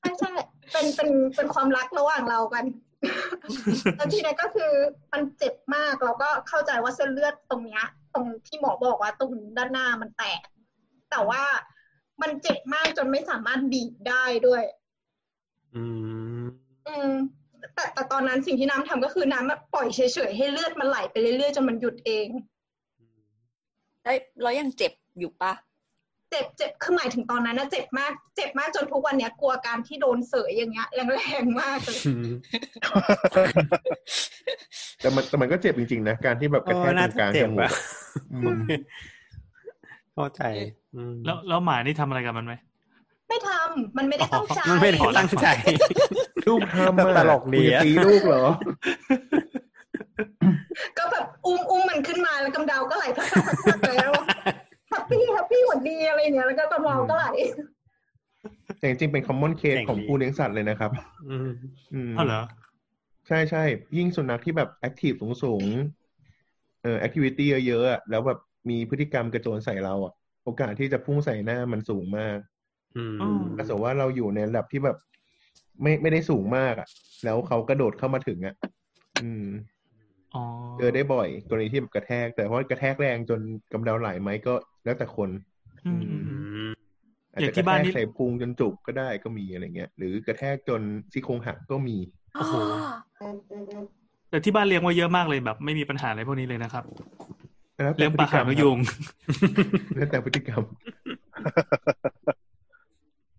ใช่ใช่เป็นเป็นเป็นความรักระหว่างเรากัน แล้วทีนี้ก็คือมันเจ็บมากเราก็เข้าใจว่าเส้นเลือดตรงเนี้ย ตรงที่หมอบอกว่าตรงด้านหน้ามันแตก แต่ว่ามันเจ็บมากจนไม่สามารถบีบได้ด้วย อืม อืมแต่แต่ตอนนั้นสิ่งที่น้ำทำก็คือน้ำแบบปล่อยเฉยๆให้เลือดมันไหลไปเรื่อยๆจนมันหยุดเอง ได้แล้วยังเจ็บอยู่ปะ เจ็บเจ็บคือหมายถึงตอนนั้นนะเจ็บมากเจ็บมากจนทุกวันเนี้ยกลัวการที่โดนเสยอย่างเงี้ยแรงๆมากเลย แต่มันแต่มันก็เจ็บจริงๆนะ การที่แบบกระแทกตรงกลางจมูกอืม เข้าใจ แล้วแล้วหมานี่ทำอะไรกับมันไหม ไม่ทำมันไม่ได้ตั้งใจ มันไม่ได้ตั้งใจ ลูกทำอะ ตลกดี คุณ อะ จะตีลูกเหรอ ก็แบบอุ้มอุ้มมันขึ้นมาแล้วกำเดาก็ไหลพักๆพักๆแล้วแฮปปี้แฮปปี้หวัดดีอะไรเงี้ยแล้วก็กำเดาก็ไหล แต่จริงๆเป็น common case ของผู้เลี้ยงสัตว์เลยนะครับ อืม ม อ้าวเหรอ ใช่ใช่ยิ่งสุนัขที่แบบ active สูงสูงๆเอ่อ activity เยอะๆอะแล้วแบบมีพฤติกรรมกระโจนใส่เราอะโอกาสที่จะพุ่งใส่หน้ามันสูงมาก อืม ถ้าสมมติว่าเราอยู่ในระดับที่แบบ ไม่ไม่ได้สูงมากอะแล้วเขากระโดดเข้ามาถึงอะอืม อ๋อ เจอได้บ่อยกรณีที่แบบกระแทก แต่ว่ากระแทกแรงจนกำเดาไหลไหมก็แล้วแต่คน อืมอืม อาจ อย่าง จะ ที่ กระ บ้าน แทก นี่ ใส่พุงจนจุกก็ได้ก็มีอะไรเงี้ย หรือกระแทกจนซี่โครงหักก็มี โอ้โห แต่ที่บ้านเลี้ยงไว้เยอะมากเลยแบบ ไม่มีปัญหาอะไรพวกนี้เลยนะครับ แล้วแต่ เลี้ยงปลา พฤติกร ขาร ว ม นก ครับ ยุง แล้วแต่พฤติกรรม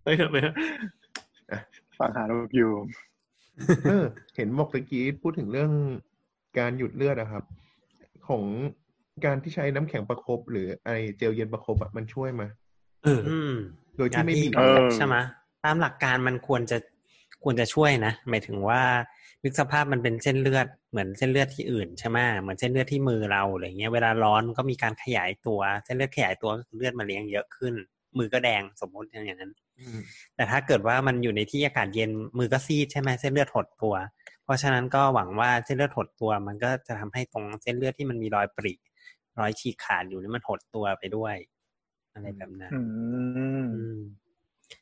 ไปเถอะไปเถอะ ฟังหาลูกอยู่ เออ เห็นบอกตะกี้พูดถึงเรื่องการหยุดเลือดอะครับ ของการที่ใช้น้ำแข็งประคบ หรือไอเจลเย็นประคบอะมันช่วยไหม เออ อืม โดยที่ไม่บีบ การที่ใช่ไหมตามหลักการมันควรจะควรจะช่วยนะหมายถึงว่านึกสภาพมันเป็นเส้นเลือดเหมือนเส้นเลือดที่อื่นใช่ไหมเหมือนเส้นเลือดที่มือเราอะไรเงี้ยเวลาร้อนมันก็มีการขยายตัวเส้นเลือดขยายตัวก็คือเลือดมาเลี้ยงเยอะขึ้น มือก็แดงสมมติอย่างนั้น อืม แต่ถ้าเกิดว่ามันอยู่ในที่อากาศเย็นมือก็ซีดใช่ไหมเส้นเลือดหดตัว เพราะฉะนั้นก็หวังว่าเส้นเลือดหดตัว มันก็จะทำให้ตรงเส้นเลือดที่มันมีรอยปริรอยฉีกขาดอยู่นี่มันหดตัวไปด้วย อะไรแบบนั้น อืม อืม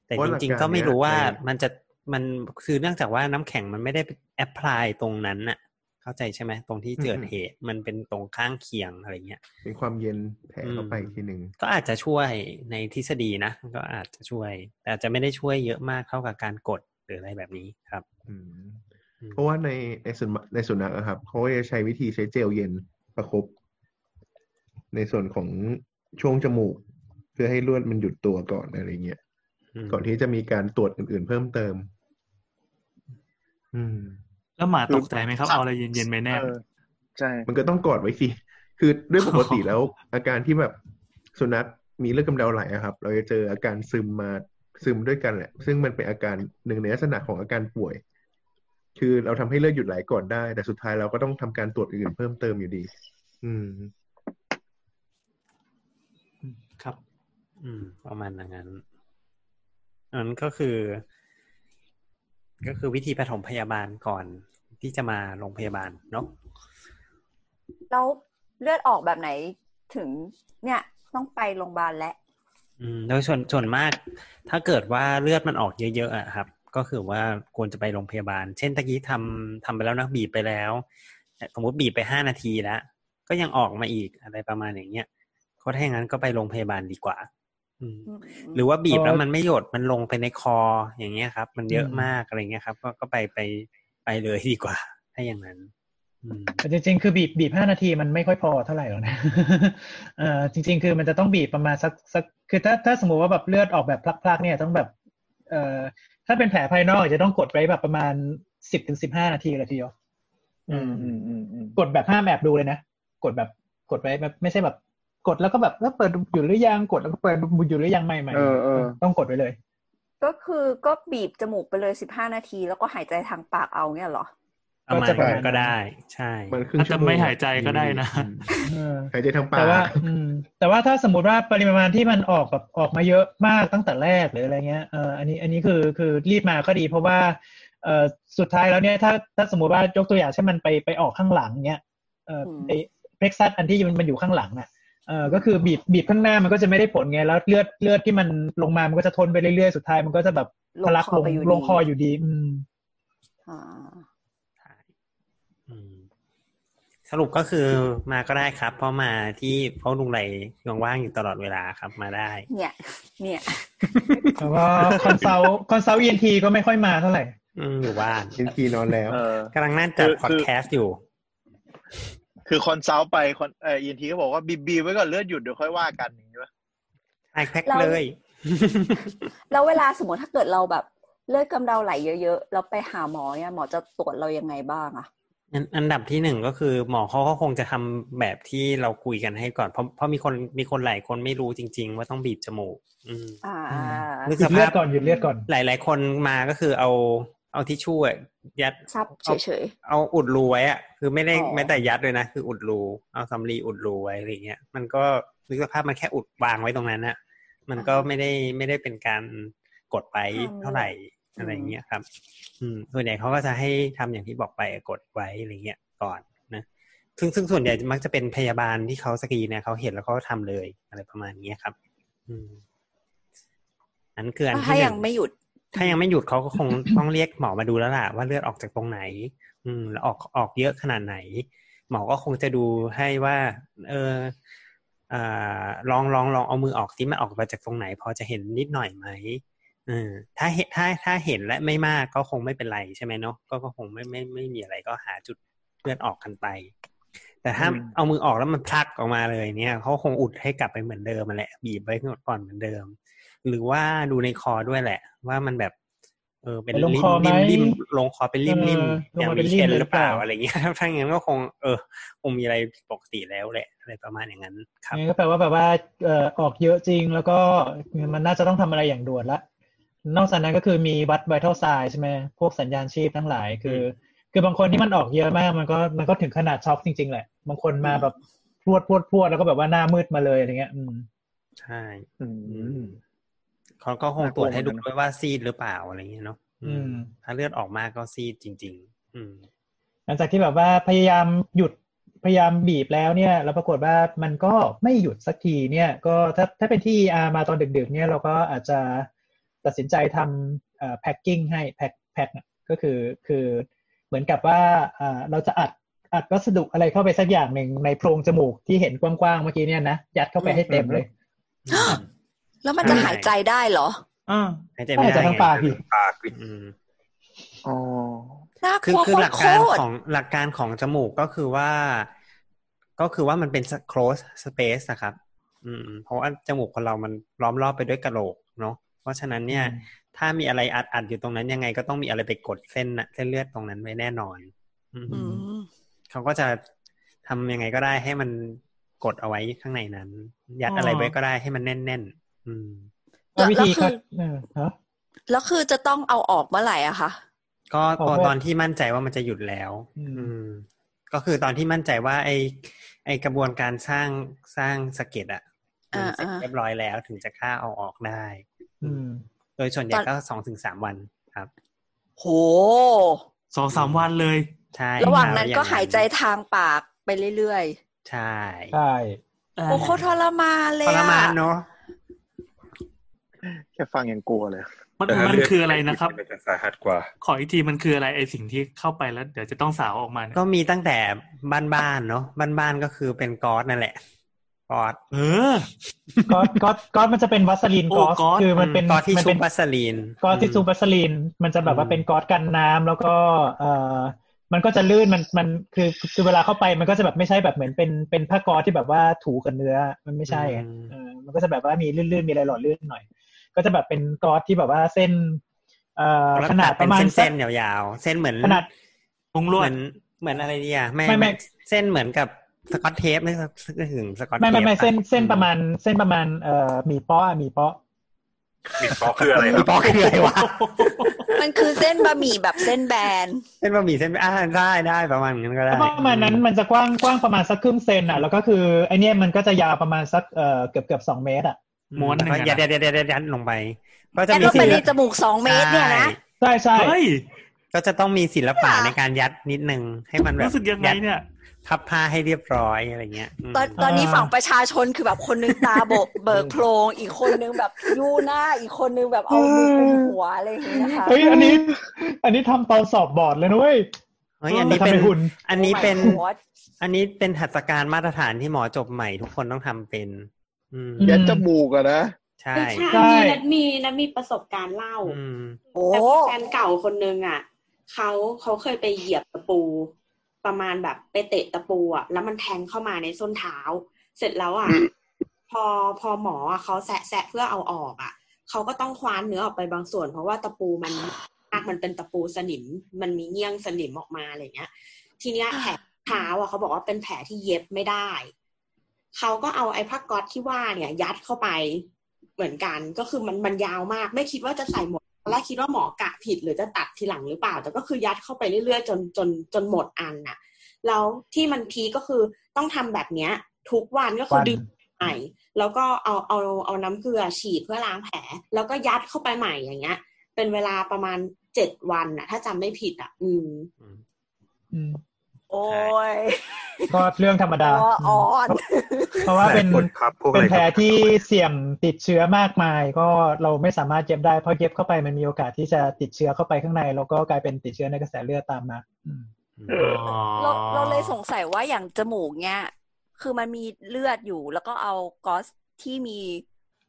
แต่ เพราะ จ หลัก ริง การ ๆก็ไม่ เนี้ย รู้ว่า ใน มันจะมันคือเนื่องจากว่าน้ำแข็งมันไม่ได้แอพพลายตรงนั้นน่ะ เข้าใจใช่ไหมตรงที่เกิดเหตุมันเป็นตรงข้างเคียงอะไรเงี้ย เป็นความเย็นแผ่เข้าไป อืม ทีหนึ่ง ก็อาจจะช่วยในทฤษฎีนะก็อาจจะช่วย แต่อาจจะไม่ได้ช่วยเยอะมากเท่ากับการกดหรืออะไรแบบนี้ครับ อืม อืม เพราะว่าในในสุนัขในสุนัขอะครับเขาก็จะใช้วิธีใช้เจลเย็นประคบ ในส่วนของช่วงจมูก เพื่อให้เลือดมันหยุดตัวก่อนอะไรเงี้ย ม ก่อนที่จะมีการตรวจอื่น ๆ เพิ่มเติม อืม แล้วหมาตกใจไหมครับ เอาอะไรเย็นๆไปแนบ เออใช่ มันก็ต้องกอดไว้สิ คือด้วยปกติแล้ว อาการที่แบบสุนัขมีเลือดกำเดาไหลอะครับ เราจะเจออาการซึมมาซึมด้วยกันแหละ ซึ่งมันเป็นอาการหนึ่งในลักษณะของอาการป่วย คือเราทำให้เลือดหยุดไหลก่อนได้ แต่สุดท้ายเราก็ต้องทำการตรวจอื่นเพิ่มเติมอยู่ดี อืม ครับ อืม ประมาณอย่างนั้นอันนั้นก็คือ ก็คือวิธีปฐมพยาบาลก่อนที่จะมาโรงพยาบาลเนาะ แล้วเลือดออกแบบไหนถึงเนี่ยต้องไปโรงพยาบาลแล้ว อืมโดยส่วนส่วนมากถ้าเกิดว่าเลือดมันออกเยอะๆอะครับ ก็คือว่าควรจะไปโรงพยาบาล เช่นตะกี้ทำทำไปแล้วนะบีบไปแล้วแต่สมมติบีบไปห้านาทีแล้ว ก็ยังออกมาอีกอะไรประมาณอย่างเงี้ยก็ถ้าอย่างนั้นก็ไปโรงพยาบาลดีกว่า อืม หรือว่าบีบแล้วมันไม่หยดมันลงไปในคออย่างเงี้ยครับ มันเยอะมากอะไรเงี้ยครับ ก็ก็ไปไปไปเลยดีกว่า ถ้าอย่างนั้น อืม แต่จริงๆ คือบีบบีบห้านาทีมันไม่ค่อยพอเท่าไหร่หรอกนะ เอ่อจริง ๆ คือมันจะต้องบีบประมาณสักสัก คือถ้าถ้าสมมติว่าแบบเลือดออกแบบพลักๆ เนี่ยต้องแบบ เอ่อถ้าเป็นแผลภายนอกจะต้องกดไว้แบบประมาณสิบถึงสิบห้านาทีเลยทีเดียว อืมอืมอืมอืม กดแบบห้ามแอบดูเลยนะ กดแบบกดไว้แบบไม่ใช่แบบกดแล้วก็แบบแล้วเปิดดูอยู่หรือยังกดแล้วก็เปิดดูอยู่หรือยังใหม่ใหม่ เออเออ ต้องกดไว้เลย ก็คือก็บีบจมูกไปเลยสิบห้านาที แล้วก็หายใจทางปากเอาเนี่ยเหรอ ประมาณ ก็จะประ นั้ มาณนั้น น ก็ได้ ใช่ มันครึ่งชั่วอาจโมงจะไม่หายใจก็ได้นะ อืม เออ หายใจทางปาก แต่ว่าอืมแต่ว่าถ้าสมมติว่าปริมาณที่มันออกแบบออกมาเยอะมากตั้งแต่แรกหรืออะไรเงี้ยเอออันนี้อันนี้คือคือรีบมาก็ดี เพราะว่าเออสุดท้ายแล้วเนี่ยถ้าถ้าสมมติว่ายกตัวอย่างเช่นมันไปไปออกข้างหลังเนี้ยเออ อืม ไอเพล็กซัสอันที่มันมันอยู่ข้างหลังน่ะเออก็คือบีบบีบข้างหน้ามันก็จะไม่ได้ผลไงแล้วเลือดเลือดที่มันลงมามันก็จะทนไปเรื่อยๆสุดท้ายมันก็จะแบบ ล ทะ ง ลัก คอ ลง ไปอยู่ ล ดี งคออยู่ดีอืม อ่า อืมสรุปก็คือมาก็ได้ครับ เพราะมาที่เพราะลุงไรยังว่างอยู่ตลอดเวลาครับมาได้ เนี่ย เนี่ย แล้วก็คอนซัลคอนซัลเอ็นทีก็ไม่ค่อยมาเท่าไหร่ อืมอยู่บ้าน เอ็นทีนอนแล้ว เออ กำลังนั่งจัด คือ พอดแคสต์อยู่ คือคอนซัลท์ไปคอนเอ่อ ENT ก็บอกว่าบีบบีไว้ก่อนเลือดหยุดเดี๋ยวค่อยว่ากันอย่างนี้ปะ ไอแพ็ค เรา เลย แล้วเวลาสมมติถ้าเกิดเราแบบเลือดกำเดาไหลเยอะๆเราไปหาหมอเนี่ยหมอจะตรวจเรายังไงบ้างอะ อันอันดับที่หนึ่งก็คือหมอเขาก็คงจะทำแบบที่เราคุยกันให้ก่อน เพราะเพราะมีคนมีคนหลายคนไม่รู้จริง ๆ ว่าต้องบีบจมูก อืม อ่า นึก หยุ ส ดเลื ภาพอดก่อนหยุดเลือดก่อน หลาย ๆ คนมาก็คือเอาเอาทิชชู่อะยัด ซับ อา เฉย เอาอุดรูไว้อะคือไม่ได้ อ๋อ ไม่แต่ยัดเลยนะ คืออุดรูเอาสำลีอุดรูไว้อะไรเงี้ย มันก็นึกสภาพมันแค่อุดวางไว้ตรงนั้นอะมันก็ไม่ได้ไม่ได้เป็นการกดไปเท่าไหร่อะไรเงี้ยครับ อืมส่วนใหญ่เขาก็จะให้ทำอย่างที่บอกไปกดไว้อะไรเงี้ยก่อนนะซึ่งซึ่งส่วนใหญ่มักจะเป็นพยาบาลที่เขาสกรีนเนี่ยเขาเห็นแล้วเขาทำเลยอะไรประมาณเนี้ยครับ อืมอันคืออันที่ ถ้า หนึ่ ยังไม่หยุด ถ้ายังไม่หยุดเขาก็คง ต้องเรียกหมอมาดูแล้วล่ะว่าเลือดออกจากตรงไหน อืม แล้วออกออกเยอะขนาดไหน หมอก็คงจะดูให้ว่า เอออ่าลองลองลองเอามือออกซิมันออกมาจากตรงไหน พอจะเห็นนิดหน่อยไหมเออถ้าเห็นถ้าถ้าเห็นและไม่มากก็คงไม่เป็นไรใช่ไหมเนาะก็ก็คงไม่ไม่ไม่มีอะไรก็หาจุดเลือดออกกันไป แต่ถ้า อืม เอามือออกแล้วมันพลักออกมาเลยเนี่ยเขาคงอุดให้กลับไปเหมือนเดิมมาแหละบีบไว้ก่อนเหมือนเดิม หรือว่าดูในคอด้วยแหละ ว่ามันแบบ เออเป็น ไปลง ริ คอ ม ไหม ริมริมลงคอเป็นริมริม เออ อย่าง ลงมาเป็ มี น เคน ริมเลย หรือเปล่า หรือเปล่า อะไรเงี้ย ถ้าอย่างนั้นก็คง เออคงมีอะไรผิดปกติแล้วแหละอะไรประมาณอย่างนั้นครับ นี่ก็แปลว่าแบบว่าเอ่อออกเยอะจริง แล้วก็มันน่าจะต้องทำอะไรอย่างด่วนละ นอกจากนั้นก็คือมีวัดไวทัลไซใช่ไหมพวกสัญญาณชีพทั้งหลาย คือ คือบางคนที่มันออกเยอะมากมันก็มันก็ถึงขนาดช็อกจริง ๆ แหละ บางคนมาแบบพรวดพรวดพรวดแล้วก็แบบว่าหน้ามืดมาเลยอะไรเงี้ย อืม ใช่ อืม เขาก็คงตรวจให้ดู น่ากลัวเหมือนกันนะ ด้วยว่าซีดหรือเปล่าอะไรเงี้ยเนาะอืม อืม ถ้าเลือดออกมากก็ซีดจริง ๆ อืม หลังจากที่แบบว่าพยายามหยุดพยายามบีบแล้วเนี่ย แล้วปรากฏว่ามันก็ไม่หยุดสักทีเนี่ย ก็ถ้าถ้าเป็นที่ ER มาตอนดึกๆ เนี่ยเราก็อาจจะตัดสินใจทำเอ่อ packing ให้ pack pack น่ะก็คือคือเหมือนกับว่าเอ่อเราจะอัดอัดวัสดุอะไรเข้าไปสักอย่างหนึ่งในโพรงจมูกที่เห็นกว้างๆเมื่อกี้เนี่ยนะยัดเข้าไปให้เต็มเลย แล้วมันจะ ใช่ หายใจได้เหรอ อ่า หายใจไม่ได้ หายใจทางปากดิ ปากดิ อืม อ๋อ น่า คื ก อ ลัว คือหลัก โค การ ต ข ร องหลักการของจมูกก็คือว่า ก็คือว่ามันเป็น close space นะครับ อืม เพราะว่าจมูกคนเรามันล้อมรอบไปด้วยกระโหลกเนาะเพราะฉะนั้นเนี่ย ถ้ามีอะไรอัดอัดอยู่ตรงนั้นยังไงก็ต้องมีอะไรไปกดเส้นน่ะเส้นเลือดตรงนั้นไว้แน่นอน อืม ๆอืม เขาก็จะทำยังไงก็ได้ให้มันกดเอาไว้ข้างในนั้น ยัด อ๋ออ อะไรไว้ก็ได้ให้มันแน่นๆอืม แล้ววิ แล้ว ธี คื ก็ อ เออฮะ แล้วคือจะต้องเอาออกเมื่อไหร่อะคะ ก็ ขตออน โทษ ตอนที่มั่นใจว่ามันจะหยุดแล้ว อืม อืม ก็คือตอนที่มั่นใจว่า ไอไอกระบวนการสร้างสร้างสะเก็ดอะมัน อ่า เสร็จเรียบร้อยแล้วถึงจะฆ่าเอาออกได้ อืม โดยส่วนใหญ่ก็สองถึงสามวันครับ ๆโห สองสามวันเลย ใช่ ระหว่างนั้น คบ ก็หายใจทางปากไปเรื่อย ใช่ ใช่ ๆ โอ้โคตรทรมานเลย ท อะ รมานเนาะ แค่ฟังยังกลัวเลย มัน แต่ถ้า มัน เลืด คืออะไรนะครับ มันจะสาหัสกว่า ขออีกทีมันคืออะไรไอสิ่งที่เข้าไปแล้ว เดี๋ยวจะต้องสาวออกมาเนี่ย ก็มีตั้งแต่บ้านๆเนาะบ้านๆก็คือเป็นกอสนั่นแหละกอส เออ ก๊อตก๊อตก๊อตมันจะเป็นวัสลีน โอ้ก๊ก๊อตอต คือมันเป็น กอสที่ มั ชุ เป็ บ น วัสลีน ก๊อซที่ซูมวัสลีนมันจะแบบ อื ว่าม เป็นก๊อซกันน้ำแล้วก็เอ่อมันก็จะลื่นมันมันคือคือเวลาเข้าไปมันก็จะแบบไม่ใช่แบบเหมือนเป็นเป็นผ้าก๊อซที่แบบว่าถูกับเนื้อมันไม่ใช่อะเออมันก็จะแบบว่ามีลื่นๆมีอะไรหล่อลื่นหน่อย ก็จะแบบเป็นก๊อซที่แบบว่าเส้นเอ่อ แล้ว ขนา ตั ด ด ป เป็น ระมาณสั เส้ ก นๆยาวๆเส้นเหมือน ขนาด วงลว เห ด มือนเหมือนอะไรดีอ่ะไม่ ไม่ไม่ ไม่เส้นเหมือนกับสกอตเทปนึกถึงสกอตเทป ไม่ไม่ไม่ อะ เส้นเส้นประมาณเส้นประมาณเอ่อหมี่เปาะอะหมี่เปาะ มีปอกคืออะไรค มี รับ ปอกคืออะไรวะ มันคือเส้นบะหมี่แบบเส้นแบน เส้นบะหมี่เส้นอ่าได้ได้ประมาณนั้นก็ได้ ก็ประมาณนั้นมันจะกว้างกว้างประมาณสักครึ่งเซนอ่ะแล้วก็คือไอเนี้ยมันก็จะยาวประมาณสักเอ่อเกือบเกือบสองเมตรอ่ะ ม้วนหนึ่ง ก็ อะ ยัดยั นะ ดยัดยัดยัดยัดลงไป ก็จะ แต่ มี ก็ไปใน ศิล จมูกสองเมตรเนี่ยนะ ใช่ ใช่ใช่ เฮ้ย ก็จะต้องมีศิลปะ ค่ะ ในการยัดนิดนึงให้มันแบบ รู้สึกยังไงเนี่ย พับผ้าให้เรียบร้อยอะไรเงี้ยม ตอนตอนนี้ อ่า ฝั่งประชาชนคือแบบคนนึงตาโบกเบิกโพรงอีกคนนึงแบบยู่หน้าอีกคนนึงแบบเอามือกุมหัวอะไรอย่างเงี้ยนะคะ เฮ้ยอันนี้ อันนี้ทำตอนสอบบอร์ดเลยนะเว้ย เฮ้ยอันนี้ ทำ เป็ ไม น หุ่น อันนี้เป็น Oh my god อันนี้เป็นหัตถการมาตรฐานที่หมอจบใหม่ทุกคนต้องทำเป็น อืม ยันจมูกอะนะ ใช่ ไม่ใช่ ใช่ มีนัดมีนัดมีประสบการณ์เล่า อืม โอ้ แต่มีแฟนเก่าคนนึงอ่ะเขาเขาเคยไปเหยียบตะปู ประมาณแบบไปเตะตะปูอะแล้วมันแทงเข้ามาในส้นเท้า เสร็จแล้วอะพอพอหมออะเขาแสะแสะเพื่อเอาออกอะเขาก็ต้องคว้านเนื้อออกไปบางส่วน เพราะว่าตะปูมันมันเป็นตะปูสนิม มันมีเงี้ยงสนิมออกมาอะไรเงี้ย ทีเนี้ยแผลเท้าอะเขาบอกว่าเป็นแผลที่เย็บไม่ได้ เขาก็เอาไอ้ผ้าก๊อตที่ว่าเนี่ย ยัดเข้าไปเหมือนกัน ก็คือมันมันยาวมาก ไม่คิดว่าจะใส่หมดตอนแรกคิดว่าหมอกะผิดหรือจะตัดทีหลังหรือเปล่า แต่ก็คือยัดเข้าไปเรื่อยๆจนจนจนหมดอันน่ะ แล้วที่มันพีคก็คือต้องทำแบบเนี้ย ทุกวันก็คือ วัน ดึงใหม่แล้วก็เอาเอาเอาน้ำเกลือฉีดเพื่อล้างแผล แล้วก็ยัดเข้าไปใหม่อย่างเงี้ย เป็นเวลาประมาณเจ็ดวันน่ะ ถ้าจำไม่ผิดอ่ะ อืม อืม โอ้ย ก็เรื่องธรรมดา ตัวอ่อน เพราะว่าเป็น แผลกดทับพวกอะไร เป็นแผล ครับ ที่เสี่ยงติดเชื้อมากมาย ก็เราไม่สามารถเย็บได้เพราะเย็บเข้าไปมันมีโอกาสที่จะติดเชื้อเข้าไปข้างใน แล้วก็กลายเป็นติดเชื้อในกระแสเลือดตามมา เราเราเลยสงสัยว่าอย่างจมูกเนี่ยคือมันมีเลือดอยู่ แล้วก็เอาก๊อซที่มี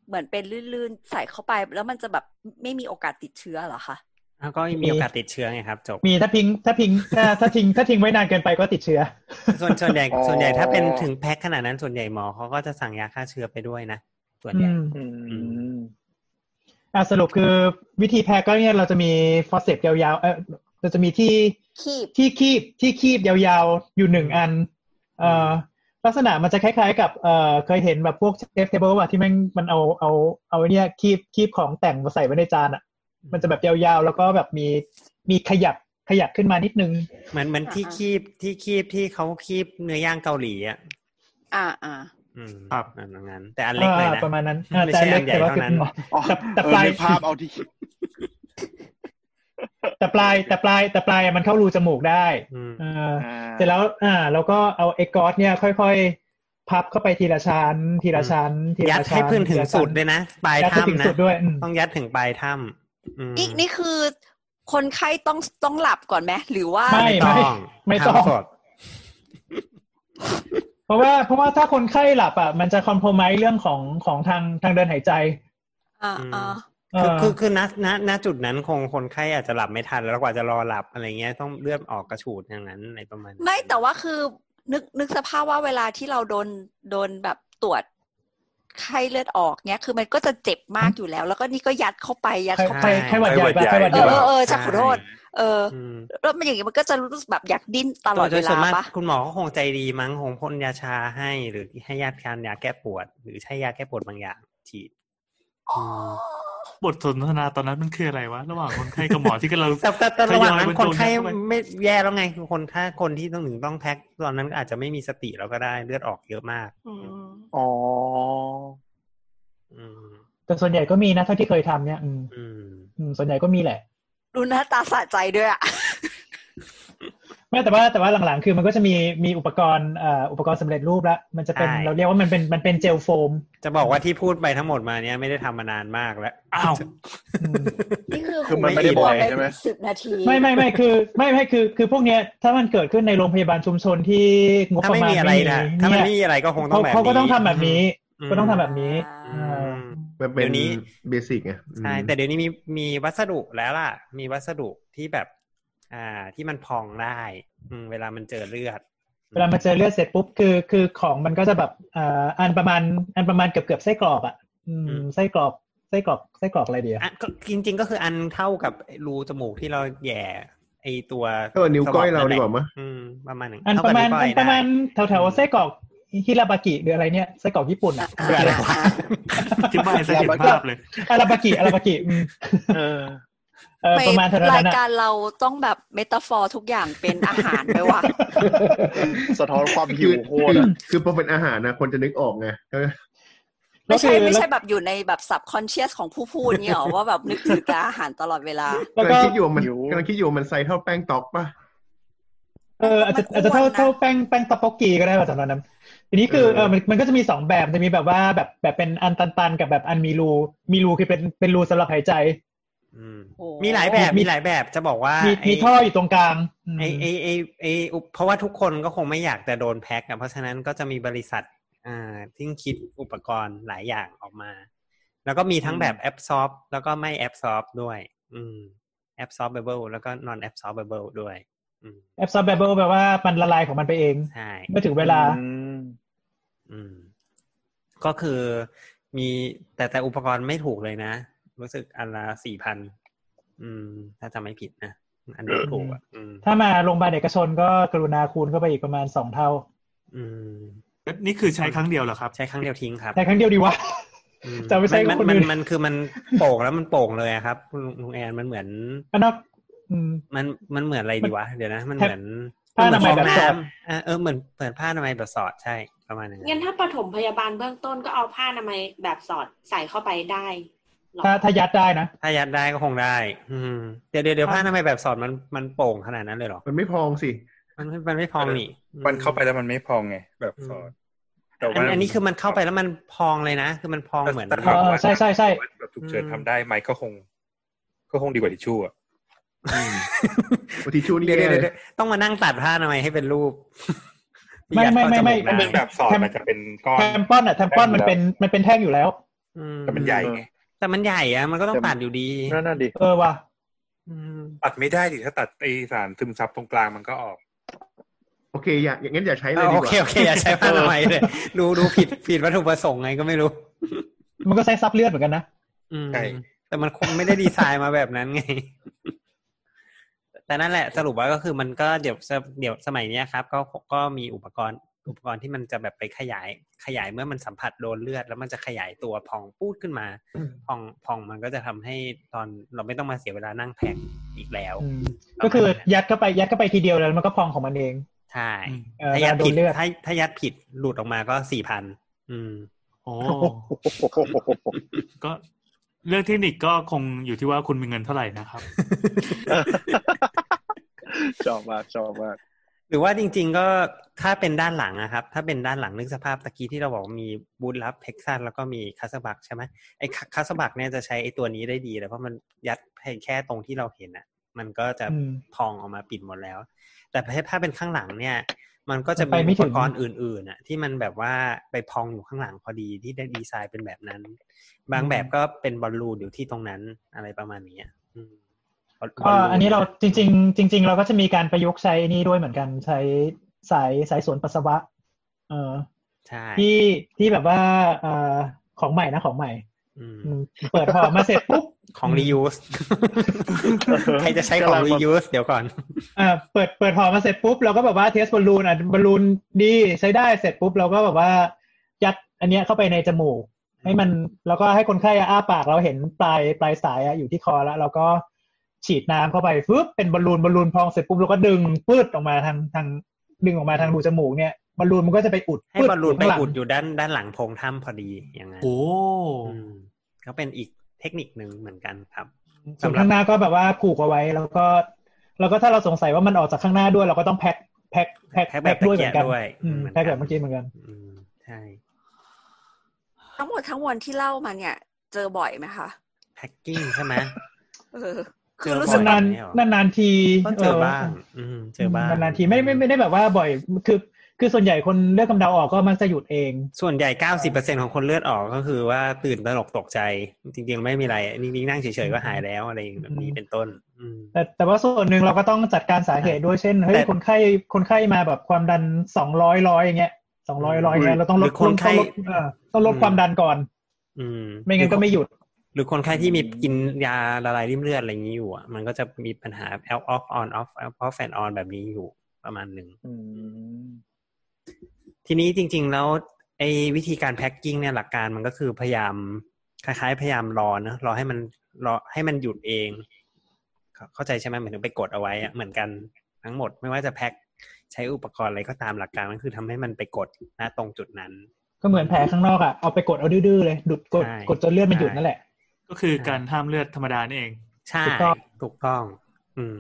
เหมือนเป็นลื่นๆใส่เข้าไป แล้วมันจะแบบไม่มีโอกาสติดเชื้อเหรอคะ แล้วก็มีโอกาสติดเชื้อไงครับจบ มีถ้าพิงถ้าพิงถ้าถ้าทิ้งถ้าทิ้งไว้นานเกินไปก็ติดเชื้อ ส่วนส่วนใหญ่ อ๋อ ส่วนใหญ่ถ้าเป็นถึงแพ็คขนาดนั้นส่วนใหญ่หมอเขาก็จะสั่งยาฆ่าเชื้อไปด้วยนะส่วนใหญ่ อืม อ่ะสรุปคือวิธีแพ้ก็เนี่ยเราจะมีฟอสเซปยาวๆเออเราจะมีที่ คีบ ที่คีบที่คีบยาวๆอยู่หนึ่งอันเอ่อลักษณะมันจะคล้ายๆกับเอ่อเคยเห็นแบบพวกเชฟเทเบิลอะที่แม่งมันเอาเอาเอาไอ้เนี่ยคีบคีบของแต่งมาใส่ไว้ในจานอะมันจะแบบยาวๆ แล้วก็แบบมีมีขยับขยับขึ้นมานิดนึง เหมือนเหมือนที่คีบที่คีบที่เขาคีบเนื้อย่างเกาหลีอ่ะ อ่าอ่า อืมครับงั้น แต่อันเล็ก อ่า เลยนะ ประมาณนั้นอ่า ไม่ใช่ แต่อั อันใหญ่นเล็กแต่ว่า เท่านั้น เป็นหมอ แต่ เออ ปลาย นึกภาพเอาที่ แต่ปลายแต่ปลายแต่ปลายอะมันเข้ารูจมูกได้ อืม เอออเสร็จแล้วอ่าเราก็เอาไอ้กอสเนี่ยค่อยๆ พับเข้าไปทีละชั้น ทีละชั้นที ยัด ละชั้น ให้พื้นถึ ที ง ละชั้ สุดด้วยนะปลาย ยัดให้ถึง ถ้ำนะ สุดด้วยอืม ต้องยัดถึงปลายถ้ำอืม นี่นี่คือคนไข้ต้องต้องหลับก่อนไหมหรือว่า ไม่ ไม่ ไม่ ต้อง ไม่ต้อง ทำสด เพราะว่าเพราะว่าถ้าคนไข้หลับอ่ะมันจะคอมโพม s e เรื่องของของทางทางเดินหายใจ อ่าอ่า คือ เออ คือคือณณณจุดนั้นคงคนไข้อาจจะหลับไม่ทันแล้วกว่าจะรอหลับอะไรเงี้ยต้องเลือดออกกระฉูดอย่างนั้นอะไรประมาณนั้น ไม่แต่ว่าคือนึกนึกสภาพว่าเวลาที่เราโดนโดนแบบตรวจไข้เลือดออกเนี่ยคือมันก็จะเจ็บมากอยู่แล้ว แล้วก็นี่ก็ยัดเข้าไปยัดเข้าไป ไข้หวัดใหญ่ปะไข้หวัด เอ ใหญ่ อเอ ปะ อเออจะขอโทษเอออแล้วมันอย่างงี้มันก็จะรู้สึกแบบอยากดิ้นตลอด โด เวย ลา ส่วนมาก ปะ คุณหมอก็คงใจดีมั้งคงพ่นยาชาให้หรือให้ยาทานยาแก้ปวด หรือใช้ยาแก้ปวดบางอย่างฉีด บทสนทนาตอนนั้นมันคืออะไรวะ ระหว่างคนไข้กับหมอที่กำลัง แต่แต่แต่ระหว่างนั้น ทยอยบรร ค จ น ง ไข้ เข้าป ไม่แย่แล้วไงคือคนถ้าคนที่ต้องถึงต้องแพ็คตอนนั้นอาจจะไม่มีสติแล้วก็ได้เลือดออกเยอะมาก อ๋อ อืม แต่ส่วนใหญ่ก็มีนะเท่าที่เคยทำเนี่ยอืม อืม อืมส่วนใหญ่ก็มีแหละ ดูหน้าตาสะใจด้วยอะ ไม่แต่ว่าแต่ว่าหลังๆ คือมันก็จะมีมีอุปกรณ์เอ่ออุปกรณ์สำเร็จรูปละมันจะเป็น ใช่ เราเรียกว่ามันเป็นมันเป็นเจลโฟม จะบอกว่าที่พูดไปทั้งหมดมาเนี้ยไม่ได้ทำมานานมากแล้ว อ้าว นี่คือ คือมันไม่ได้บอกใช่ไหม สิบนาที ไม่ไม่ไม่คือไม่ไม่คือคือพวกเนี้ยถ้ามันเกิดขึ้นในโรงพยาบาลชุมชนที่งบ ถ้า ประ ไม่ มาณ มีอะไรนะถ้ามันไม่มีอะไรก็คงต้อง เขา แบบนี้ เขาก็ต้องทำแบบนี้ อืม ก็ต้องทำแบบนี้ อื เออ ม มันเป็ เดี๋ยนวนี้ เบสิกไงอืม ใช่แต่เดี๋ยวนี้มีมีวัสดุแล้วล่ะ มีวัสดุที่แบบ อ่าที่มันพองได้อืมเวลามันเจอเลือด เวลามาเจอเลือดเสร็จปุ๊บคือคือของมันก็จะแบบเอ่ออันประมาณอันประมาณเกือบเกือบไส้กรอบอ่ะอืมไส้กรอบไส้กรอบไส้กรอบอะไรเดียว อ่ะก็จริงๆก็คืออันเท่ากับรูจมูกที่เราแหย่ไอตัว เท่ากับนิ้วก้อยเรา สบ ดีกว่ามั้ย อืมประมาณหนึ่ง อัน เท่ ประ กับ มาณ วก้ อั ย นประมาณ ได้ แถวแถวๆไส้กรอกฮิราบากิหรืออะไรเนี่ยไส้กรอกญี่ปุ่นอ่ะ เพื่ออะไรวะ อธิบายซะเห็นภาพเลย อาราบากิอาราบากิอืม เออ เออ ไม่ ประมาณเท่านั้น ราย นะ การเราต้องแบบเมตาฟอร์ทุกอย่างเป็นอาหารไหมวะ สะท้อนความหิ คื ว อ โคต คือรอะ คือพอเป็นอาหารนะคนจะนึกออกไงเออ ไม่ใช่ แล้วคือ ไม่ใช่แบบอยู่ในแบบสับคอนเชียสของผู้พูด เนี่ยหรอ ว่าแบบนึกถึงแต่อาหารตลอดเวลา แล้ว กำลั ก็ งคิดอยู่ว่ามันกำลังคิดอยู่ว่ามันไซส์เท่าแป้งตอกป่ะ เอออาจจะ มันอ้วน อาจจะเท่า นะ เท่าแป้งแป้งตะโปกกีก็ได้ว่าสำหรับนั้นทีนี้คือ เออ เออมันมันก็จะมีสองแบบจะมีแบบว่าแบบแบบเป็นอันตันๆ กับแบบอันมีรูมีรูคือเป็นเป็นรูสำหรับหายใจ อืม โอ้ มีหลายแบบมีหลายแบบจะบอกว่า มี ไอ้ มีท่ออยู่ตรงกลางอืม ไอไอไอไออุปเพราะว่าทุกคนก็คงไม่อยากจะโดนแพ็คอะเพราะฉะนั้นก็จะมีบริษัท อ่าที่คิดอุปกรณ์หลายอย่างออกมา แล้วก็มีทั้งแบบแอ s ซอ b แล้วก็ไม่แอ s ซอ b ด้วย อืมแอ s ซอ b เบิลแล้วก็นอนแอ s ซอ b เบิลด้วย แอบซอ b เบิลแปลว่ามันละลายของมันไปเอง ใช่ เมื่อถึงเวลา อืม ก็คือมีแต่แต่อุปกรณ์ไม่ถูกเลยนะ รู้สึกอันละสี่พันอืม ถ้าจำไม่ผิดนะ อันนี้ถูกอ่ะอืม ถ้ามาโรงพยาบาลเอกชนก็กรุณาคูณเข้าไปอีกประมาณสองเท่า อืม นี่คือใช้ครั้งเดียวเหรอครับ ใช้ครั้งเดียวทิ้งครับ ใช้ครั้งเดียวดีวะ อื จะไม่ใช่ มัน คน มั อื่ น น มันมันคือมันโป่งแล้วมันโป่งเลยอะครับคุณลุงแอนมันเหมือน ก็นอกอืม มันมันเหมือนอะไรดีวะ เดี๋ยวนะ มัน แทบ เหมือน ผ้าอนามัย เหมื แบบ ฟง สอด น้ำอ่ะเออเหมือนเหมือนผ้าอนามัยแบบสอดใช่ประมาณนั้น งั้นถ้าปฐมพยาบาลเบื้องต้นก็เอาผ้าอนามัยแบบสอดใส่เข้าไปได้หรอ ถ้าถ้ายัดได้นะ ถ้ายัดได้ก็คงได้ อืมเดี๋ยวเดี๋ยวเดี๋ยวผ้าอนามัยแบบสอดมันมันโป่งขนาดนั้นเลยเหรอ มันไม่พองสิ มันไม่มันไม่พองนี่ มันเข้าไปแล้วมันไม่พองไง แบบสอดแต่ อัน ว่า อันนี้คือมันเข้าไปแล้วมันพองเลยนะ คือมันพองเหมือน แต่ถามว่า ใช่ใช่ใช่ แบบถูกเชิญทำได้ไหมก็คง ก็คงดีกว่าทิชชู่อะ ทิชชู่นี่ เดี๋ยว แย่ เดี๋ยว เล เดี๋ย ยว ต้องมานั่งตัดผ้าทำไมยให้เป็นรู ป ไม่ไม่ไม่ไม่ ยัดเข้าจก มันแบบสอด แทม มันจะเป็นก้อน แทมปอนอ่ะแทมปอนมันเป็นมันเป็นแท่งอยู่แล้ว อื แต่มันใหญ่ไง แต่มันใหญ่อะมันก็ต้อง แต่มัน ตัดอยู่ดี นั่นน่ะดิ เออว่ะ อืม ตัดไม่ได้ดิถ้าตัดไอสารซึมซับตรงกลางมันก็ออก โอเค อย่าอย่างงั้นอย่าใช้เลย เอา ดี โอก เค ว่า โอเคอย่า ใช้ผ้าทำไมยเลยดูดูผิดผิดวัตถุประสงค์ไงก็ไม่รู้ มันก็ใช้ซับเลือดเหมือนกันนะ อืม ใช่ แต่มันคงไม่ได้ดีไซน์มาแบบนั้นไง แต่นั่นแหละ สรุปว่าก็คือมันก็เดี๋ยวจะเดี๋ยวสมัยเนี้ยครับ ก็ก็มีอุปกรณ์ อุปกรณ์ที่มันจะแบบไปขยาย ขยายเมื่อมันสัมผัสโดนเลือด แล้วมันจะขยายตัวพองปูดขึ้นมา พองพองมันก็จะทำให้ตอนเราไม่ต้องมาเสียเวลานั่งแพ็คอีกแล้ว อืมก็คือยัดเข้าไปยัดเข้าไปทีเดียวแล้วมันก็พองของมันเอง ใช่ อืม เอ่อ ถ้ายัดผิด เวลาโดนเลือด ถ้าถ้ายัดผิดหลุดออกมาก็สี่พันอืม โอ้ก็เรื่องเทคนิคก็คงอยู่ที่ว่าคุณมีเงินเท่าไหร่นะครับ ชอบมากชอบมาก หรือว่าจริง ๆ ก็ถ้าเป็นด้านหลังนะครับ ถ้าเป็นด้านหลังนึกสภาพตะกี้ที่เราบอกมีบูทลับเท็กซัสแล้วก็มีคัสบักใช่ไหมไอ้คัสบักเนี่ยจะใช้ไอ้ตัวนี้ได้ดีเลยเพราะมันยัดแค่ตรงที่เราเห็นอ่ะ มันก็จะ อืม พองออกมาปิดหมดแล้ว แต่ถ้าเป็นข้างหลังเนี่ย มันก็จะ ไป มี ไม่ อุ ถึ ป ง กรณ์อื่นๆอ่ะ ที่มันแบบว่าไปพองอยู่ข้างหลังพอดีที่ได้ดีไซน์เป็นแบบนั้น บางแบบก็เป็นบอลลูนอยู่ที่ตรงนั้นอะไรประมาณเนี้ยอืมบล ก็ บลลู อันนี้เราจริง ๆ จริง ๆ เราก็จะมีการประยุกต์ใช้นี่ด้วยเหมือนกันใช้สายสายสวนปัสสาวะ เออ ใช่ ที่ที่แบบว่าเอ่อของใหม่นะของใหม่ อืม อืมเปิดห่อมาเสร็จปุ๊บ ของ อืม reuse ใครจะใช้ของ กำลังแบบ reuse เดี๋ยวก่อน อ่าเปิดเปิดห่อมาเสร็จปุ๊บเราก็แบบว่าเทสบอลลูนอ่ะบอลลูนดีใช้ได้เสร็จปุ๊บเราก็แบบว่ายัดอันเนี้ยเข้าไปในจมูก ให้มันแล้วก็ให้คนไข้อะอ้าปากเราเห็นปลายปลายสายอะอยู่ที่คอแล้วเราก็ฉีดน้ำเข้าไปฟึบเป็นบอลลูนบอลลูนพองเสร็จปุ๊บเราก็ดึงปืดออกมาทางทางดึงออกมาทางรูจมูกเนี่ยบอลลูนมันก็จะไปอุด ให้บอลลูนไป ข้างหง อุดอยู่ด้านด้านหลังโพรงถ้ำพอดีอย่างนั้น โอ้ อืมก็เป็นอีกเทคนิคหนึ่งเหมือนกันครับ ส่วนข้างหน้าก็แบบว่าผูกเอาไว้ แล้วก็ แล้วก็ถ้าเราสงสัยว่ามันออกจากข้างหน้าด้วย เราก็ต้องแพ็คแพ็คแพ็ค แพ็คแบบ ด้วยเหมือนกัน ตะเกียบด้วย อืม เหมือนกัน แพ็คแบบเมื่อกี้เหมือนกัน อืมใช่ ทั้งหมดทั้งมวลที่เล่ามาเนี่ย เจอบ่อยไหมคะ แพ็กกิ้งใช่ไหม เออ เจ คือ อบ่อย รู้ นา สึก น บ่ นาน อยไหมหรอ นานๆที ก็เจอบ้าง อืมเจอบ้าง นานๆทีไม่ไม่ไม่ได้แบบว่าบ่อยคือ คือส่วนใหญ่คนเลือกกำเดาออกก็มักจะหยุดเอง ส่วนใหญ่เก้าสิบเปอร์เซ็นของคนเลือดออกก็คือว่าตื่นตระหนกตกใจ จริงๆไม่มีอะไรนิ่งๆนั่งเฉยๆก็หายแล้วอะไรอย่างแบบนี้เป็นต้น อืม แต่แต่ว่าส่วนหนึ่งเราก็ต้องจัดการสาเหตุด้วยเช่นเฮ้ย แต่ คนไข้คนไข้มาแบบความดันสองร้อยร้อยอย่างเงี้ยสองร้อยร้อยเงี้ยเราต้องล ห ด รืคนไข้ ต้องลดเอ่อต้องลดความดันก่อน อืม ไม่งั้นก็ไม่หยุด หรือคนไข้ที่มีกินยาละลายริ่มเลือดอะไรอย่างนี้อยู่อ่ะมันก็จะมีปัญหา L off on off L off and on แบบนี้อยู่ประมาณหนึ่ง อืม ทีนี้จริง ๆ แล้วไอ้วิธีการแพ็คกิ้งเนี่ยหลักการมันก็คือพยายามคล้ายๆ พยายามรอเนอะรอให้มันรอให้มันหยุดเองเข้าเข้าใจใช่ไหมเหมือนถึงไปกดเอาไว้อะเหมือนกันทั้งหมดไม่ว่าจะแพ็คใช้อุปกรณ์อะไรก็ตามหลักการมันคือทำให้มันไปกดณตรงจุดนั้น ก็เหมือนแผลข้างนอกอ่ะเอาไปกดเอาดื้อๆเลยดุดกด ใช่ กดจนเลือดมันหยุดนั่นแหละ ก็คือการห้ามเลือดธรรมดานี่เอง ใช่ ถูกต้อง ถูกต้อง อืม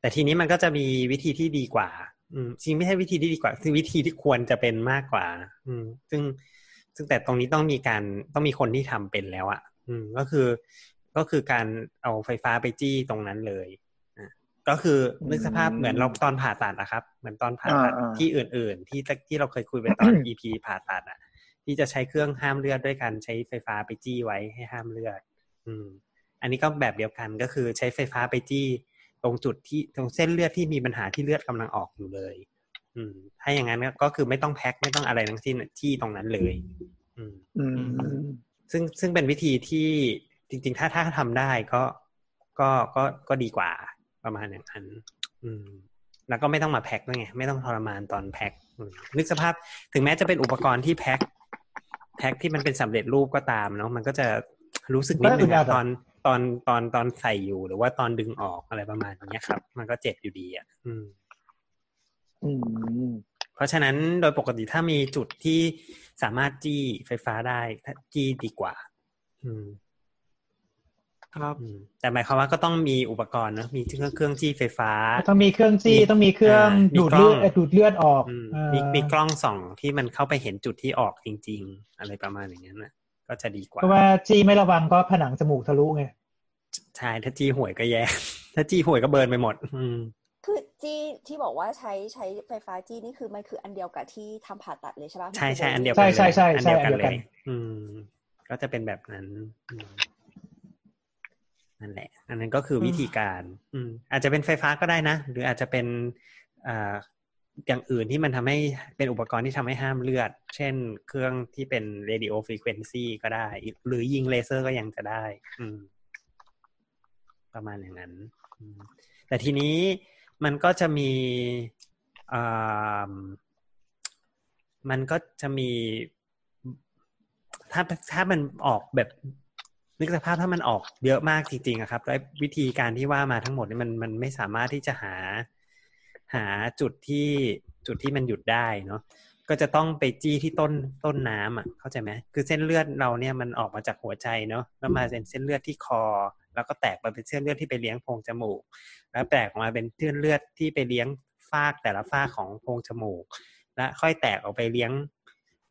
แต่ทีนี้มันก็จะมีวิธีที่ดีกว่า อืมจริงไม่ใช่วิธีที่ดีกว่าคือวิธีที่ควรจะเป็นมากกว่า อืม ซึ่งซึ่งแต่ตรงนี้ต้องมีการต้องมีคนที่ทำเป็นแล้วอะ่ะ อืม ก็คือก็คือการเอาไฟฟ้าไปจี้ตรงนั้นเลยอ่ะก็คือนึกสภาพเหมือนเราตอนผ่าตัดอะครับ เหมือนตอนผ่าตัด อ่าๆ ที่อื่น ๆ ที่ที่เราเคยคุยไป ตอน EP ผ่าตัดอะที่จะใช้เครื่องห้ามเลือดด้วยการใช้ไฟฟ้าไปจี้ไว้ให้ห้ามเลือด อืม อันนี้ก็แบบเดียวกันก็คือใช้ไฟฟ้าไปจี้ ตรงจุดที่ตรงเส้นเลือดที่มีปัญหาที่เลือดกำลังออกอยู่เลย อืม ถ้าอย่างนั้นก็คือไม่ต้องแพ็คไม่ต้องอะไรทั้งสิ้นที่ตรงนั้นเลย อืม อืม ซึ่งซึ่งเป็นวิธีที่จริง ๆ ถ้าถ้าทำได้ก็ก็ก็ก็ดีกว่าประมาณอย่างนั้น อืม แล้วก็ไม่ต้องมาแพ็คด้วยไง ไม่ต้องทรมานตอนแพ็คอืมนึกสภาพถึงแม้จะเป็นอุปกรณ์ที่แพ็คแพ็คที่มันเป็นสำเร็จรูปก็ตามเนาะมันก็จะรู้สึกนิดนึง มันอึดอั อะ ดอะ ตอนตอนตอนตอนใส่อยู่หรือว่าตอนดึงออกอะไรประมาณเนี้ยครับ มันก็เจ็บอยู่ดีอ่ะ อืม อืม เพราะฉะนั้นโดยปกติถ้ามีจุดที่สามารถจี้ไฟฟ้าได้ถ้าจี้ดีกว่า อืม ครับ แต่หมายความว่าก็ต้องมีอุปกรณ์เนอะมีเครื่องเครื่องจี้ไฟฟ้า ต้องมีเครื่องจี้ มี ต้องมีเครื่อง อ่ามี ดูดเลือด กล้อง เอ่อดูดเลือดออก อืม เอ่อ มีมีกล้องส่องที่มันเข้าไปเห็นจุดที่ออกจริง ๆ อะไรประมาณอย่างนั้นนะก็จะดีกว่า เพราะว่าจี้ไม่ระวังก็ผนังจมูกทะลุไง ใช่ถ้าจี้ห่วยก็แย่ ถ้าจี้ห่วยก็เบิร์นไปหมด อืม คือจี้ที่บอกว่าใช้ใช้ไฟฟ้าจี้นี่คือมันคืออันเดียวกับที่ทำผ่าตัดเลยใช่ปะ ใช่ใช่ มัคื อันเดียวกันเลย ใช่ใช่ อั ใช่ เดียวกันเลอันเดียวกัน ย อืม ก็จะเป็นแบบนั้นอืมนั่นแหละ อันนั้นก็คือวิธีการ อืม อาจจะเป็นไฟฟ้าก็ได้นะ หรืออาจจะเป็นอ่าอย่างอื่นที่มันทำให้เป็นอุปกรณ์ที่ทำให้ห้ามเลือด เช่น เครื่องที่เป็น radio frequency ก็ได้ หรือยิงเลเซอร์ก็ยังจะได้ อืม ประมาณอย่างนั้นอืมแต่ทีนี้มันก็จะมีอ่า มันก็จะมี ถ้าถ้ามันออกแบบ นึกสภาพถ้ามันออกเยอะมากจริงๆอะครับแล้ววิธีการที่ว่ามาทั้งหมดเนี่ยมันมันไม่สามารถที่จะหา หาจุดที่จุดที่มันหยุดได้เนาะก็จะต้องไปจี้ที่ต้นต้นน้ำอ่ะเข้าใจไหมคือเส้นเลือดเราเนี่ยมันออกมาจากหัวใจเนาะแล้วมาเป็นเส้นเลือดที่คอ แล้วก็แตกมาเป็นเส้นเลือดที่ไปเลี้ยงโพรงจมูก แล้วแตกออกมาเป็นเส้นเลือดที่ไปเลี้ยงฟากแต่ละฟากของโพรงจมูก และค่อยแตกออกไปเลี้ยง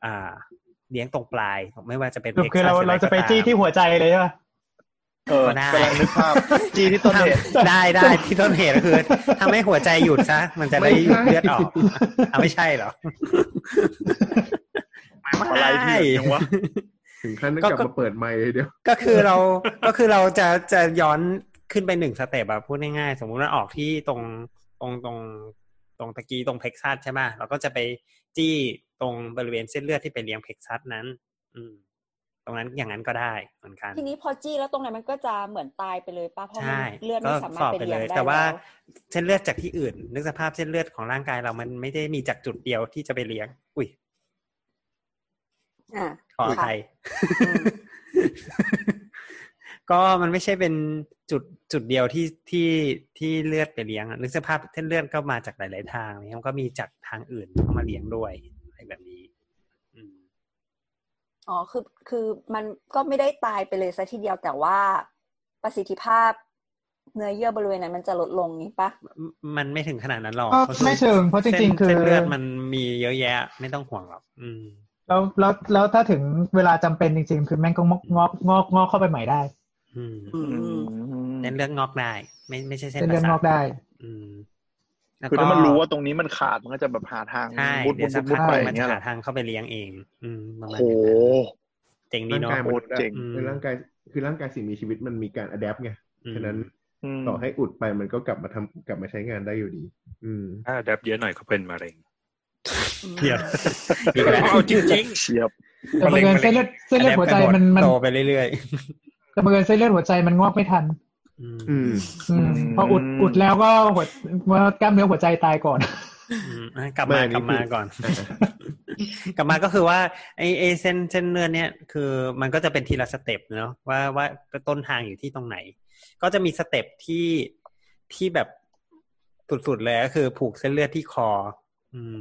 อ่า เลี้ยงตรงปลายไม่ว่าจะเป็น คือคือเรา Texas ห เราจะไป ออก็ตม จี้ที่หัวใจเลยใช่ปะ เออ ก็ได้ กำลังนึกภาพจี้ที่ต้นเหตุ ได้ได้ที่ต้นเหตุคือทำให้หัวใจหยุดซะ มันจะได้หยุดเลือดออกอ่ะไม่ใช่เหรอ อะไรเถื่อนจังวะ ถึงขั้นต้อง ก็ กลัก็บมาเปิดไมค์เลยเดี๋ยว ก็คือเราก็คือเราจะจะย้อนขึ้นไปหนึ่งสเต็ปอะพูดง่ายๆ สมมุติว่าออกที่ตรงตรงตรงตรงตะกี้ตรงเพกซัสใช่ไหมเราก็จะไปจี้ตรงบริเวณเส้นเลือดที่ไปเลี้ยงเพกซัสนั้น อืม ตรงนั้นอย่างนั้นก็ได้เหมือนกัน ทีนี้พอจี้แล้วตรงนั้นมันก็จะเหมือนตายไปเลยป่ะเพราะมัน ใช่ เลือดไม่สามารถไปเลี้ยงได้ แต่ว่า แล้ว เส้นเลือดจากที่อื่น นึกสภาพเส้นเลือดของร่างกายเรามันไม่ได้มีจากจุดเดียวที่จะไปเลี้ยง อุ้ย อ่ะ ขออ ค่ะ ภัย อืม ก็มันไม่ใช่เป็นจุดจุดเดียวที่ที่ที่เลือดไปเลี้ยงอะนึกสภาพเส้นเลือดก็มาจากหลาย ๆ ทางเนี่ยมันก็มีจากทางอื่นเข้ามาเลี้ยงด้วยอะไรแบบนี้ อืม อ๋อคือคือมันก็ไม่ได้ตายไปเลยซะทีเดียวแต่ว่าประสิทธิภาพ เนื้อเยื่อบริเวณนั้นมันจะลดลงนี่ปะ มมันไม่ถึงขนาดนั้นหรอก ก็ พาะคือ ไม่เชิงเพราะจริงๆ ส้นเส้น คือ เลือดมันมีเยอะแยะ ไม่ต้องห่วงหรอกอืม แล้วแล้วแล้วถ้าถึงเวลาจำเป็นจริง ๆ คือแม่งก็งอกงอกงอกงอกเข้าไปใหม่ได้ อืม อืม เส้นเลือดงอกได้ ไม่ไม่ใช่เส้น เป็ปนระ เรื่อง สาท งอกได้ อืมแล้ว คือ ก็ ถ้ามันรู้ว่าตรงนี้มันขาดมันก็จะแบบหาทาง ใช่ มุด เดี๋ มุ ยวดมุ สัก ด พักมุดไป มั อน ย่าง จะ เงี้ยเหร หา อ ทางเข้าไปเลี้ยงเอง อืมประมาณ โอ้ นั้ โห นนะเจ๋งดี ร่าง เนาะ กาย โค มัน ตรเจ๋ง อืม ร่างกายคือร่างกายสิ่งมีชีวิตมันมีการอัดแอปไง อืม ฉะนั้น อืม ต่อให้อุดไปมันก็กลับมาทำกลับมาใช้งานได้อยู่ดี อืม ถ้าดับเยอะหน่อยก็เป็นมะเร็ง เดี๋ยวอีกแล้ว เอาจริง เฉียบ แต่บังเอิญเส้นเลือดเส้นเลือดหัวใจมันมัน โตไปเรื่อย แต่บังเอิญเส้นเลือดหัวใจมันงอกไม่ทัน ๆอืม อืม อืม อืม พออุดอุดแล้วก็หัวว่ากล้ามเนื้อหัวใจตายก่อน อืมอ่ะกลับ ไม่ มา อัน ก นี้ ลับมา คือ ก่อน กลับมาก็คือว่าไอไอเส้นเส้นเลือดเนี่ยคือมันก็จะเป็นทีละสเต็ปเนาะว่าว่าต้นทางอยู่ที่ตรงไหน ก็จะมีสเต็ปที่ที่แบบสุดๆเลยก็คือ ผูกเส้นเลือดที่คอ อืม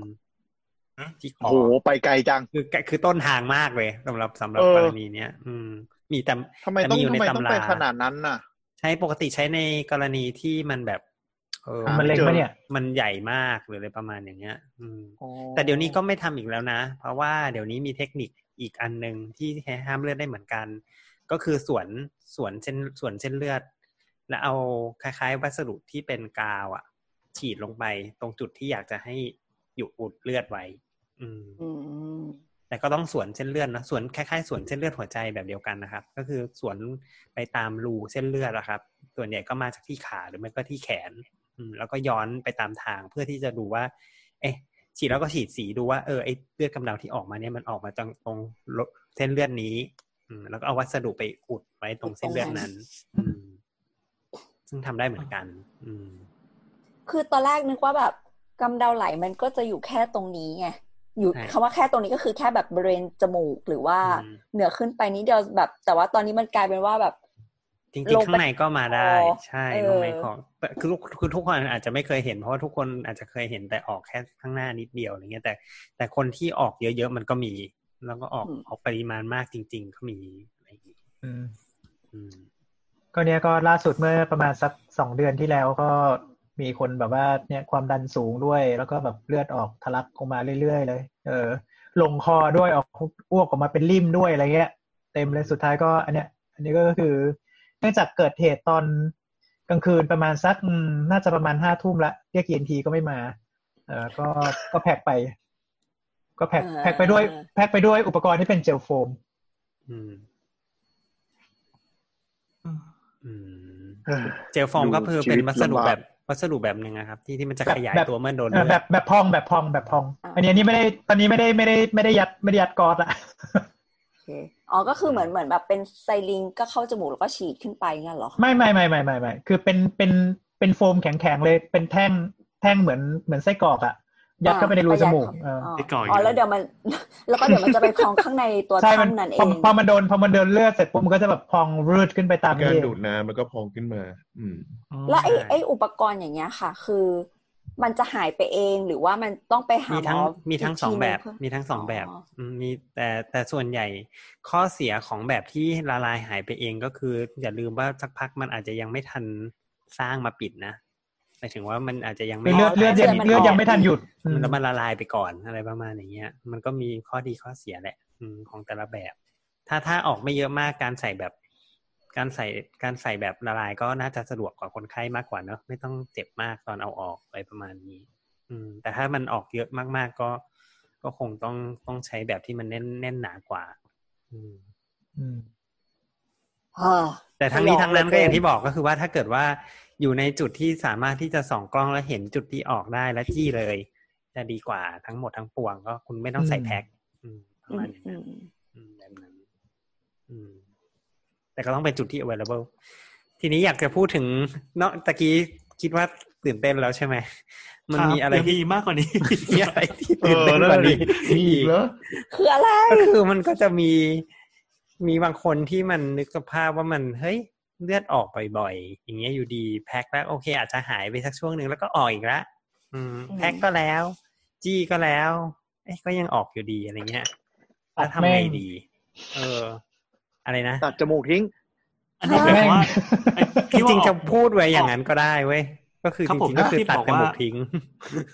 ที่ค โอ้ อ โหไปไกลจัง คือคือต้นทางมากเลยสำหรับสำหรับ เออ กรณีเนี้ย อืม มีแต่ ทำไม แต่ ต้อง มีอยู่ ทำ ใน ไมต้อง ตำรา ไปขนาดนั้นน่ะ ใช้ปกติใช้ในกรณีที่มันแบบ เออ หา มั ไ นเล็กปะเนี่ย มันใหญ่มากหรืออะไรประมาณอย่างเงี้ย อืม อ๋อ แต่เดี๋ยวนี้ก็ไม่ทำอีกแล้วนะ เพราะว่าเดี๋ยวนี้มีเทคนิคอีกอันหนึ่งที่ห้ามเลือดได้เหมือนกัน ก็คือสวนสวนเส้นสวนเส้นเลือด แล้วเอาคล้ายๆ วัสดุที่เป็นกาวอะฉีดลงไปตรงจุดที่อยากจะให้หยุดอุดเลือดไว้ อืม อืม แต่ก็ต้องสวนเส้นเลือดนะสวนคล้ายๆสวนเส้นเลือดหัวใจแบบเดียวกันนะครับ ก็คือสวนไปตามรูเส้นเลือดนะครับ ส่วนใหญ่ก็มาจากที่ขาหรือไม่ก็ที่แขนอืมแล้วก็ย้อนไปตามทางเพื่อที่จะดูว่า เอ๊ะฉีดแล้วก็ฉีดสีดูว่าเออไอเลือดกำเดาที่ออกมาเนี่ยมันออกมาตรงตรงเส้นเลือดนี้ อืมแล้วก็เอาวัสดุไปอุดไว้ตรงเส้นเลือดนั้น อืม ซึ่งทำได้เหมือนกัน อืม คือตอนแรกนึกว่าแบบกำเดาไหลมันก็จะอยู่แค่ตรงนี้ไงอยู่ ใช่ คำว่าแค่ตรงนี้ก็คือแค่แบบบริเวณจมูกหรือว่า อืม เหนือขึ้นไปนิดเดียวแบบ แต่ว่าตอนนี้มันกลายเป็นว่าแบบ จริ ล ง งไปๆข้างในก็มาได้ คอ ใช่ เออ ข้างในของคือคือทุกคนอาจจะไม่เคยเห็นเพราะว่าทุกคนอาจจะเคยเห็นแต่ออกแค่ข้างหน้านิดเดียวอะไรเงี้ยแต่ แต่คนที่ออกเยอะๆมันก็มี แล้วก็ออกออกปริมาณมากจริง ๆ ก็มีอะไรอย่างงี้ อืม อืม ก็เนี้ยก็ล่าสุดเมื่อประมาณสักสองเดือนที่แล้วก็มีคนแบบว่าเนี่ยความดันสูงด้วย แล้วก็แบบเลือดออกทะลักออกมาเรื่อยๆเลย เออ ลงคอด้วยออกอ้วกออกมาเป็นริ่มด้วยอะไรเงี้ย เต็มเลยสุดท้ายก็ อันเนี้ย อันนี้ก็คือ เนื่องจากเกิดเหตุตอนกลางคืนประมาณสักอืมน่าจะประมาณห้าทุ่มละเรียกเอ็นทีก็ไม่มา เออก็ก็แพ็กไป ก็แพ็กแพ็กไปด้วย แพ็กไปด้วยอุปกรณ์ที่เป็นเจลโฟม อืม อืม เออ เจลฟองก็คือ ดูชีวิต เป็นวัสดุ ลำบาก แบบวัสดุแบบหนึ่งนะครับ ที่ที่มันจะขยายตัวเมื่อโดน เอ เลื อ อ แบ ด บแบบพองแบบพองแบบพอง อันนี้อันนี้ไม่ได้ตอนนี้ไม่ได้ไม่ได้ไม่ได้ยัดไม่ได้ยัดกอดละ โอเคอ๋อก็คือเหมือนเหมือนแบบเป็นไซลิงก็เข้าจมูกแล้วก็ฉีดขึ้นไปงั้นเหรอ ไม่ไม่ไม่ไม่ไม่ไม่คือเป็นเป็นเป็นโฟมแข็งแข็งๆเลย เป็นแท่งแท่งเหมือนเหมือนไส้กรอกอะยัดเข้าไปในรูจมูกเออ ไส้กรอกอ๋อแล้วเดี๋ยวมัน แล้วก็เดี๋ยวมันจะไปคลองข้างในตัว ใช่ ท่ มั อน น นั่นเอ พอง พอมันโดนพอมันโดนเลือดเสร็จปุ๊บมันก็จะแบบพองรืดขึ้นไปตาม การ เลือ ดู ด ดน้ำมันก็พองขึ้นมา อืม แล้วไอ้ไอ้อุปกรณ์อย่างเงี้ยค่ะ คือ มันจะหายไปเองหรือว่ามันต้องไปหา มี หม ทั้ง อ มีทั้งสองแบบ กทีนึ มี เพื่อ ทั้งสองแบบ อ๋ออื มมีแต่แต่ส่วนใหญ่ข้อเสียของแบบที่ละลายหายไปเองก็คือ อย่าลืมว่าสักพักมันอาจจะยังไม่ทันสร้างมาปิดนะหมายถึงว่ามันอาจจะยังไม่ เลือดเลือดยังเลือดยังไม่ทันหยุดอืม แล้วมันละลายไปก่อนอะไรประมาณอย่างเงี้ย มันก็มีข้อดีข้อเสียแหละ อืมของแต่ละแบบ ถ้าถ้าออกไม่เยอะมากการใส่แบบ การใส่การใส่แบบละลายก็น่าจะสะดวกกว่าคนไข้มากกว่าเนอะไม่ต้องเจ็บมากตอนเอาออกอะไรประมาณนี้ อืม แต่ถ้ามันออกเยอะมากๆก็ ก็คงต้องต้องใช้แบบที่มันแน่นแน่นหนากว่า อืม อ่า แต่ทั้งนี้ทั้งนั้หลนอกเหลือเกิก็น อย่างที่บอกก็คือว่าถ้าเกิดว่าอยู่ในจุดที่สามารถที่จะส่องกล้องแล้วเห็นจุดที่ออกได้และจี้เลย จะดีกว่าทั้งหมดทั้งปวงก็คุณไม่ต้องใส่แพ็คอืมประมาณอย่างนั้นอืมแบบนั้น อืม แต่ก็ต้องเป็นจุดที่ available ทีนี้อยากจะพูดถึงเนาะตะกี้คิดว่าตื่นเต้นแล้วใช่ไหมมันมีอะไรที่ มากกว่านี้ มีอะไรที่ตื่นเต้นกว่านี้มีอีกเหรอ คืออะไร ก็คือมันก็จะมีมีบางคนที่มันนึกสภาพว่ามันเฮ้ยเลือดออกบ่อยๆอย่างเงี้ยอยู่ดีแพ็คแล้วโอเค อาจจะหายไปสักช่วงหนึ่งแล้วก็ออกอีกละอืม อืม แพ็คก็แล้ว จี้ก็แล้วเอ้ยก็ยังออกอยู่ดีอะไรเงี้ยแล้วทำไงดี เออ อะไรนะ ตัดจมูกทิ้ง อันนี้แบบว่า จริงๆจะพูดไว้อย่างนั้นก็ได้เว้ยก็คือ ครั จ บผม ริงๆก็คือ ที่ ตัด บอก จ ว่า มูกทิ้ง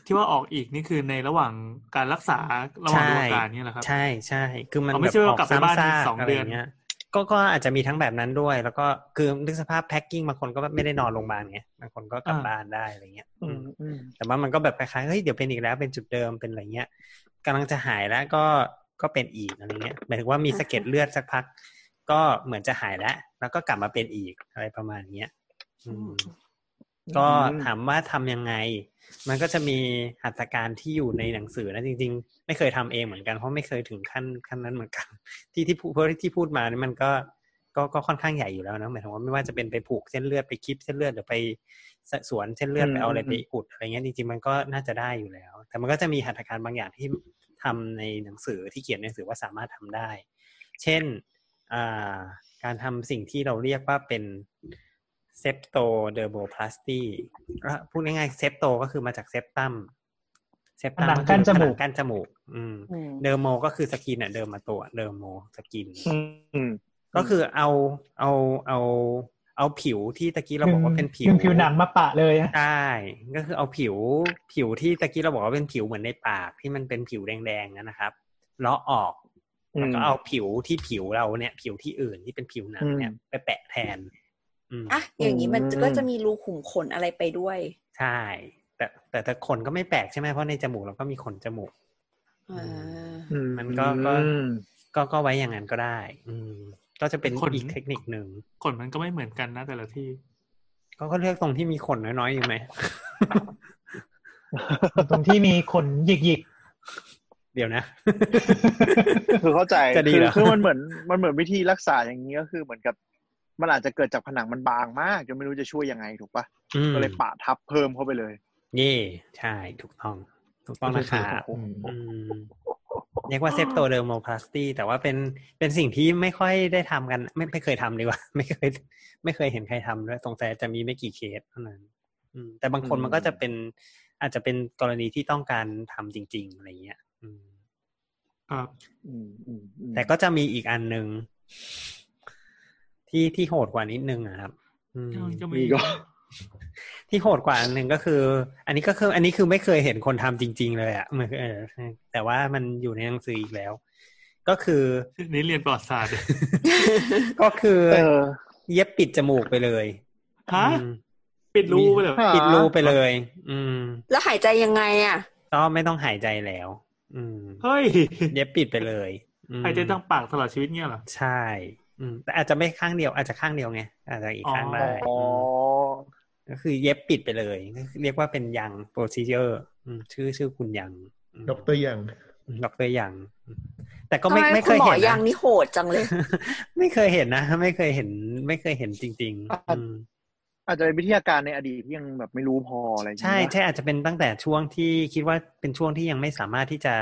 ที่ว่าออกอีกนี่คือในระหว่างการรักษาระหว่างดูอาการเนี่ยแหละครับ ใช่ใช่คือมัน อ๋อไม่ แบบ ใช่ว่า ออก กลับไปบ้าน ซ้ำซาก สอง อะไร เดือน เงี้ยก็ก็อาจจะมีทั้งแบบนั้นด้วย แล้วก็คือนึกสภาพแพ็คกิ้งบางคนก็ไม่ได้นอนโรงพยาบาลไงบางคนก็กลับบ้านได้อะไรเงี้ยอืม แต่ว่ามันก็แบบคล้ายๆเฮ้ยเดี๋ยวเป็นอีกแล้วเป็นจุดเดิมเป็นอะไรเงี้ยกำลังจะหายแล้วก็ก็เป็นอีกอะไรเงี้ยหมายถึงว่ามีสะเก็ดเลือดสักพัก ก็เหมือนจะหายแล้ว แล้วก็กลับมาเป็นอีกอะไรประมาณเนี้ยอืมก็ถามว่าทำยังไง มันก็จะมีหัตถการที่อยู่ในหนังสือนะจริง ๆ ไม่เคยทำเองเหมือนกันเพราะไม่เคยถึงขั้นขั้นนั้นเหมือนกัน ที่ที่พูดเพราะที่พูดมานี่มันก็ก็ก็ค่อนข้างใหญ่อยู่แล้วนะหมายถึงว่าไม่ว่าจะเป็นไปผูกเส้นเลือดไปคลิปเส้นเลือดหรือไปสวนเส้นเลือด อืม ไปเอาอะไร อืม ไปอุดอะไรเงี้ยจริงๆมันก็น่าจะได้อยู่แล้ว แต่มันก็จะมีหัตถการบางอย่างที่ทำในหนังสือที่เขียนในหนังสือว่าสามารถทำได้ เช่นอ่าการทำสิ่งที่เราเรียกว่าเป็นเซปโตเดอร์โบพลาสตีพูดง่ายๆเซปโตก็คือมาจากเซปตัมเซปตัม ผนังกั้นจมูก ผงกั้นจมูก อืม เดอร์โมก็คือสกินอะเดอร์มาตัวเดอร์โมสกิน ก็คือเอาเอาเอาเอาผิวที่ตะกี้เราบอกว่าเป็นผิว ดึงผิวหนังมาปะเลยอะ ใช่ก็คือเอาผิวผิวที่ตะกี้เราบอกว่าเป็นผิวเหมือนในปากที่มันเป็นผิวแดงๆนะนะครับเลาะออก อืม แล้วก็เอาผิวที่ผิวเราเนี่ย ผิวที่อื่นที่เป็นผิวหนังเนี่ย อืม ไปแปะแทน อืม อ่ะอย่างนี้มันก็จะมีรูขุมขนอะไรไปด้วย ใช่ แต่แต่แต่ขนก็ไม่แปลกใช่ไหมเพราะในจมูกเราก็มีขนจมูก มันก็ก็ก็ก็ไว้อย่างนั้นก็ได้ อืม ก็จะเป็น ขน อีกเทคนิคหนึ่ง ขนมันก็ไม่เหมือนกันนะแต่ละที่ เขาก็เลือกตรงที่มีขนน้อยๆอยู่ไหม ตรงที่มีขนหยิกหยิก เดี๋ยวนะ คือเข้าใจ จะดี คื เหรอ คือมันเหมือนมันเหมือนวิธีรักษาอย่างนี้ก็คือเหมือนกับ มันอาจจะเกิดจากผนังมันบางมากจนไม่รู้จะช่วยยังไงถูกปะ อืม ก็เลยปะทับเพิ่มเข้าไปเลย เย่ใช่ถูกต้อง ถูกต้องนะครับ อืม อืมเรียกว่าเซปโตเดอร์โมพลาสตีแต่ว่าเป็นเป็นสิ่งที่ไม่ค่อยได้ทำกัน ไม่ไม่เคยทำดีกว่า ไม่เคย ไม่เคยเห็นใครทำด้วยสงสัยจะมีไม่กี่เคสเท่านั้น อืมแต่บางคนมันก็จะเป็น อาจจะเป็นกรณีที่ต้องการทำจริง ๆ อะไรเงี้ย อืม ครับ แต่ก็จะมีอีกอันหนึ่งที่ที่โหดกว่านิดนึงอะครับ อืม จะ มีก็ ที่โหดกว่าอันหนึ่งก็คือ อันนี้ก็คือ อันนี้คือไม่เคยเห็นคนทำจริง ๆ เลยอะ มันเออแต่ว่ามันอยู่ในหนังสืออีกแล้ว ก็คือ นี่เรียนประวัติศาสตร์ ก็คือ เออ เย็บปิดจมูกไปเลย ฮะ อืม ปิดรูไปเลย ปิดรูไปเลย อืม แล้วหายใจยังไงอ่ะ ก็ไม่ต้องหายใจแล้ว อืม เฮ้ย เย็บปิดไปเลยอืม หายใจทางปากตลอดชีวิตเนี่ยเหรอ ใช่ อืมแต่อาจจะไม่ข้างเดียว อาจจะข้างเดียวไง อาจจะอีกข้างได้ อ๋อ อืมก็คือเย็บปิดไปเลย เรียกว่าเป็นยัง procedure อืมชื่อชื่อคุณยัง ดอกเตอรยัง ด็อกเตอร์ยัง แต่ก็ไม่ไม่เคย ณหม เห็ อนยั นะ งนี่โหดจังเลย ไม่เคยเห็นนะ ไม่เคยเห็น ไม่เคยเห็นจริงๆอืม อาจจะเป็นวิทยาการในอดีตที่ยังแบบไม่รู้พออะไรอย่าง ใช่ เงี้ย ใช่อาจจะเป็นตั้งแต่ช่วงที่คิดว่าเป็นช่วงที่ยังไม่สามารถที่จะ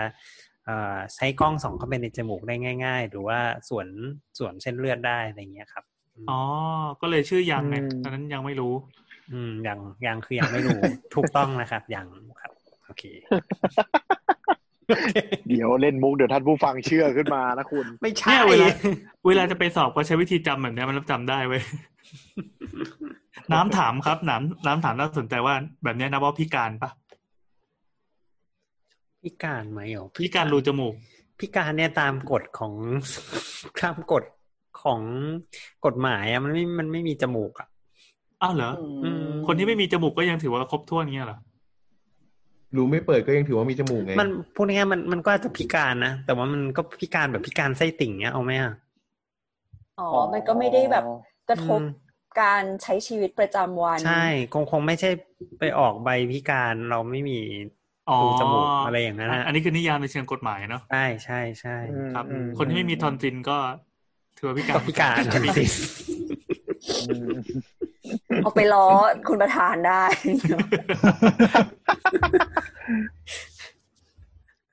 เอ่อใช้กล้องส่องเข้าไปในจมูกได้ง่าย ๆ หรือว่าสวนสวนเส้นเลือดได้อะไรอย่างเงี้ยครับ อ๋อ ก็เลยชื่อยังไงตอนนั้นยังไม่รู้ อืมยังยังคือยังไม่รู้ ถูกต้องนะครับ ยังครับ โอเค เดี๋ยวเล่นมุกเดี๋ยวท่านผู้ฟังเชื่อขึ้นมานะคุณ ไม่ เนี่ ใช่ ยเวลา เวลาจะไปสอบก็ใช้วิธีจำแบบเนี้ยมันรับจำได้ เว้ย น้ำถามครับ น้ำน้ำถามน่าสนใจว่าแบบเนี้ยนับว่าพิการปะ พิการไหมเหรอ พิการรูจมูก พิการเนี่ยตามกฎของ ตามกฎของกฎหมายอะมันไม่มันไม่มีจมูกอ่ะ อ้าวเหรอ อืม คนที่ไม่มีจมูกก็ยังถือว่าครบถ้วนเงี้ยเหรอ รูไม่เปิดก็ยังถือว่ามีจมูกไง มันพูดง่ายๆมันมันก็อาจจะพิการนะ แต่ว่ามันก็พิการแบบพิการไส้ติ่งเนี้ยเอาไหมอ่ะ อ๋อ มันก็ไม่ได้แบบกระทบ อืม การใช้ชีวิตประจำวัน ใช่ คงคงไม่ใช่ไปออกใบพิการเราไม่มี อ๋อ รูจมูกอะไรอย่างนั้น อัน นะ นี้คือนิยามในเชิงกฎหมายเนาะ ใช่ใช่ใช่ อืม ครับ อืม คนที่ไม่มีทอนซินก็ถือว่าพิการ ก็พิการสิ อืม เอาไปล้อคุณประธานได้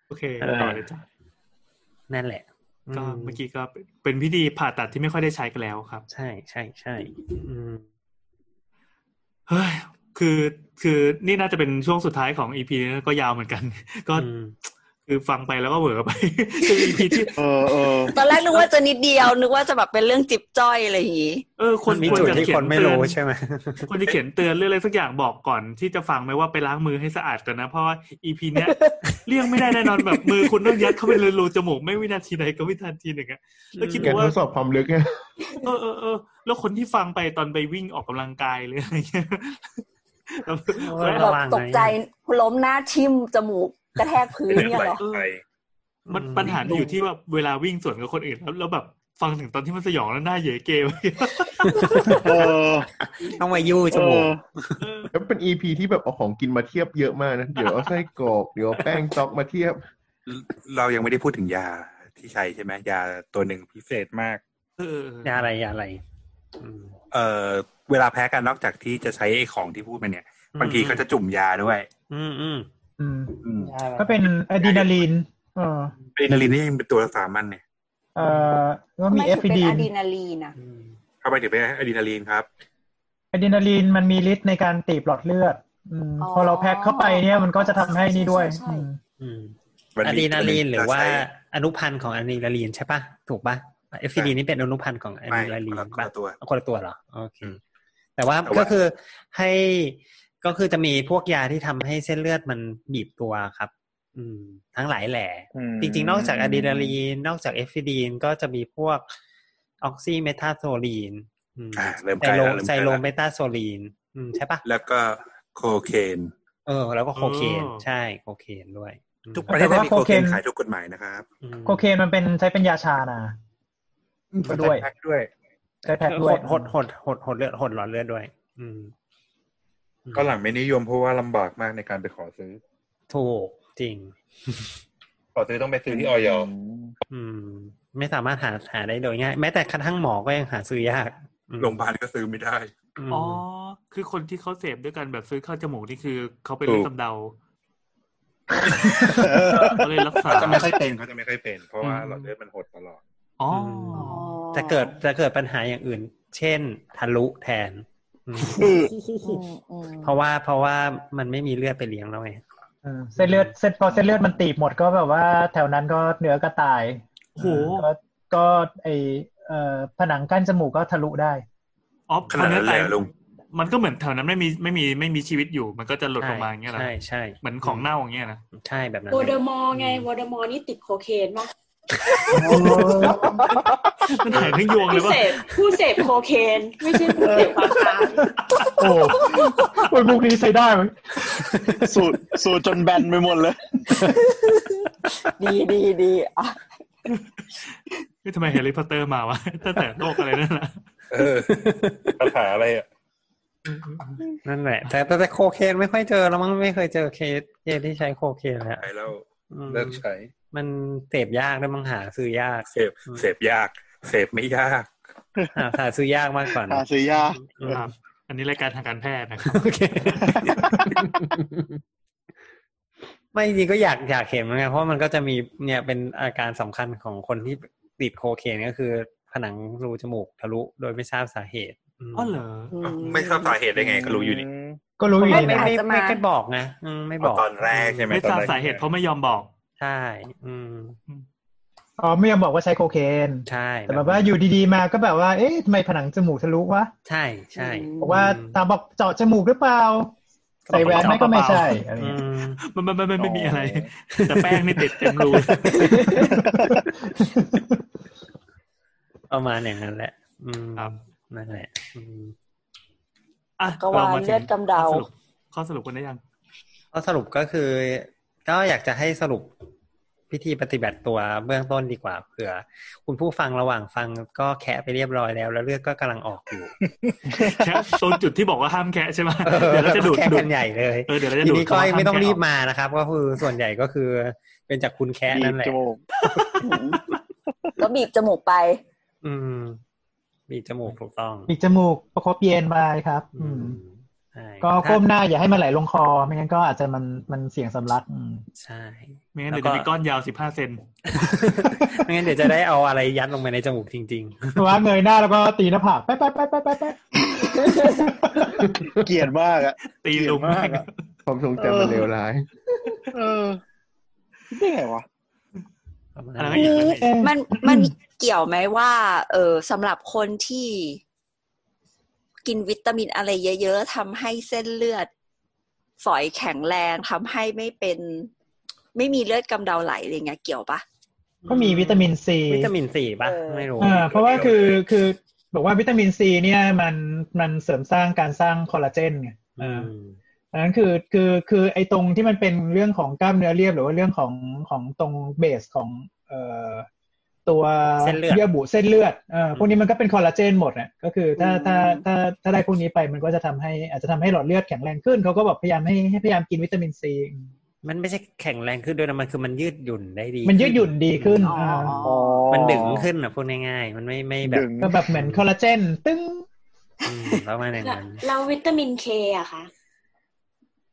โอเคต่อเลยจ้ะ นั่นแหละ ก็ อืม เมื่อกี้ก็เป็นพิธีผ่าตัดที่ไม่ค่อยได้ใช้กันแล้วครับ ใช่ใช่ใช่อืม เฮ้ย คือ คือ นี่น่าจะเป็นช่วงสุดท้ายของอีพีนี้ก็ยาวเหมือนกัน ก็ อืม คือฟังไปแล้วก็เหวอไป คืออีพีที่ เออเออ ตอนแรกนึกว่าจะนิดเดียว นึกว่าจะแบบเป็นเรื่องจิบจ้อยอะไรอย่างงี้ เออ คน มี ควร จุด จะ ที่ เขีย คน นไม่ เตือน รู้ใช่ไหม ควรจะเขียนเตือนเรื่องอะไรสักอย่างบอกก่อนที่จะฟังไหมว่าไปล้างมือให้สะอาดก่อนนะ เพราะว่าอีพีเนี้ย เลี่ยงไม่ได้แน่นอนแบบมือคุณต้องยัดเข้าไปในรูจมูกไม่วินาทีใดก็วินาทีหนึ่งอะแล้วคิดดู การท ว่า ดสอบความลึกเนี่ย เออเออเออแล้วคนที่ฟังไปตอนไปวิ่งออกกำลังกายหรืออะไรเงี้ยแล้ว เออ แบ ระ บ วังนะ ตกใจล้มหน้าทิ่มจมูกกระแทกพื้น เป็น เนี่ย ไหล เหรอ ไป มันปัญหามันอยู่ที่ว่าเวลาวิ่งสวนกับคนอื่นแล้วแล้วแบบฟังถึงตอนที่มันสยองแล้วหน้าเหยอเกม เออ ต้องมายู่จมูก แล้วเป็นอีพีที่แบบเอาของกินมาเทียบเยอะมากนะเดี๋ยวเอาไส้กรอกเดี๋ยวเอาแป้งซอกมาเทียบ เรายังไม่ได้พูดถึงยาที่ใช้ใช่ไหมยาตัวหนึ่งพิเศษมาก เออ อย่าอะไรอย่าอะไรอืม เอ่อเวลาแพ้กันนอกจากที่จะใช้ไอ้ของที่พูดมาเนี่ย อืม บางทีเขาจะจุ่มยาด้วย อืมอืม อืม อืม ก็เป็นอะดรีนาลีนเออ อะดรีนาลีนนี่ยังเป็นตัวสามัญเนี่ย เออแล้ว ทำ มี ไม เอ ถึง ฟิ เป็น ดี อะ น ดรีนาลีนอ่ะ อืม เข้าไปถึงเป็นอะดรีนาลีนครับ อะดรีนาลีนมันมีฤทธิ์ในการตีบหลอดเลือด อืม อ๋อ พอเราแพ็คเข้าไปเนี่ยมันก็จะทำให้นี่ด้วย ใช่ใช่ใช่ อืม อืม มัน อะดรีมีนาลีนหรือว่า ใช้ อนุพันธ์ของอะดรีนาลีนใช่ปะถูกปะเอฟซีดีนี่เป็นอนุพันธ์ของอะดรีนาลีน ไม่คน ปะ ละตัว คนละตัวเหรอโอเค อืม แต่ว่า แต่ว่า ก็คือให้ก็คือจะมีพวกยาที่ทำให้เส้นเลือดมันบีบตัวครับ อืม ทั้งหลายแหล่ จริงๆ นอกจากอะดรีนาลีน นอกจากเอฟิดีนก็จะมีพวกออกซิเมทาโซลีนอืม อ่าเริ่ม ไซ ใกล้ โล แล้วเริ่ม ไซ ใกล้ โล แล้ว เมทาโซลีนอืมใช่ปะ แล้วก็โคเคน เออ แล้วก็โคเคน อ๋อ ใช่โคเคนด้วยอืม ทุกประเทศไทยมีโคเคนขายทุกกฎหมายนะครับ อืม โคเคนมันเป็นใช้เป็นยาชานะ ก็ด้วย แพ็คด้วย ใช้แพ็ค เออ ด้วย หดหดหดหดหดเลือดหดหลอดเลือดด้วย อืม ก็หลังไม่นิยมเพราะว่าลำบากมากในการไปขอซื้อ ถูกจริง ขอซื้อต้องไปซื้อที่ออย อืม ไม่สามารถหาหาได้โดยง่าย แม้แต่กระทั่งหมอก็ยังหาซื้อยาก โรงพยาบาลก็ซื้อไม่ได้ ม อ๋อ คือคนที่เขาเสพด้วยกันแบบซื้อเข้าจมูกนี่คือเขาเป็นเลือด กำเดา ก็เลยรักษา จะไม่ค่อยเป็นเขาจะไม่ค่อยเป็น เพราะว่า อืม หลอดเลือดมันหดตลอด อ๋อ จะเกิดจะเกิดปัญหาอย่างอื่น เช่นทะลุแทนอืม เพราะว่าเพราะว่ามันไม่มีเลือดไปเลี้ยงแล้วไง เออเส้นเลือดเส้นพอเส้นเลือดมันตีบหมดก็แบบว่าแถวนั้นก็เนื้อก็ตาย โอ้โห ก็ก็ไอเอ่อผนังกั้นจมูกก็ทะลุได้ อ๋อ ขนาดนั้นเลยเหรอลุง มันก็เหมือนแถวนั้นไม่มีไม่มีไม่มีชีวิตอยู่ มันก็จะหลุดออกมาอย่างเงี้ยเหรอ ใช่ใช่ เหมือนของเน่าอย่างเงี้ยนะ ใช่แบบนั้น วอ เล เดอย มอร์ไงวอเดอมอร์นี่ติดโคเคนมาก มันหายทั้งยวงเลย ผู้ ว่า เสพผู้เสพโคเคน ไม่ใช่ผู้เสพความตาย โอ้โอ้ยมุกนี้ใช้ได้ไหม สูตรสูตรจนแบนไปหมดเลย ดีดีดีอ่ะ ทำไมแฮร์รี่พอตเตอร์มาวะ ตั้งแต่โลกอะไรนั่นนะ เออคาถาอะไรอ่ะ นั่นแหละ แต่แต่แต่โคเคนไม่ค่อยเจอแล้วมั้งไม่เคยเจอเคสเคสที่ใช้โคเคนแหละ ใช้แล้ว อืม เลิกใช้ มันเสพยากด้วยมั้งหาซื้อยาก เสพเสพยาก เสพไม่ยาก หาหาซื้อยากมากกว่า หา นะ ซื้อยาก อืม ครับ อันนี้รายการทางการแพทย์นะครับ โอเค ไม่จริงก็อยากอยากเห็นเหมือนกันเพราะมันก็จะมีเนี่ยเป็นอาการสำคัญของคนที่ติดโคเคนก็คือ ผนังรูจมูกทะลุโดยไม่ทราบสาเหตุม อ๋อเหรอ ไม่ทราบสาเหตุได้ไงก็รู้อยู่นี่ ก็รู้อยู่ ไม่ ดี ไม่ นะ ไม่ไม่ได้บอกนะอืมไม่บอก ตอนแรกใช่ไหม ไม่ทราบ ตอนแก สาเหตุเพราะไม่ยอมบอก ใช่ อืม อ๋อไม่ยอมบอกว่าใช้โคเคน ใช่ แต่แบบว่าอยู่ดีๆมาก็แบบว่า เอ๊ะทำไมผนังจมูกทะลุวะ ใช่ใช่ บอกว่าตาบอกเจาะจมูกหรือเปล่า ใส่แหวนไหมก็ไม่ใช่อะไร อื เงี้ย ม มันมันมันมันไม่มีอะไร แต่แป้งนี่ติดเต็มรู ประมาณอย่างนั้นแหละ อืม ครับ นั่นแหละอืม อ่ะ ก็ว่าเลือดกำเดา ข้อสรุปข้อสรุปกันได้ยัง ก็สรุปก็คือ ก็อยากจะให้สรุปพิธีปฏิบัติตัวเบื้องต้นดีกว่าเผื่อ คุณผู้ฟังระหว่างฟังก็แคะไปเรียบร้อยแล้ว แล้วเลือดก็กำลังออกอยู่ แคะตรงจุดที่บอกว่าห้ามแคะใช่ไหม เออ เดี๋ยวเราจะดูด แคะ ดู กั ด นใหญ่ เลย เออเดี๋ยวเราจะ ที ดูด นี้ก็ คำว่าห้า ไม่ต้อง แคะ รีบ ก มานะครับ ก็คือส่วนใหญ่ก็คือเป็นจากคุณแคะ บี นั่ บ นแหละ จมูก ก็บีบจมูกไป อืมบีบจมูกถูกต้อง ปีกจมูกประคบเย็นไปครับ อืม ใช่ ก็ ถ้า ก้มหน้าอย่าให้มันไหลลงคอ ไม่งั้นก็อาจจะมันมันเสียงสำลักอืม ใช่ ไม่งั้นเดี๋ยวจะมีก้อนยาวสิบห้าเซน ไม่งั้นเดี๋ยวจะได้เอาอะไรยัดลงไปในจมูกจริง ว่าเงยหน้าแล้วก็ตีหน้าผากแป๊ะแป๊ะแป๊ะแป๊ะแป๊ะแป๊ะ เกลียดมากอะ ตีลงมากอะ ความทรงจำมันเลวร้าย เออได้ไงวะ ๆประมาณ อะไร นั้ ก็ น อีกแล้วอีก มันมันเกี่ยวไหมว่า เออสำหรับคนที่ กินวิตามินอะไรเยอะๆทำให้เส้นเลือด ฝอยแข็งแรงทำให้ไม่เป็น ไม่มีเลือดกำเดาไหลอะไรเงี้ยเกี่ยวปะ ก็มีวิตามินซี วิตามินสี่ป่ะ เออ ไม่รู้ อ่าเพราะว่าคือคือบอกว่าวิตามินซีเนี่ยมันมันเสริมสร้างการสร้างคอลลาเจนไง อื อ่าม อันนั้นคือคือคือไอ้ตรงที่มันเป็นเรื่องของกล้ามเนื้อเรียบหรือว่าเรื่องของของตรงเบสของเอ่อตัวอบุเส้นเลือดอ่าพวกนี้มันก็เป็นคอลลาเจนหมดอ่ะก็คือถ้าถ้าถ้าถ้าได้พวกนี้ไปมันก็จะทำให้อาจจะทำให้หลอดเลือดแข็งแรงขึ้นเขาก็บอกพยายามให้ให้พยายามกินวิตามินซี มันไม่ใช่แข็งแรงขึ้นด้วยนะมันคือมันยืดหยุ่นได้ดี มันยืดหยุ่นดีขึ้น อ๋อ อ่า อ๋อ อ๋อ มันดึงขึ้นอ่ะพูดง่ายๆ มันไม่ไม่แบบ ดึง ก็แบบเหมือนคอลลาเจน ตึ้ง อืมประมาณอย่าง แล้ว นั้น แล้ววิตามินเคอะคะ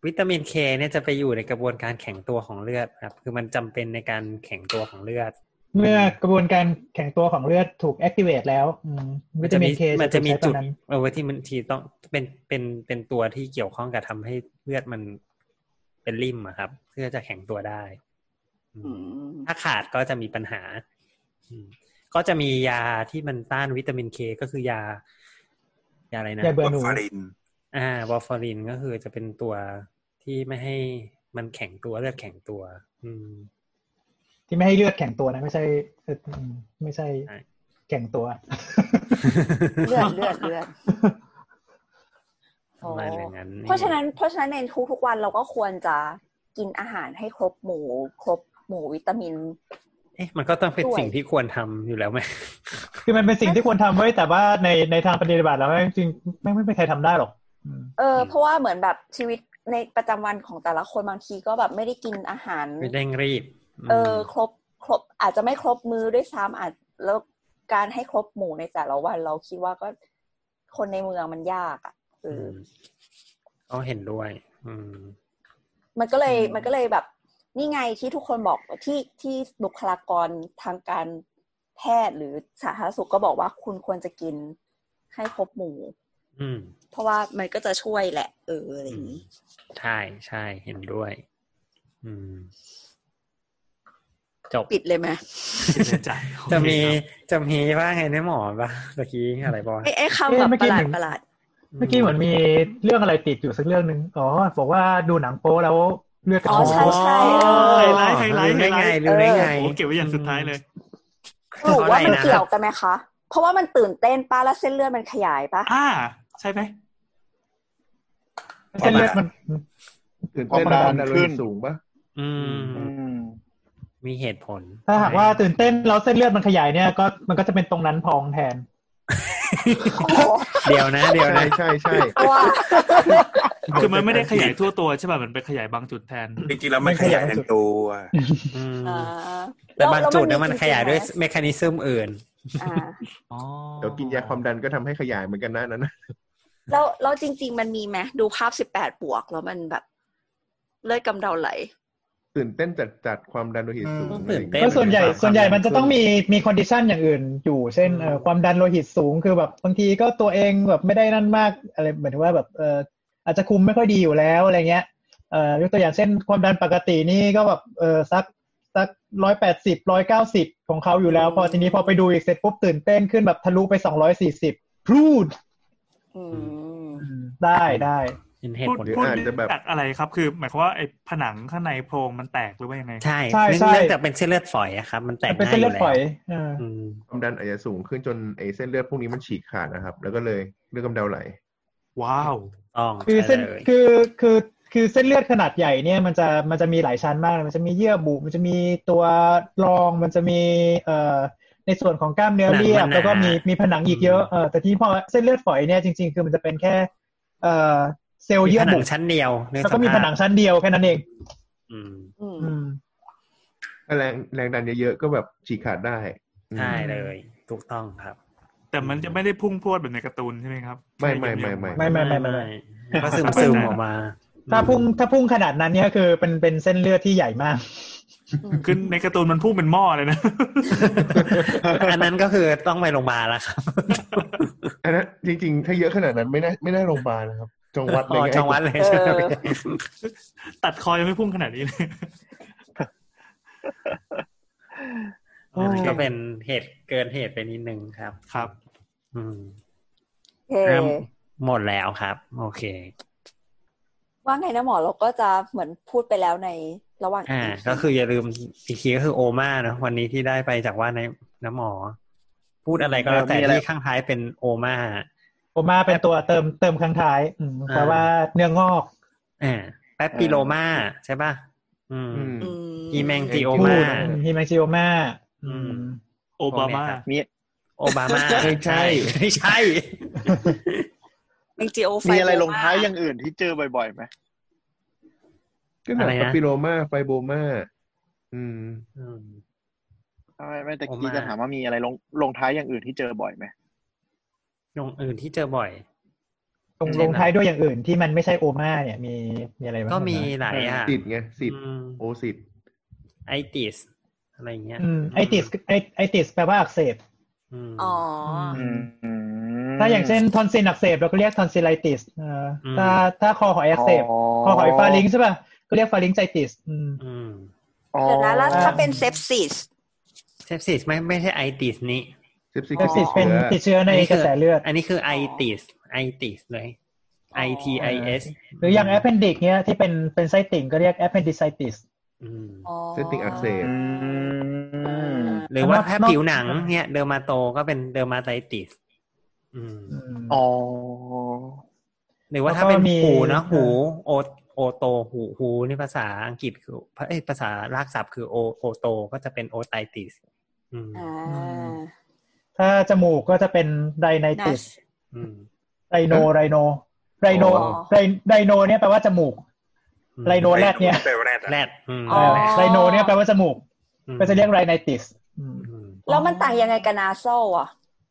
วิตามินเคเนี่ยจะไปอยู่ในกระบวนการแข็งตัวของเลือดครับ คือมันจำเป็นในการแข็งตัวของเลือด เมื่อกระบวนการแข็งตัวของเลือดถูกแอคทีเวตแล้วอืมวิตามินเค มันจะมี ถู จุดกใช้ตอนนั้น เออที่มันทีต้องเป็นเป็นเป็นตัวที่เกี่ยวข้องกับทำให้เลือดมันเป็นริ่มอะครับ เพื่อจะแข็งตัวได้อื อื ม ม ถ้าขาดก็จะมีปัญหาอืมก็จะมียาที่มันต้านวิตามินเคก็คือยา ยาอะไรนะ ยาเบื่ บอฟาริน อ่าวอร์ฟารินก็คือจะเป็นตัวที่ไม่ให้มันแข็งตัวเลือดแข็งตัว อืม ที่ไม่ให้เลือดแข็งตัวนะไม่ใช่เอ่ออืมไม่ใช่ ใช่ แข็งตัว เลือดเลือดเลือด ประมาณอย่างนั้น เพราะฉะนั้นเพราะฉะนั้นในทุกๆวันเราก็ควรจะกินอาหารให้ครบหมู่ครบหมู่วิตามิน เอ๊ะมันก็ต้องเป็น ด้วย สิ่งที่ควรทำอยู่แล้วไหม คือมันเป็นสิ่งที่ควรทำไว้ยแต่ว่าในในทางปฏิบัติแล้วแม่งจริงไม่งไม่มีใครทำได้หรอกอืม เออ เพราะว่าเหมือนแบบชีวิตในประจำวันของแต่ละคนบางทีก็แบบไม่ได้กินอาหาร ไม่เร่งรีบ เออครบครบอาจจะไม่ครบมือด้วยซ้ำอาจแล้วการให้ครบหมู่ในแต่ละวัน เราคิดว่าก็คนในเมืองมันยากอะ่ะเอออ ก็เห็นด้วย อืม มันก็เลยมันก็เลยแบบ นี่ไงที่ทุกคนบอกที่ที่บุคลากรทางการแพทย์หรือสาธารณสุขก็บอกว่าคุณควรจะกินให้ครบหมู่ อืม เพราะว่ามันก็จะช่วยแหละ เอออะไรอย่างนี้ ใช่ใช่เห็นด้วย อืม จบ ปิดเลยไหม จะมีจะมีว่าไงนะหมอปะตะกี้อะไรบอก ไอ้ไอ้คำแบบ เอ๊ะเมื่อ ป กี้ ระหลาดหนึ่ง ประหลาด เมื่อกี้เหมือนมีเรื่องอะไรติดอยู่สักเรื่องหนึ่งอ๋อบอกว่าดูหนังโป๊แล้วเลือดกระ อ๋อ เด็น ใช่ใช่เออ ไฮไลท์ไฮไลท์ รู้ได้ไง ฮลรู้ได้ไงท์โอ้โหเก็บไว้อย่างสุดท้ายเลย สรุปว่ามัน เพราะอะไรนะ เกี่ยวกันไหมคะ เพราะว่ามันตื่นเต้นป้าแล้วเส้นเลือดมันขยายปะ อ่า ใช่ไหม เส้นเลือดมัน ตื่นเต้น ความดัน ความดันโลหิตสูงปะ อืม อืม มีเหตุผล ถ้าหากว่าตื่นเต้นแล้วเส้นเลือดมันขยายเนี่ยก็มันก็จะเป็นตรงนั้นพองแทน โอ้โห เดี๋ยวนะ เดี๋ยว ใช่ นะ ใช่ใช่ กลัว คือมันไม่ได้ขยายทั่วตัวใช่ป่ะมันไปขยายบางจุดแทน จริงๆแล้วไม่ขยายทั้งตัว อืม อ่า แต่บางจุดเนั้นมัจนริงๆ ขยายด้วย ไหม เมคานิซึมอื่น อ่า อ๋อ เดี๋ยวกินยาความดันก็ทำให้ขยายเหมือนกันนะนั้นนะ แล้วแล้วจริง ๆ มันมีไหมดูภาพสิบแปดบวกแล้วมันแบบเลือดกำเดาไหล ตื่นเต้นจัดจัดๆความดันโลหิตสูง อืม อะไรอตื่ย่างนเต้ เงี้ย ก็ส่วนใหญ่ เป็นไปได้ ส่วนใหญ่มันจะต้องมีมีคอนดิชันอย่างอื่นอยู่เช่นเอ่อความดันโลหิตสูงคือแบบบางทีก็ตัวเองแบบไม่ได้นั่นมากอะไรเหมือนว่าแบบเอออาจจะคุมไม่ค่อยดีอยู่แล้วอะไรเงี้ยเอ่อยกตัวอย่างเช่นความดันปกตินี่ก็แบบเออสักสักร้อยแปดสิบร้อยเก้าสิบของเขาอยู่แล้ว พอทีนี้พอไปดูอีกเสร็จปุ๊บตื่นเต้นขึ้นแบบทะลุไปสองร้อยสี่สิบพูด อืม ได้ได้ เห็นเหตุ พูด ผล พูดไม่จากอะไรครับ คือ หมายความว่าไอ้ผนังข้างในโพรงมันแตกหรือว่ายังไง ใช่เนื่องเนื่องจากเป็นเส้นเลือดฝอยอะครับ มันแตก เป็น ง่า เส้ ย น อ เลือยู่ ด แล้ ฝอ วย เออ อืม ความดันอาจจะสูงขึ้นจนไอเส้นเลือดพวกนี้มันฉีกขาดนะครับ แล้วก็เลยเลือดกำเดาไหล ว้าว ต้อง คือเส้น ใช่ลย คือคือคือเส้นเลือดขนาดใหญ่เนี่ยมันจะมันจะมีหลายชั้นมากเลยมันจะมีเยื่อบุมันจะมีตัวรองมันจะมีเอ่อในส่วนของกล้ามเนื้อเรียบ แล้วก็มีมีผนังอีกเยอะเออแต่ที่พอเส้นเลือดฝอยเนี่ยจริงๆ คือมันจะเป็นแค่เอ่อเซลล์ มี เยื่ ผ อ นั บุ งชั้นเดียวนึ แล้วก็มี ส ผ ภาพ นังชั้นเดียวแค่นั้นเอง อืม อืม อืม ถ้าแรงแรงดันเยอะๆ ก็แบบฉีกขาดได้อืม ใช่เลย ถูกต้องครับ แต่มันจะไม่ได้พุ่งพรวดแบบในการ์ตูนใช่ไหมครับ ไม่ไม่ไม่ไม่ ไม่ไม่ไม่ไม่ไม่ ก็ซึมซึมออกมา ถ้าพุ่งถ้าพุ่งขนาดนั้นเนี่ยคือเป็นเป็นเส้นเลือดที่ใหญ่มาก คือในการ์ตูนมันพุ่งเป็นหม้อเลยนะ อันนั้นก็คือต้องไปโรงพยาบาลแล้วครับ อันนั้นจริงๆ ถ้าเยอะขนาดนั้นไม่น่าไม่น่าโรงพยาบาลนะครับจงวัดเล อ๋ ย อ ง่าย จังหวัดเลยใช่ไหม ตัดคอยังไม่พุ่งขนาดนี้เลย อันนั้นก็เป็นเหตุเกินเหตุไปนิดนึงครับ ครับ อืม เฮ้ เริ่มหมดแล้วครับ โอเค ว่าไงนะหมอเราก็จะเหมือนพูดไปแล้วในระหว่าง อ่า EP ก็คืออย่าลืมอีกทีก็คือโอมาเนอะวันนี้ที่ได้ไปจากว่าในน้ำหมอ พูดอะไรก็แล้วแต่ มีอะไร ที่ข้างท้ายเป็นโอมา ผมมาเป็นตัวเติมเติมข้างท้ายอืมเพราะว่าเนื้องอก อ่าแปปปิโลมาใช่ป่ะ อืม ๆอืม อืม อีแมงกิโอ พู มา ดฮิมาชิโอมา อืม โอบามา มี โอบามา ไม่ใช่ ไม่ใช่ แมงจีโอไฟ มีอะไร โบ ลงท้ายอย่างอื่นที่เจอบ่อยๆไหม ก็หนั อะ ง ไรนะ ปาปิโรมาไฟโบมาอืม อืม ไม่ไม่แต่ ผม กี้ มา จะถามว่ามีอะไรลงลงท้ายอย่างอื่นที่เจอบ่อยไหม ตรงอื่นที่เจอบ่อย ลงลงท้ายด้วยอย่างอื่นที่มันไม่ใช่โอมาเนี่ยมีมีอะไรบ้าง ก็มีหลายอ่ะ สิทธิ์ไงสิทธิ์ อืม โอสิทธิ์ ไอติส อะไรเงี้ย อืมไอติสไอไอติสแปลว่าอักเสบ อืม อ๋อ อืมอืม ถ้าอย่างเช่นทอนซิลอักเสบเราก็เรียกทอนซิลไลติสเอ่ออ ม ถ้าถ้าคอหอยอักเสบคอหอยฟาลิงใช่ป่ะก็เรียกฟาลิงไจติสอืม อืม อ๋อ เดี๋ยวนะแล้วถ้าเป็นเซปซิส เซปซิสไม่ไม่ใช่ไอติสนี้ เซปซิก ก็ติดเป็นติดเชื้อในกระแสเลือด อันนี้คือไอติสไอติสเลย อ๋อ I T I S หรืออย่างแอปเพนดิกเนี่ยที่เป็นเป็นไส้ติ่งก็เรียกแอปเพนดิไซติส อืม อ๋อ เซปติกอักเสบ หรือว่า สำหรับ ถ้าผิวหนัง นอก เนี่ยเดอร์มาโตก็เป็นเดอร์มาไตติสอืม อ๋อ หรือว่า แล้วถ้าก็เป็น มี หูเนาะ เอ่อ หูโอโอโตหูหูนี่ภาษาอังกฤษคือเอ้ยภาษารากศัพท์คือโอโอโตก็จะเป็นโอไตติสอืม อ่า ถ้าจมูกก็จะเป็นไดไน นั ติ ส ส อืม ไดโนไรโน ไรโน อ๋อ ไรไรโนเนี่ยแปลว่าจมูก ไรโนแรดเนี่ย แปลว่าแรด แรด เออไรโนเนี่ยแปลว่าจมูก ก็จะเรียกไรไนติส แล้วมันต่างยังไงกับนาโซอ่ะ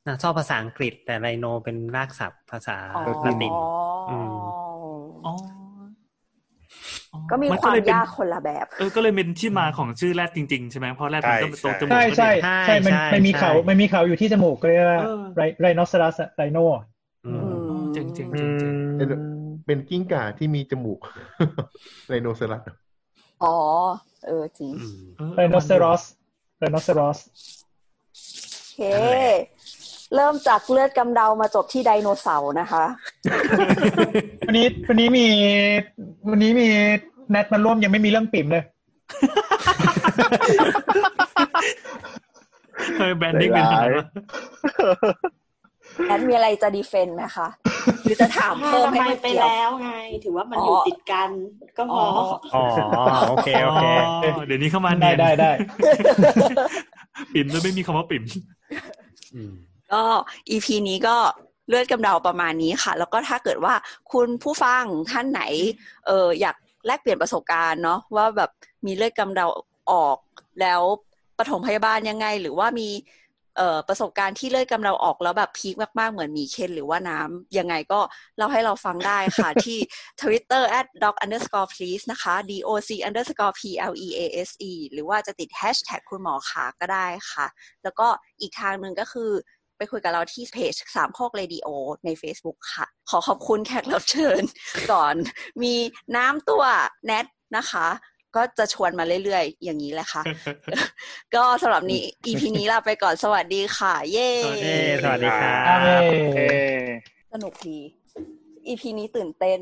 นะชอบภาษาอังกฤษแต่ไรโนเป็นรากศัพท์ภาษา อ๋อ ละตินม ก็มี มัน ค ก็ วาม เลยเป็น ยากคนละแบบ เออก็เลยเป็นที่มาของชื่อแรดจริงๆ ใช่ไหมเพราะแรดมันก็เป็นตัวจมูก ใช่ใช่ ก็ ใช่มันมันมี ใช่ เขามันมีเขาอยู่ที่จมูกก็เรียกว่า เออ ไรไรโนซอรัสไรโน จริงจริง เป็นเป็นกิ้งก่าที่มีจมูก ไรโนเซอรัส อ๋อ เออจริง ไรโนเซอรอสไรโนเซอรอส โอเค เริ่มจากเลือดกำเดามาจบที่ไดโนเสาร์นะคะ วันนี้วันนี้มีวันนี้มีแนทมาร่วมยังไม่มีเรื่องปิ่มเลย เออแบรนดิ้งเป็นทางนั้นวะ แอดมีอะไรจะดีเฟนต์ไหมคะ หรือจะถามเพิ่มให้ ไม่ มัน ไป เกี่ยว แล้วไง ถือว่ามันอยู่ติดกัน ก็พออ อ๋อโอเคโอเค อ๋อเดี๋ยวนี้เข้ามา ได้ เนียน ได้ได้ ปิ่มแล้วไม่มีคำว่าปิ่ม ก็ EP นี้ก็เลือดกำเดาประมาณนี้ค่ะ แล้วก็ถ้าเกิดว่าคุณผู้ฟังท่านไหนเอออยากแลกเปลี่ยนประสบการณ์เนาะว่าแบบมีเลือดกำเดาออกแล้วปฐมพยาบาลยังไง หรือว่ามีเอ่อประสบการณ์ที่เลือดกำเดาออกแล้วแบบพีคมากๆเหมือนหมีเคนหรือว่าน้ำยังไงก็เล่าให้เราฟังได้ค่ะ ที่ Twitter at doc underscore please นะคะ doc underscore please หรือว่าจะติด hashtag คุณหมอขาก็ได้ค่ะ แล้วก็อีกทางหนึ่งก็คือ ไปคุยกับเราที่เพจสามโคกเรดิโอใน Facebook ค่ะ ขอขอบคุณแขกรับเชิญ ก่อน มีน้ำตัวแนทนะคะ ก็จะชวนมาเรื่อยๆ อย่างนี้แหละ ค่ะ ก็สำหรับนี้ EP นี้ลาไปก่อนสวัสดีค่ะ เย้ สวัสดีสวัสดีครับ เย้ เอ สนุกดี EP นี้ตื่นเต้น